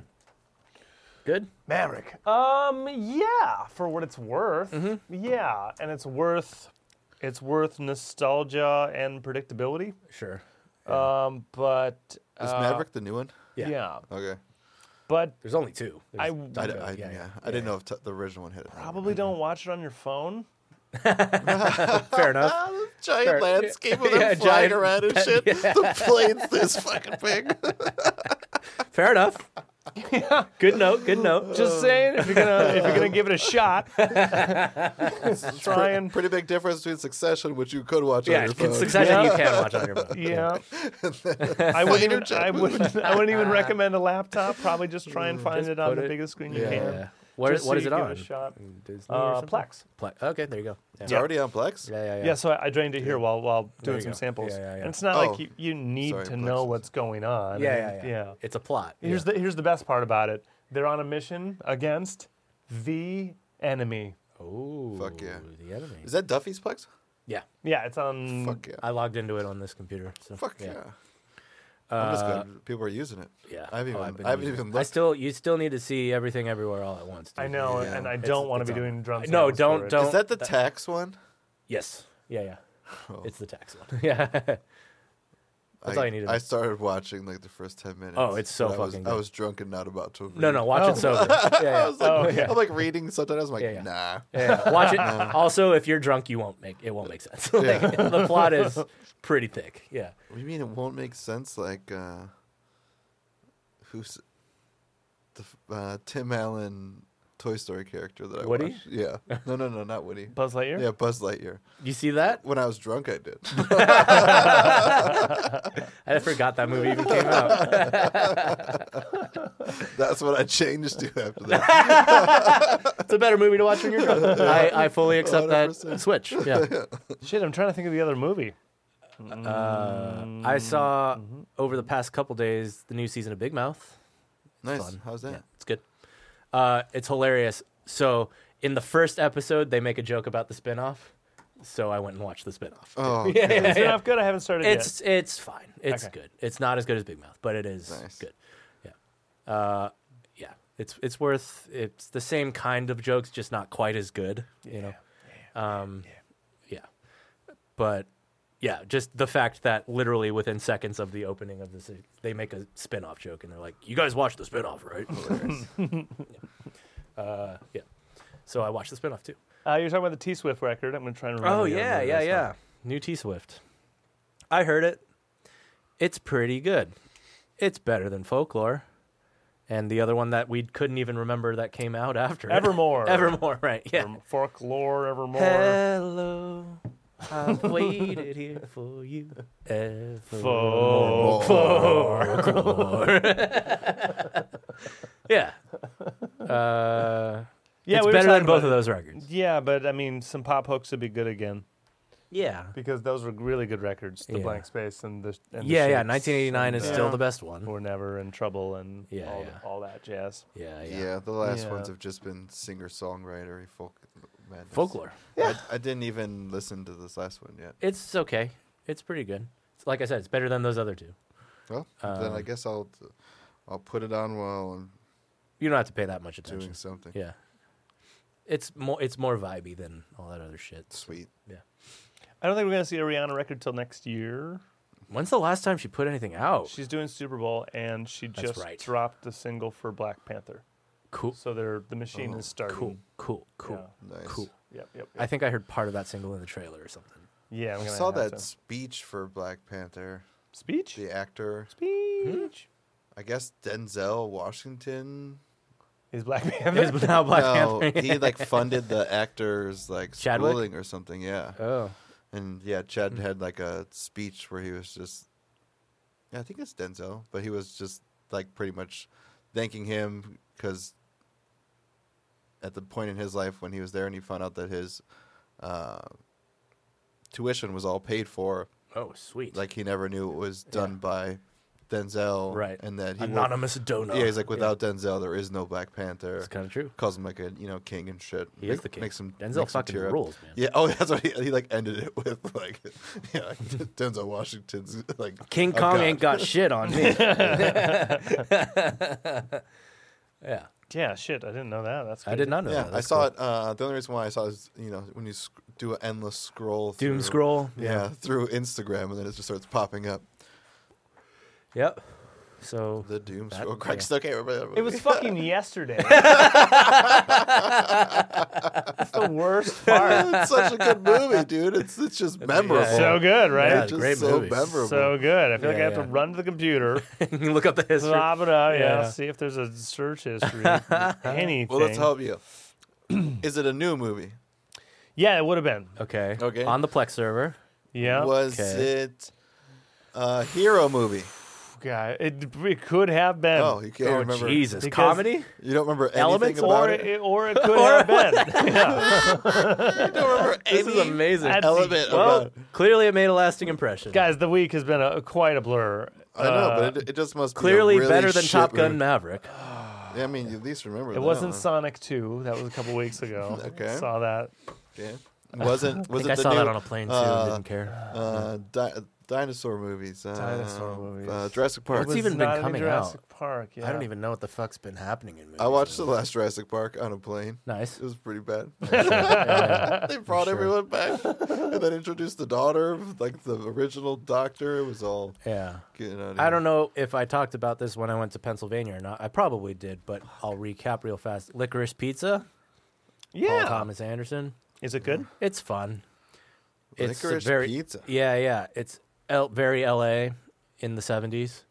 Speaker 2: Good.
Speaker 1: Maverick. Um, yeah, for what it's worth.
Speaker 2: Mm-hmm.
Speaker 1: Yeah, and it's worth it's worth nostalgia and predictability.
Speaker 2: Sure.
Speaker 1: Um, but
Speaker 3: Is
Speaker 1: uh,
Speaker 3: Maverick the new one?
Speaker 2: Yeah.
Speaker 1: Yeah.
Speaker 3: Okay,
Speaker 1: But
Speaker 2: There's only two. There's
Speaker 1: I-
Speaker 2: Top
Speaker 3: I,
Speaker 2: Gun,
Speaker 3: d- I- yeah, I didn't know if t- the original one had it.
Speaker 1: probably don't watch it on your phone.
Speaker 2: [LAUGHS] Fair enough.
Speaker 3: [LAUGHS] giant
Speaker 2: Fair.
Speaker 3: landscape
Speaker 2: [LAUGHS]
Speaker 3: with
Speaker 2: Yeah,
Speaker 3: them flying
Speaker 2: giant-
Speaker 3: around and shit. [LAUGHS] The
Speaker 2: [LAUGHS]
Speaker 3: plane's this fucking big. [LAUGHS]
Speaker 2: Fair enough. [LAUGHS] Good note. Good note.
Speaker 1: Just saying, if you're gonna Um, [LAUGHS] if you're gonna give it
Speaker 2: [LAUGHS]
Speaker 1: a shot, try and
Speaker 3: Pretty big difference between Succession, which you could watch on
Speaker 2: yeah,
Speaker 3: your
Speaker 2: in
Speaker 3: phone.
Speaker 2: Succession you
Speaker 1: Yeah.
Speaker 2: can watch on your phone. [LAUGHS]
Speaker 1: yeah. I wouldn't even
Speaker 3: Find your
Speaker 1: I wouldn't I wouldn't even recommend a laptop. Probably just try and find
Speaker 2: Mm. Just
Speaker 1: it on
Speaker 2: put
Speaker 1: the
Speaker 2: it-
Speaker 1: biggest screen you
Speaker 3: [LAUGHS] Yeah.
Speaker 1: can.
Speaker 2: Yeah. What is
Speaker 1: Just so
Speaker 2: what is
Speaker 1: you
Speaker 2: it
Speaker 1: give
Speaker 2: on?
Speaker 1: a shot.
Speaker 2: Disney or
Speaker 1: Uh,
Speaker 2: something?
Speaker 1: Plex.
Speaker 2: Plex. Okay, there you go. Yeah.
Speaker 3: It's already on Plex.
Speaker 2: Yeah, yeah, yeah.
Speaker 1: Yeah, so I, I drained it here while while doing
Speaker 2: you
Speaker 1: some
Speaker 2: go.
Speaker 1: samples.
Speaker 2: Yeah, yeah, yeah.
Speaker 1: And it's not
Speaker 3: Oh.
Speaker 1: like you, you need
Speaker 3: Sorry,
Speaker 1: to know
Speaker 3: Plexus.
Speaker 1: what's going on.
Speaker 2: Yeah,
Speaker 1: I
Speaker 2: yeah,
Speaker 1: mean,
Speaker 2: yeah. It's a plot.
Speaker 1: Here's
Speaker 2: yeah.
Speaker 1: the here's the best part about it. They're on a mission against the enemy.
Speaker 2: the oh
Speaker 3: Fuck yeah.
Speaker 2: the enemy.
Speaker 3: Is that Duffy's Plex?
Speaker 2: yeah,
Speaker 1: Yeah, it's on.
Speaker 3: Fuck yeah.
Speaker 2: I logged into it on this computer. So,
Speaker 3: Fuck yeah.
Speaker 2: yeah. Uh,
Speaker 3: I'm just glad people are using it.
Speaker 2: Yeah.
Speaker 3: I haven't
Speaker 2: Oh,
Speaker 3: even,
Speaker 2: I've been
Speaker 3: I haven't
Speaker 2: using-
Speaker 3: even looked.
Speaker 2: I still you still need to see everything everywhere all at once. Dude.
Speaker 1: I know,
Speaker 3: Yeah.
Speaker 1: and I
Speaker 2: It's-
Speaker 1: don't want
Speaker 2: it's
Speaker 1: to be
Speaker 2: on.
Speaker 1: doing drum.
Speaker 2: No,
Speaker 1: samples
Speaker 2: don't-
Speaker 1: for it.
Speaker 2: don't.
Speaker 3: Is that the tax one?
Speaker 2: Yes. Yeah, yeah.
Speaker 3: Oh.
Speaker 2: It's the tax one. [LAUGHS] Yeah. That's
Speaker 3: I,
Speaker 2: all you needed.
Speaker 3: I started watching like the first 10 minutes.
Speaker 2: Oh, it's so
Speaker 3: but I was,
Speaker 2: fucking
Speaker 3: I
Speaker 2: good.
Speaker 3: was drunk and not about to. Read.
Speaker 2: no, no. Watch
Speaker 1: Oh.
Speaker 2: it sober. Yeah, yeah.
Speaker 3: [LAUGHS] I was like,
Speaker 1: Oh, yeah.
Speaker 3: I'm like reading sometimes. I'm like,
Speaker 2: Yeah, yeah.
Speaker 3: nah.
Speaker 2: Yeah, yeah. watch it. Also, if you're drunk, you won't make it. Won't make sense. [LAUGHS] Like, the plot
Speaker 3: [LAUGHS]
Speaker 2: is pretty thick. Yeah.
Speaker 3: What do you mean it won't make sense? Like, uh, who's the f- uh, Tim Allen Toy Story character that I
Speaker 2: Woody?
Speaker 3: watched? Yeah. No, no, no, not
Speaker 2: [LAUGHS]
Speaker 3: Woody.
Speaker 1: Buzz Lightyear.
Speaker 3: yeah, Buzz Lightyear.
Speaker 2: You see that?
Speaker 3: When I was drunk,
Speaker 2: [LAUGHS]
Speaker 3: I did.
Speaker 2: I forgot that movie even came out.
Speaker 3: That's what I changed to after that.
Speaker 2: It's a better movie to watch when you're drunk. [LAUGHS] I, I fully accept that
Speaker 3: 100%.
Speaker 2: switch.
Speaker 3: [LAUGHS]
Speaker 2: Yeah.
Speaker 1: Shit, I'm trying to think of the other movie.
Speaker 2: Uh, I saw over the past couple days the new season of Big Mouth.
Speaker 3: nice.
Speaker 2: fun.
Speaker 3: How's that?
Speaker 2: Yeah, it's good. Uh, it's hilarious. So in the first episode, they make a joke about the spinoff. So I went and watched the spinoff.
Speaker 3: Oh,
Speaker 2: [LAUGHS] [LAUGHS] Yeah,
Speaker 3: okay.
Speaker 2: yeah,
Speaker 1: It's
Speaker 2: yeah.
Speaker 1: enough good. I haven't started yet.
Speaker 2: It's it's fine. It's
Speaker 1: Okay.
Speaker 2: good. It's not as good as Big Mouth, but it is
Speaker 3: Nice.
Speaker 2: good. Yeah. Uh, yeah. It's it's worth. It's the same kind of jokes, just not quite as good. You know. Um, yeah. But yeah, just the fact that literally within seconds of the opening of this, they make a spin off joke and they're like, you guys watched the spin off, right? [LAUGHS] yeah. Uh, yeah. So I watched the spin off too.
Speaker 1: Uh, you're talking about the T Swift record. I'm gonna try and. remember
Speaker 2: Oh,
Speaker 1: the other
Speaker 2: yeah,
Speaker 1: movie
Speaker 2: yeah,
Speaker 1: I saw.
Speaker 2: yeah. New T Swift. I heard it. It's pretty good. It's better than folklore. And the other one that we couldn't even remember that came out after it.
Speaker 1: Evermore.
Speaker 2: [LAUGHS] Evermore, right. Yeah.
Speaker 1: Everm- Folklore, Evermore.
Speaker 2: Hello, [LAUGHS] I've waited here for you ever.
Speaker 1: Fo-
Speaker 2: [LAUGHS] yeah. Uh,
Speaker 1: Yeah,
Speaker 2: it's
Speaker 1: we were
Speaker 2: better
Speaker 1: talking
Speaker 2: than both
Speaker 1: about
Speaker 2: of
Speaker 1: it.
Speaker 2: those records.
Speaker 1: Yeah, but I mean, some pop hooks would be good again
Speaker 2: Yeah.
Speaker 1: because those were really good records. The
Speaker 2: Yeah.
Speaker 1: Blank Space and the and the
Speaker 2: Yeah, yeah.
Speaker 1: Shakes
Speaker 2: 1989 is
Speaker 1: and,
Speaker 2: still
Speaker 1: uh,
Speaker 2: the best one.
Speaker 1: We're never in trouble and
Speaker 2: Yeah,
Speaker 1: all,
Speaker 2: yeah.
Speaker 1: all that jazz.
Speaker 2: Yeah, yeah.
Speaker 3: Yeah. the last
Speaker 1: Yeah.
Speaker 3: ones have just been singer songwriter folk madness.
Speaker 2: Folklore.
Speaker 3: I, I didn't even listen to this last one yet.
Speaker 2: It's okay. It's pretty good. It's- Like I said, it's better than those other two.
Speaker 3: Well, then I
Speaker 2: Um,
Speaker 3: guess I'll I'll put it on while I'm
Speaker 2: You don't have to pay that much attention.
Speaker 3: doing something.
Speaker 2: Yeah. It's more it's more vibey than all that other shit.
Speaker 3: Sweet.
Speaker 1: I don't think we're gonna see a Rihanna record till next year.
Speaker 2: When's the last time she put anything out?
Speaker 1: She's doing Super Bowl, and she
Speaker 2: That's
Speaker 1: just
Speaker 2: right.
Speaker 1: dropped a single for Black Panther.
Speaker 2: Cool,
Speaker 1: So they're, the machine is starting.
Speaker 2: Oh, cool, cool, cool,
Speaker 3: Nice.
Speaker 2: cool.
Speaker 1: Yep, yep.
Speaker 2: I
Speaker 1: yep.
Speaker 2: think I heard part of that single in the trailer or [LAUGHS] something.
Speaker 1: yeah, I'm
Speaker 3: I
Speaker 1: gonna
Speaker 3: saw
Speaker 1: have
Speaker 3: that
Speaker 1: to.
Speaker 3: speech for Black Panther.
Speaker 1: speech.
Speaker 3: The actor,
Speaker 1: Speech
Speaker 3: I guess Denzel Washington.
Speaker 2: Hmm?
Speaker 1: is Black Panther.
Speaker 2: It's now Oh, Black
Speaker 3: no,
Speaker 2: Panther.
Speaker 3: he like funded the actors like
Speaker 2: Chadwick?
Speaker 3: schooling or something. Yeah,
Speaker 2: [LAUGHS] oh,
Speaker 3: and yeah, Chad
Speaker 2: Mm.
Speaker 3: had like a speech where he was just, yeah, I think it's Denzel, but he was just like pretty much thanking him because at the point in his life when he was there and he found out that his uh, tuition was all paid for,
Speaker 2: oh, sweet.
Speaker 3: like he never knew it was done by Denzel,
Speaker 2: Right.
Speaker 3: And that he worked-
Speaker 2: anonymous donor.
Speaker 3: yeah, he's like without Denzel, there is no Black Panther.
Speaker 2: It's kind of true.
Speaker 3: Calls him like a you know king and shit.
Speaker 2: He is
Speaker 3: Make-
Speaker 2: the king.
Speaker 3: Makes him
Speaker 2: Denzel
Speaker 3: makes him
Speaker 2: fucking
Speaker 3: tear up.
Speaker 2: rules, man.
Speaker 3: Yeah. Oh, [LAUGHS] that's what he, he like ended it with. [LAUGHS] Like, yeah, like, [LAUGHS] Denzel Washington's like
Speaker 2: King
Speaker 3: a
Speaker 2: Kong
Speaker 3: Oh, god.
Speaker 2: ain't got shit on
Speaker 3: [LAUGHS]
Speaker 2: me. yeah,
Speaker 1: [LAUGHS] yeah, shit. I didn't know that. That's
Speaker 2: I did not know
Speaker 3: Yeah,
Speaker 2: that.
Speaker 3: I
Speaker 2: That's
Speaker 3: saw
Speaker 2: cool.
Speaker 3: it. Uh, the only reason why I saw it is you know when you sc- do an endless scroll. Through,
Speaker 2: Doom Scroll.
Speaker 3: Yeah. through Instagram, and then it just starts popping up.
Speaker 2: Yep. So
Speaker 3: The Doom
Speaker 2: That-
Speaker 3: Scroll. Christ, okay, remember that
Speaker 1: It
Speaker 3: [LAUGHS]
Speaker 1: was
Speaker 3: movie.
Speaker 1: fucking yesterday. That's the worst part.
Speaker 3: it's such a
Speaker 2: [LAUGHS]
Speaker 3: good movie, dude. It's it's just memorable.
Speaker 1: So good,
Speaker 2: Yeah,
Speaker 1: right?
Speaker 3: it's just
Speaker 2: great
Speaker 3: so
Speaker 2: movie.
Speaker 3: memorable.
Speaker 1: so good. I feel like
Speaker 2: Yeah,
Speaker 1: I have
Speaker 2: yeah.
Speaker 1: to run to the
Speaker 2: [LAUGHS]
Speaker 1: computer,
Speaker 2: [LAUGHS] you look up the history. [LAUGHS]
Speaker 1: pop it up, yeah,
Speaker 2: Yeah.
Speaker 1: see if there's a
Speaker 2: [LAUGHS]
Speaker 1: search history, anything.
Speaker 3: Well, let's help you.
Speaker 1: [CLEARS THROAT]
Speaker 3: Is it a new movie?
Speaker 1: Yeah, it would have been.
Speaker 2: Okay.
Speaker 3: Okay.
Speaker 2: On the Plex server.
Speaker 1: Yeah,
Speaker 3: Was
Speaker 2: Okay.
Speaker 3: it a hero movie?
Speaker 1: God, it, it could have been.
Speaker 3: Oh, you can't
Speaker 2: oh
Speaker 3: remember.
Speaker 2: Jesus!
Speaker 1: Because-
Speaker 2: Comedy.
Speaker 3: You don't remember anything
Speaker 2: Elements
Speaker 3: about
Speaker 1: or
Speaker 3: it.
Speaker 1: it,
Speaker 3: [LAUGHS]
Speaker 1: or it could have been. [LAUGHS] Yeah.
Speaker 3: You don't remember
Speaker 2: [LAUGHS] This is
Speaker 3: any
Speaker 2: amazing.
Speaker 1: I'd-
Speaker 3: element
Speaker 2: [LAUGHS] well,
Speaker 3: about it.
Speaker 2: clearly it made a lasting impression.
Speaker 1: Guys, the week has been a, quite a blur.
Speaker 3: I know,
Speaker 1: Uh,
Speaker 3: but it, it just must be a
Speaker 2: clearly
Speaker 3: really
Speaker 2: better than
Speaker 3: shit
Speaker 2: Top Gun
Speaker 3: movie.
Speaker 2: Maverick.
Speaker 3: Yeah, I mean, you at least remember.
Speaker 1: it
Speaker 3: that
Speaker 1: wasn't
Speaker 3: one.
Speaker 1: Sonic Two. That was a couple weeks ago.
Speaker 3: [LAUGHS] Okay.
Speaker 1: saw that.
Speaker 3: Okay. Wasn't
Speaker 2: [LAUGHS] I
Speaker 3: was
Speaker 2: think I
Speaker 3: it the
Speaker 2: saw
Speaker 3: new,
Speaker 2: that on a plane too.
Speaker 3: uh,
Speaker 2: and didn't care.
Speaker 3: uh, di- dinosaur movies? Uh,
Speaker 1: Dinosaur movies.
Speaker 3: Uh, Jurassic Park.
Speaker 2: What's
Speaker 1: was
Speaker 2: even been
Speaker 1: not any
Speaker 2: coming
Speaker 1: Jurassic Park. Yeah.
Speaker 2: I don't even know what the fuck's been happening in movies.
Speaker 3: I watched the
Speaker 2: lately.
Speaker 3: last Jurassic Park on a plane.
Speaker 2: Nice.
Speaker 3: [LAUGHS] It was pretty bad.
Speaker 2: [LAUGHS] Yeah,
Speaker 3: they brought
Speaker 2: sure.
Speaker 3: everyone back and
Speaker 2: [LAUGHS]
Speaker 3: then introduced the daughter, of, like the original doctor. It was all
Speaker 2: yeah.
Speaker 3: getting out of
Speaker 2: I don't know if I talked about this when I went to Pennsylvania or not. I probably did, but I'll recap real fast. Licorice Pizza, Paul
Speaker 1: Yeah.
Speaker 2: Thomas Anderson.
Speaker 1: Is it good?
Speaker 2: It's fun. It's a
Speaker 3: Licorice
Speaker 2: very
Speaker 3: pizza.
Speaker 2: Yeah, yeah. It's L- very L.A. in the '70s,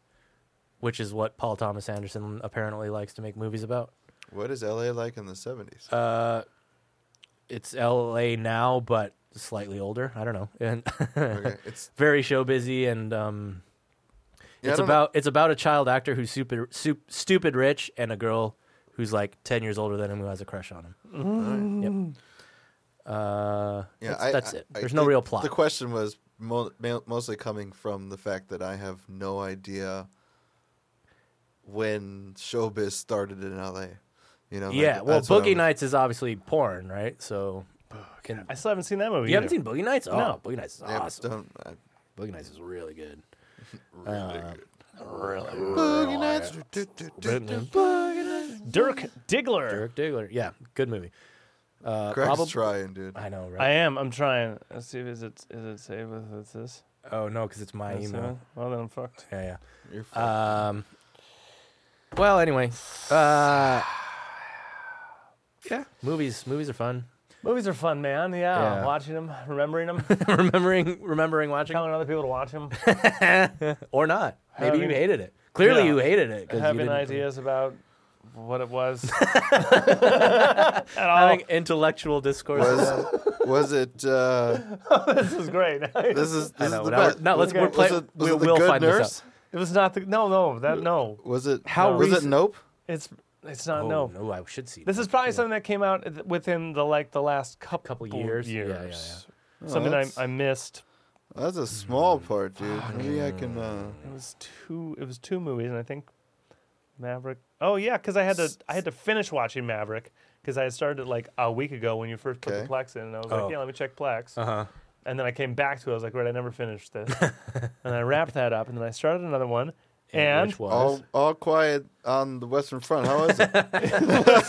Speaker 2: which is what Paul Thomas Anderson apparently likes to make movies about.
Speaker 3: What is LA like in the 70s?
Speaker 2: Uh, it's L.A. now, but slightly older. I don't know, and [LAUGHS]
Speaker 3: okay. It's
Speaker 2: very show busy and um,
Speaker 3: yeah, I
Speaker 2: it's
Speaker 3: don't know.
Speaker 2: about it's about a child actor who's super, sup stupid rich and a girl who's like ten years older than him who has a crush on him. Yep. Uh,
Speaker 3: Yeah,
Speaker 2: that's,
Speaker 3: Mm. I-
Speaker 2: that's
Speaker 3: I-
Speaker 2: it.
Speaker 3: I
Speaker 2: There's no
Speaker 3: think
Speaker 2: real plot.
Speaker 3: The question was mo- ma- mostly coming from the fact that I have no idea when showbiz started in LA. You know, like,
Speaker 2: yeah, well,
Speaker 3: that's what
Speaker 2: Boogie
Speaker 3: I'm-
Speaker 2: Nights is obviously porn, right? So, can,
Speaker 1: I still haven't seen that movie.
Speaker 2: you haven't seen
Speaker 1: either.
Speaker 2: Boogie Nights? Oh,
Speaker 1: No.
Speaker 2: Boogie Nights is
Speaker 3: Yeah,
Speaker 2: awesome.
Speaker 3: don't- I-
Speaker 2: Boogie Nights is really good.
Speaker 3: [LAUGHS] really
Speaker 2: Uh,
Speaker 3: good.
Speaker 2: Really,
Speaker 3: Boogie Nights. do, do, do, do, Boogie Nights.
Speaker 1: uh, Dirk Diggler.
Speaker 2: Dirk Diggler. Yeah, good movie. Uh,
Speaker 3: Craig's
Speaker 2: probab-
Speaker 3: trying, dude.
Speaker 2: I know,
Speaker 1: I
Speaker 2: right?
Speaker 1: am. I'm trying. Let's see if is it is it saved with it's this.
Speaker 2: oh no, because it's my
Speaker 1: That's
Speaker 2: email.
Speaker 1: it. Well then I'm fucked.
Speaker 2: Yeah, yeah.
Speaker 3: You're
Speaker 2: [LAUGHS]
Speaker 3: fucked.
Speaker 2: Um. Well, anyway,
Speaker 3: [SIGHS]
Speaker 2: uh, yeah, movies. Movies are fun. [LAUGHS]
Speaker 1: Movies are fun, man. Yeah,
Speaker 2: Yeah.
Speaker 1: watching them,
Speaker 2: [LAUGHS]
Speaker 1: remembering them,
Speaker 2: remembering, remembering
Speaker 1: [LAUGHS]
Speaker 2: watching
Speaker 1: telling other people to
Speaker 2: [LAUGHS]
Speaker 1: watch them,
Speaker 2: or not. Maybe you
Speaker 1: Having-
Speaker 2: hated it. Clearly,
Speaker 1: Yeah.
Speaker 2: you hated it. 'cause you
Speaker 1: having
Speaker 2: didn't-
Speaker 1: ideas about what
Speaker 2: [LAUGHS]
Speaker 1: it was. At all.
Speaker 2: Having intellectual discourse.
Speaker 3: was, was
Speaker 2: [LAUGHS]
Speaker 3: it? Uh,
Speaker 1: This is great. [LAUGHS]
Speaker 3: this is
Speaker 2: I
Speaker 3: this
Speaker 2: know, now
Speaker 3: is the
Speaker 2: we're-
Speaker 3: best.
Speaker 2: now let's-
Speaker 1: we're
Speaker 2: play-
Speaker 3: Was it,
Speaker 2: we
Speaker 3: was it the
Speaker 2: will
Speaker 3: good
Speaker 2: find this out.
Speaker 3: nurse?
Speaker 1: it was not the no, no, that no.
Speaker 3: Was it?
Speaker 2: How
Speaker 3: was it?
Speaker 2: recent-
Speaker 3: Nope.
Speaker 1: It's it's not
Speaker 2: oh,
Speaker 1: no.
Speaker 2: no, I should see.
Speaker 1: This
Speaker 2: that.
Speaker 1: is probably something that came out th- within the like the last couple,
Speaker 2: Couple years? Yeah, yeah, yeah.
Speaker 1: Something I,
Speaker 3: Oh, that's-
Speaker 1: I missed.
Speaker 3: That's a small part, dude. Maybe I can. Uh,
Speaker 1: It was two. It was two movies, and I think Maverick. Oh yeah, because I had to. I had to finish watching Maverick because I had started it like a week ago when you first put
Speaker 3: Okay.
Speaker 1: the Plex in, and I was
Speaker 2: Oh.
Speaker 1: like, yeah, let me check Plex.
Speaker 2: Uh-huh. [LAUGHS]
Speaker 1: And then I came back to it. I was like, right, I never finished this, and I wrapped that up, and then I started another one, And-
Speaker 2: which was
Speaker 3: All, all quiet on the Western Front. How is it?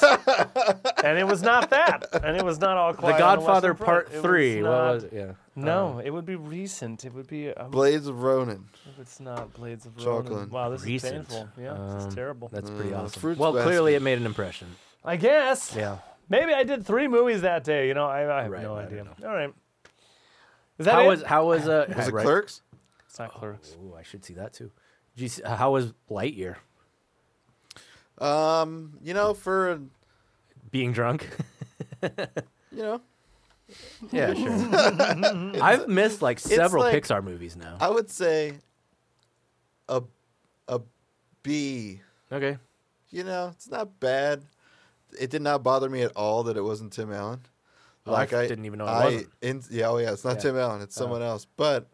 Speaker 1: and it was not that, and it was not all
Speaker 2: The
Speaker 1: quiet. on the
Speaker 2: Godfather
Speaker 1: Western Front.
Speaker 2: Part
Speaker 1: It was
Speaker 2: Three. What
Speaker 1: not-
Speaker 2: was uh, it? Oh. Yeah.
Speaker 1: No, it would be recent. It would be. Um,
Speaker 3: Blades of Ronin.
Speaker 1: if it's not Blades of Ronin.
Speaker 3: Chocolate.
Speaker 1: Wow, this
Speaker 2: Recent.
Speaker 1: is painful. Yeah, this
Speaker 2: Um,
Speaker 1: is terrible.
Speaker 2: That's pretty
Speaker 3: Mm,
Speaker 2: awesome.
Speaker 3: fruit
Speaker 2: Well,
Speaker 3: basket.
Speaker 2: clearly it made an impression.
Speaker 1: I guess.
Speaker 2: Yeah.
Speaker 1: Maybe I did three movies that day. You know, I, I have
Speaker 2: Right,
Speaker 1: no
Speaker 2: I
Speaker 1: idea.
Speaker 2: don't
Speaker 1: All right. Is that
Speaker 2: how
Speaker 1: it?
Speaker 2: was how was uh
Speaker 3: Was it
Speaker 2: right.
Speaker 3: Clerks?
Speaker 1: It's not Clerks.
Speaker 2: Ooh, I should see that too. Did you see- uh, how was Lightyear?
Speaker 3: Um, you know, for
Speaker 2: Being
Speaker 3: [LAUGHS]
Speaker 2: drunk?
Speaker 3: you know,
Speaker 2: yeah, sure. [LAUGHS] I've missed like several
Speaker 3: like-
Speaker 2: Pixar movies now.
Speaker 3: I would say a a B.
Speaker 2: okay.
Speaker 3: You know, it's not bad. It did not bother me at all that it wasn't Tim Allen.
Speaker 2: Oh, I didn't even know it
Speaker 3: I
Speaker 2: wasn't.
Speaker 3: in- yeah, oh yeah, it's not
Speaker 2: Yeah.
Speaker 3: Tim Allen. It's someone else. But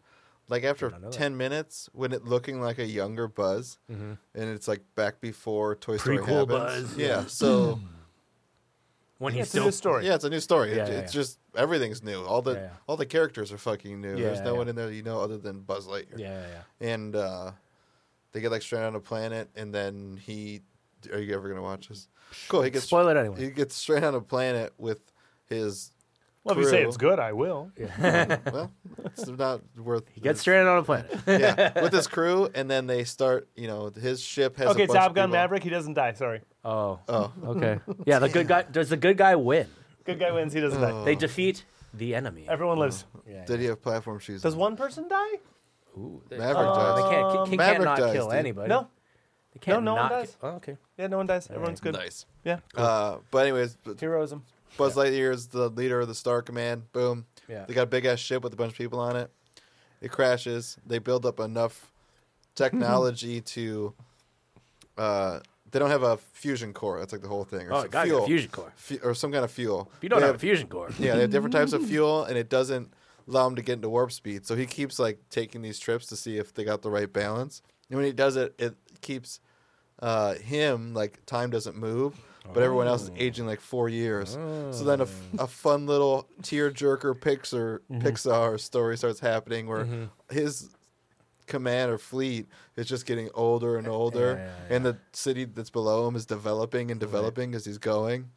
Speaker 3: like after
Speaker 2: Did not know that. Mm-hmm.
Speaker 3: ten minutes, when it looking like a younger Buzz, and it's like back before Toy Story
Speaker 2: Prequel
Speaker 3: happens.
Speaker 2: Buzz,
Speaker 3: Yeah,
Speaker 2: yeah. [CLEARS THROAT]
Speaker 3: so
Speaker 2: When
Speaker 1: Yeah,
Speaker 2: he's
Speaker 1: it's a
Speaker 2: still
Speaker 1: new story.
Speaker 3: yeah, it's a new story.
Speaker 2: Yeah,
Speaker 3: It-
Speaker 2: yeah,
Speaker 3: it's
Speaker 2: yeah.
Speaker 3: just everything's new. All the
Speaker 2: Yeah, yeah.
Speaker 3: all the characters are fucking new. There's
Speaker 2: Yeah,
Speaker 3: no
Speaker 2: yeah.
Speaker 3: one in there that you know other than Buzz Lightyear.
Speaker 2: Yeah, yeah, yeah.
Speaker 3: and uh, they get like stranded on a planet, and then he. Are you ever gonna watch this? Cool. He gets
Speaker 2: Spoil it anyway.
Speaker 3: He gets stranded on a planet with his.
Speaker 1: Well, if you say
Speaker 3: True.
Speaker 1: it's good, I will.
Speaker 3: [LAUGHS] Well, it's not worth.
Speaker 2: He gets stranded on a planet.
Speaker 3: [LAUGHS]
Speaker 2: [LAUGHS]
Speaker 3: Yeah, with his crew, and then they start. You know, his ship has. a
Speaker 1: okay,
Speaker 3: bunch
Speaker 1: Top
Speaker 3: of
Speaker 1: Gun
Speaker 3: people-
Speaker 1: Maverick. He doesn't die. Sorry.
Speaker 2: oh. [LAUGHS]
Speaker 3: Oh, [LAUGHS]
Speaker 2: Okay. Yeah, the good guy does the good guy win.
Speaker 1: Good guy wins. He doesn't die.
Speaker 2: They defeat the enemy.
Speaker 1: Everyone lives.
Speaker 2: Yeah,
Speaker 3: Oh. did he have platform shoes?
Speaker 1: Does
Speaker 3: on?
Speaker 1: one person die?
Speaker 2: Ooh, they,
Speaker 3: Maverick dies.
Speaker 2: they can't, King
Speaker 3: Maverick
Speaker 2: cannot
Speaker 3: dies,
Speaker 2: kill
Speaker 3: dude.
Speaker 2: anybody.
Speaker 1: No.
Speaker 2: They can't
Speaker 1: no one
Speaker 2: not
Speaker 1: dies.
Speaker 2: ki- oh, okay.
Speaker 1: Yeah, no one dies. Everyone's good.
Speaker 3: Nice.
Speaker 1: Yeah.
Speaker 3: Uh, but anyways, but
Speaker 1: Heroism.
Speaker 3: Buzz Lightyear is the leader of the Star Command. Boom.
Speaker 2: Yeah.
Speaker 3: They got a big ass ship with a bunch of people on it. It crashes. They build
Speaker 1: [LAUGHS]
Speaker 3: up enough technology to. Uh, they don't have a fusion core. That's like the whole thing. Or
Speaker 2: Oh,
Speaker 3: some
Speaker 2: God,
Speaker 3: fuel,
Speaker 2: a fusion core.
Speaker 3: fu- or some kind of fuel.
Speaker 2: If you don't
Speaker 3: They
Speaker 2: have a fusion core,
Speaker 3: [LAUGHS] yeah, they have different types of fuel, and it doesn't allow him to get into warp speed. So he keeps like taking these trips to see if they got the right balance. And when he does it, it keeps uh, him like time doesn't move, but everyone else is
Speaker 2: Oh.
Speaker 3: aging like four years. So then a, f- a fun little tearjerker Pixar
Speaker 2: Mm-hmm.
Speaker 3: Pixar story starts happening where his command or fleet is just getting older and older,
Speaker 2: yeah,
Speaker 3: and the city that's below him is developing and developing as he's going.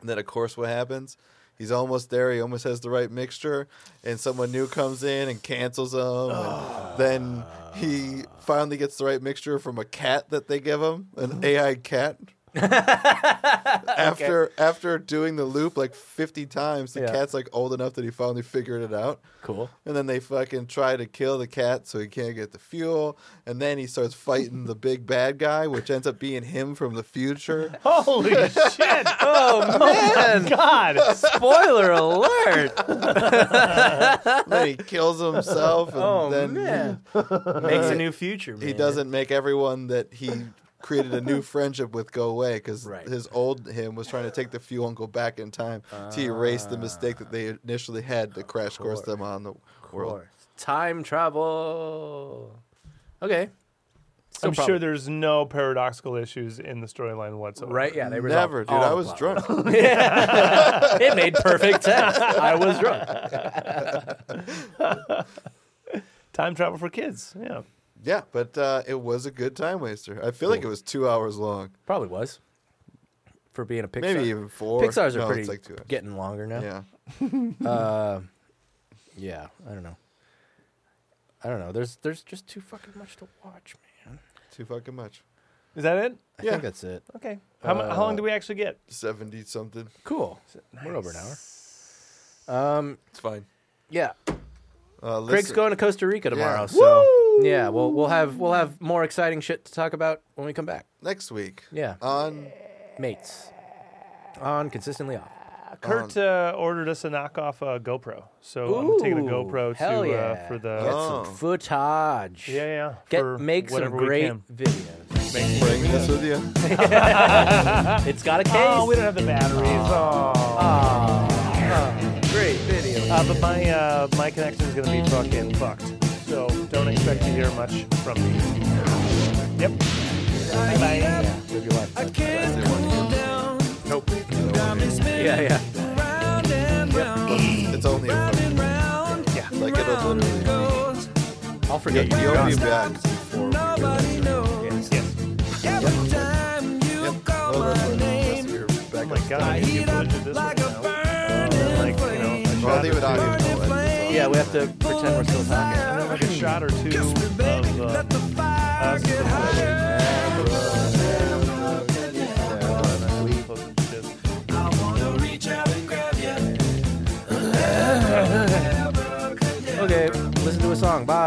Speaker 3: And then, of course, what happens? He's almost there. He almost has the right mixture, and someone new comes in and cancels him. and then he finally gets the right mixture from a cat that they give him, an AI cat. after after doing the loop like fifty times, the
Speaker 2: Yeah.
Speaker 3: cat's like old enough that he finally figured it out.
Speaker 2: cool.
Speaker 3: And then they fucking try to kill the cat so he can't get the fuel. And then he starts fighting the big bad guy, which ends up being him from the future.
Speaker 1: Holy shit!
Speaker 2: Oh man! Oh, [LAUGHS]
Speaker 1: God.
Speaker 2: Spoiler alert! [LAUGHS]
Speaker 3: And then he kills himself. And
Speaker 2: Oh
Speaker 3: then
Speaker 2: man! Makes a new future. Man.
Speaker 3: he doesn't make everyone that he created
Speaker 2: [LAUGHS]
Speaker 3: a new friendship with go away because
Speaker 2: Right.
Speaker 3: his old him was trying to take the fuel and go back in time to erase the mistake that
Speaker 2: Ah.
Speaker 3: they initially had to crash course them on the world.
Speaker 2: Time travel. Okay. Still
Speaker 1: I'm sure
Speaker 2: problem.
Speaker 1: there's no paradoxical issues in the storyline whatsoever.
Speaker 2: Right? Yeah, they resolved
Speaker 3: Never, dude.
Speaker 2: all
Speaker 3: I
Speaker 2: the
Speaker 3: was
Speaker 2: problems.
Speaker 3: drunk.
Speaker 2: [LAUGHS] it made perfect sense. I was drunk.
Speaker 1: Time travel for kids. Yeah.
Speaker 3: [LAUGHS] yeah, but uh, it was a good time waster. I feel like it was two hours long.
Speaker 2: Probably was. For being a Pixar.
Speaker 3: Maybe even four.
Speaker 2: Pixar's are
Speaker 3: No,
Speaker 2: pretty
Speaker 3: It's like two hours.
Speaker 2: getting longer now.
Speaker 3: Yeah.
Speaker 2: Uh, yeah, I don't know. I don't know. There's there's just too fucking much to watch, man.
Speaker 3: Too fucking much.
Speaker 1: Is that it?
Speaker 2: I
Speaker 3: Yeah.
Speaker 2: think that's it.
Speaker 1: Okay. How, mu- how long do we actually get?
Speaker 3: 70 something.
Speaker 2: Cool. We're over an hour. Um,
Speaker 3: It's fine.
Speaker 2: yeah.
Speaker 3: Uh,
Speaker 2: Craig's
Speaker 3: listen-
Speaker 2: going to Costa Rica tomorrow,
Speaker 3: Yeah.
Speaker 2: so yeah, we'll we'll have we'll have more exciting shit to talk about when we come back.
Speaker 3: next week
Speaker 2: Yeah,
Speaker 3: on
Speaker 2: mates, on consistently off.
Speaker 1: Kurt
Speaker 2: Um,
Speaker 1: uh, ordered us a knockoff uh, GoPro, so Oh, I'm taking a
Speaker 2: Ooh,
Speaker 1: GoPro to
Speaker 2: hell
Speaker 1: uh,
Speaker 2: yeah.
Speaker 1: for
Speaker 2: Get
Speaker 1: the
Speaker 3: Oh.
Speaker 2: some footage.
Speaker 1: yeah yeah
Speaker 2: Get
Speaker 1: for
Speaker 2: make some
Speaker 1: whatever we
Speaker 2: great
Speaker 1: can.
Speaker 2: videos.
Speaker 3: Bring This With You.
Speaker 2: It's got a case.
Speaker 1: Oh, we don't have the batteries. Oh.
Speaker 2: Aw. great video.
Speaker 1: Uh, but my uh, my connection is gonna be fucking fucked, so don't expect to hear much from me. Yep. Bye.
Speaker 2: Live your life. bud.
Speaker 4: Can't cool down,
Speaker 2: Nope.
Speaker 4: diamonds spin
Speaker 2: Yeah, yeah.
Speaker 4: round and round,
Speaker 3: It's only a
Speaker 4: round and round,
Speaker 3: Like it'll
Speaker 4: round
Speaker 3: literally.
Speaker 4: it goes.
Speaker 2: I'll forget
Speaker 3: You'll
Speaker 2: you.
Speaker 3: be back.
Speaker 4: Nobody knows. call my name.
Speaker 1: Oh my god!
Speaker 4: I
Speaker 1: I
Speaker 4: heat
Speaker 1: can't
Speaker 4: up
Speaker 1: believe this
Speaker 4: like
Speaker 1: one
Speaker 4: a
Speaker 1: now.
Speaker 4: burning
Speaker 1: Like, you know,
Speaker 4: flame.
Speaker 1: a
Speaker 3: Well,
Speaker 1: shot
Speaker 3: leave it
Speaker 1: or
Speaker 3: on
Speaker 1: two-
Speaker 3: you.
Speaker 4: Burning flame.
Speaker 2: Yeah, we have to pretend we're still talking.
Speaker 4: Fire.
Speaker 1: like a shot or two
Speaker 4: Kiss me,
Speaker 1: of
Speaker 4: baby.
Speaker 1: uh,
Speaker 4: Let the fire get higher.
Speaker 1: fucking shit.
Speaker 4: I wanna reach out and grab you.
Speaker 2: Okay, listen to a song. Bye.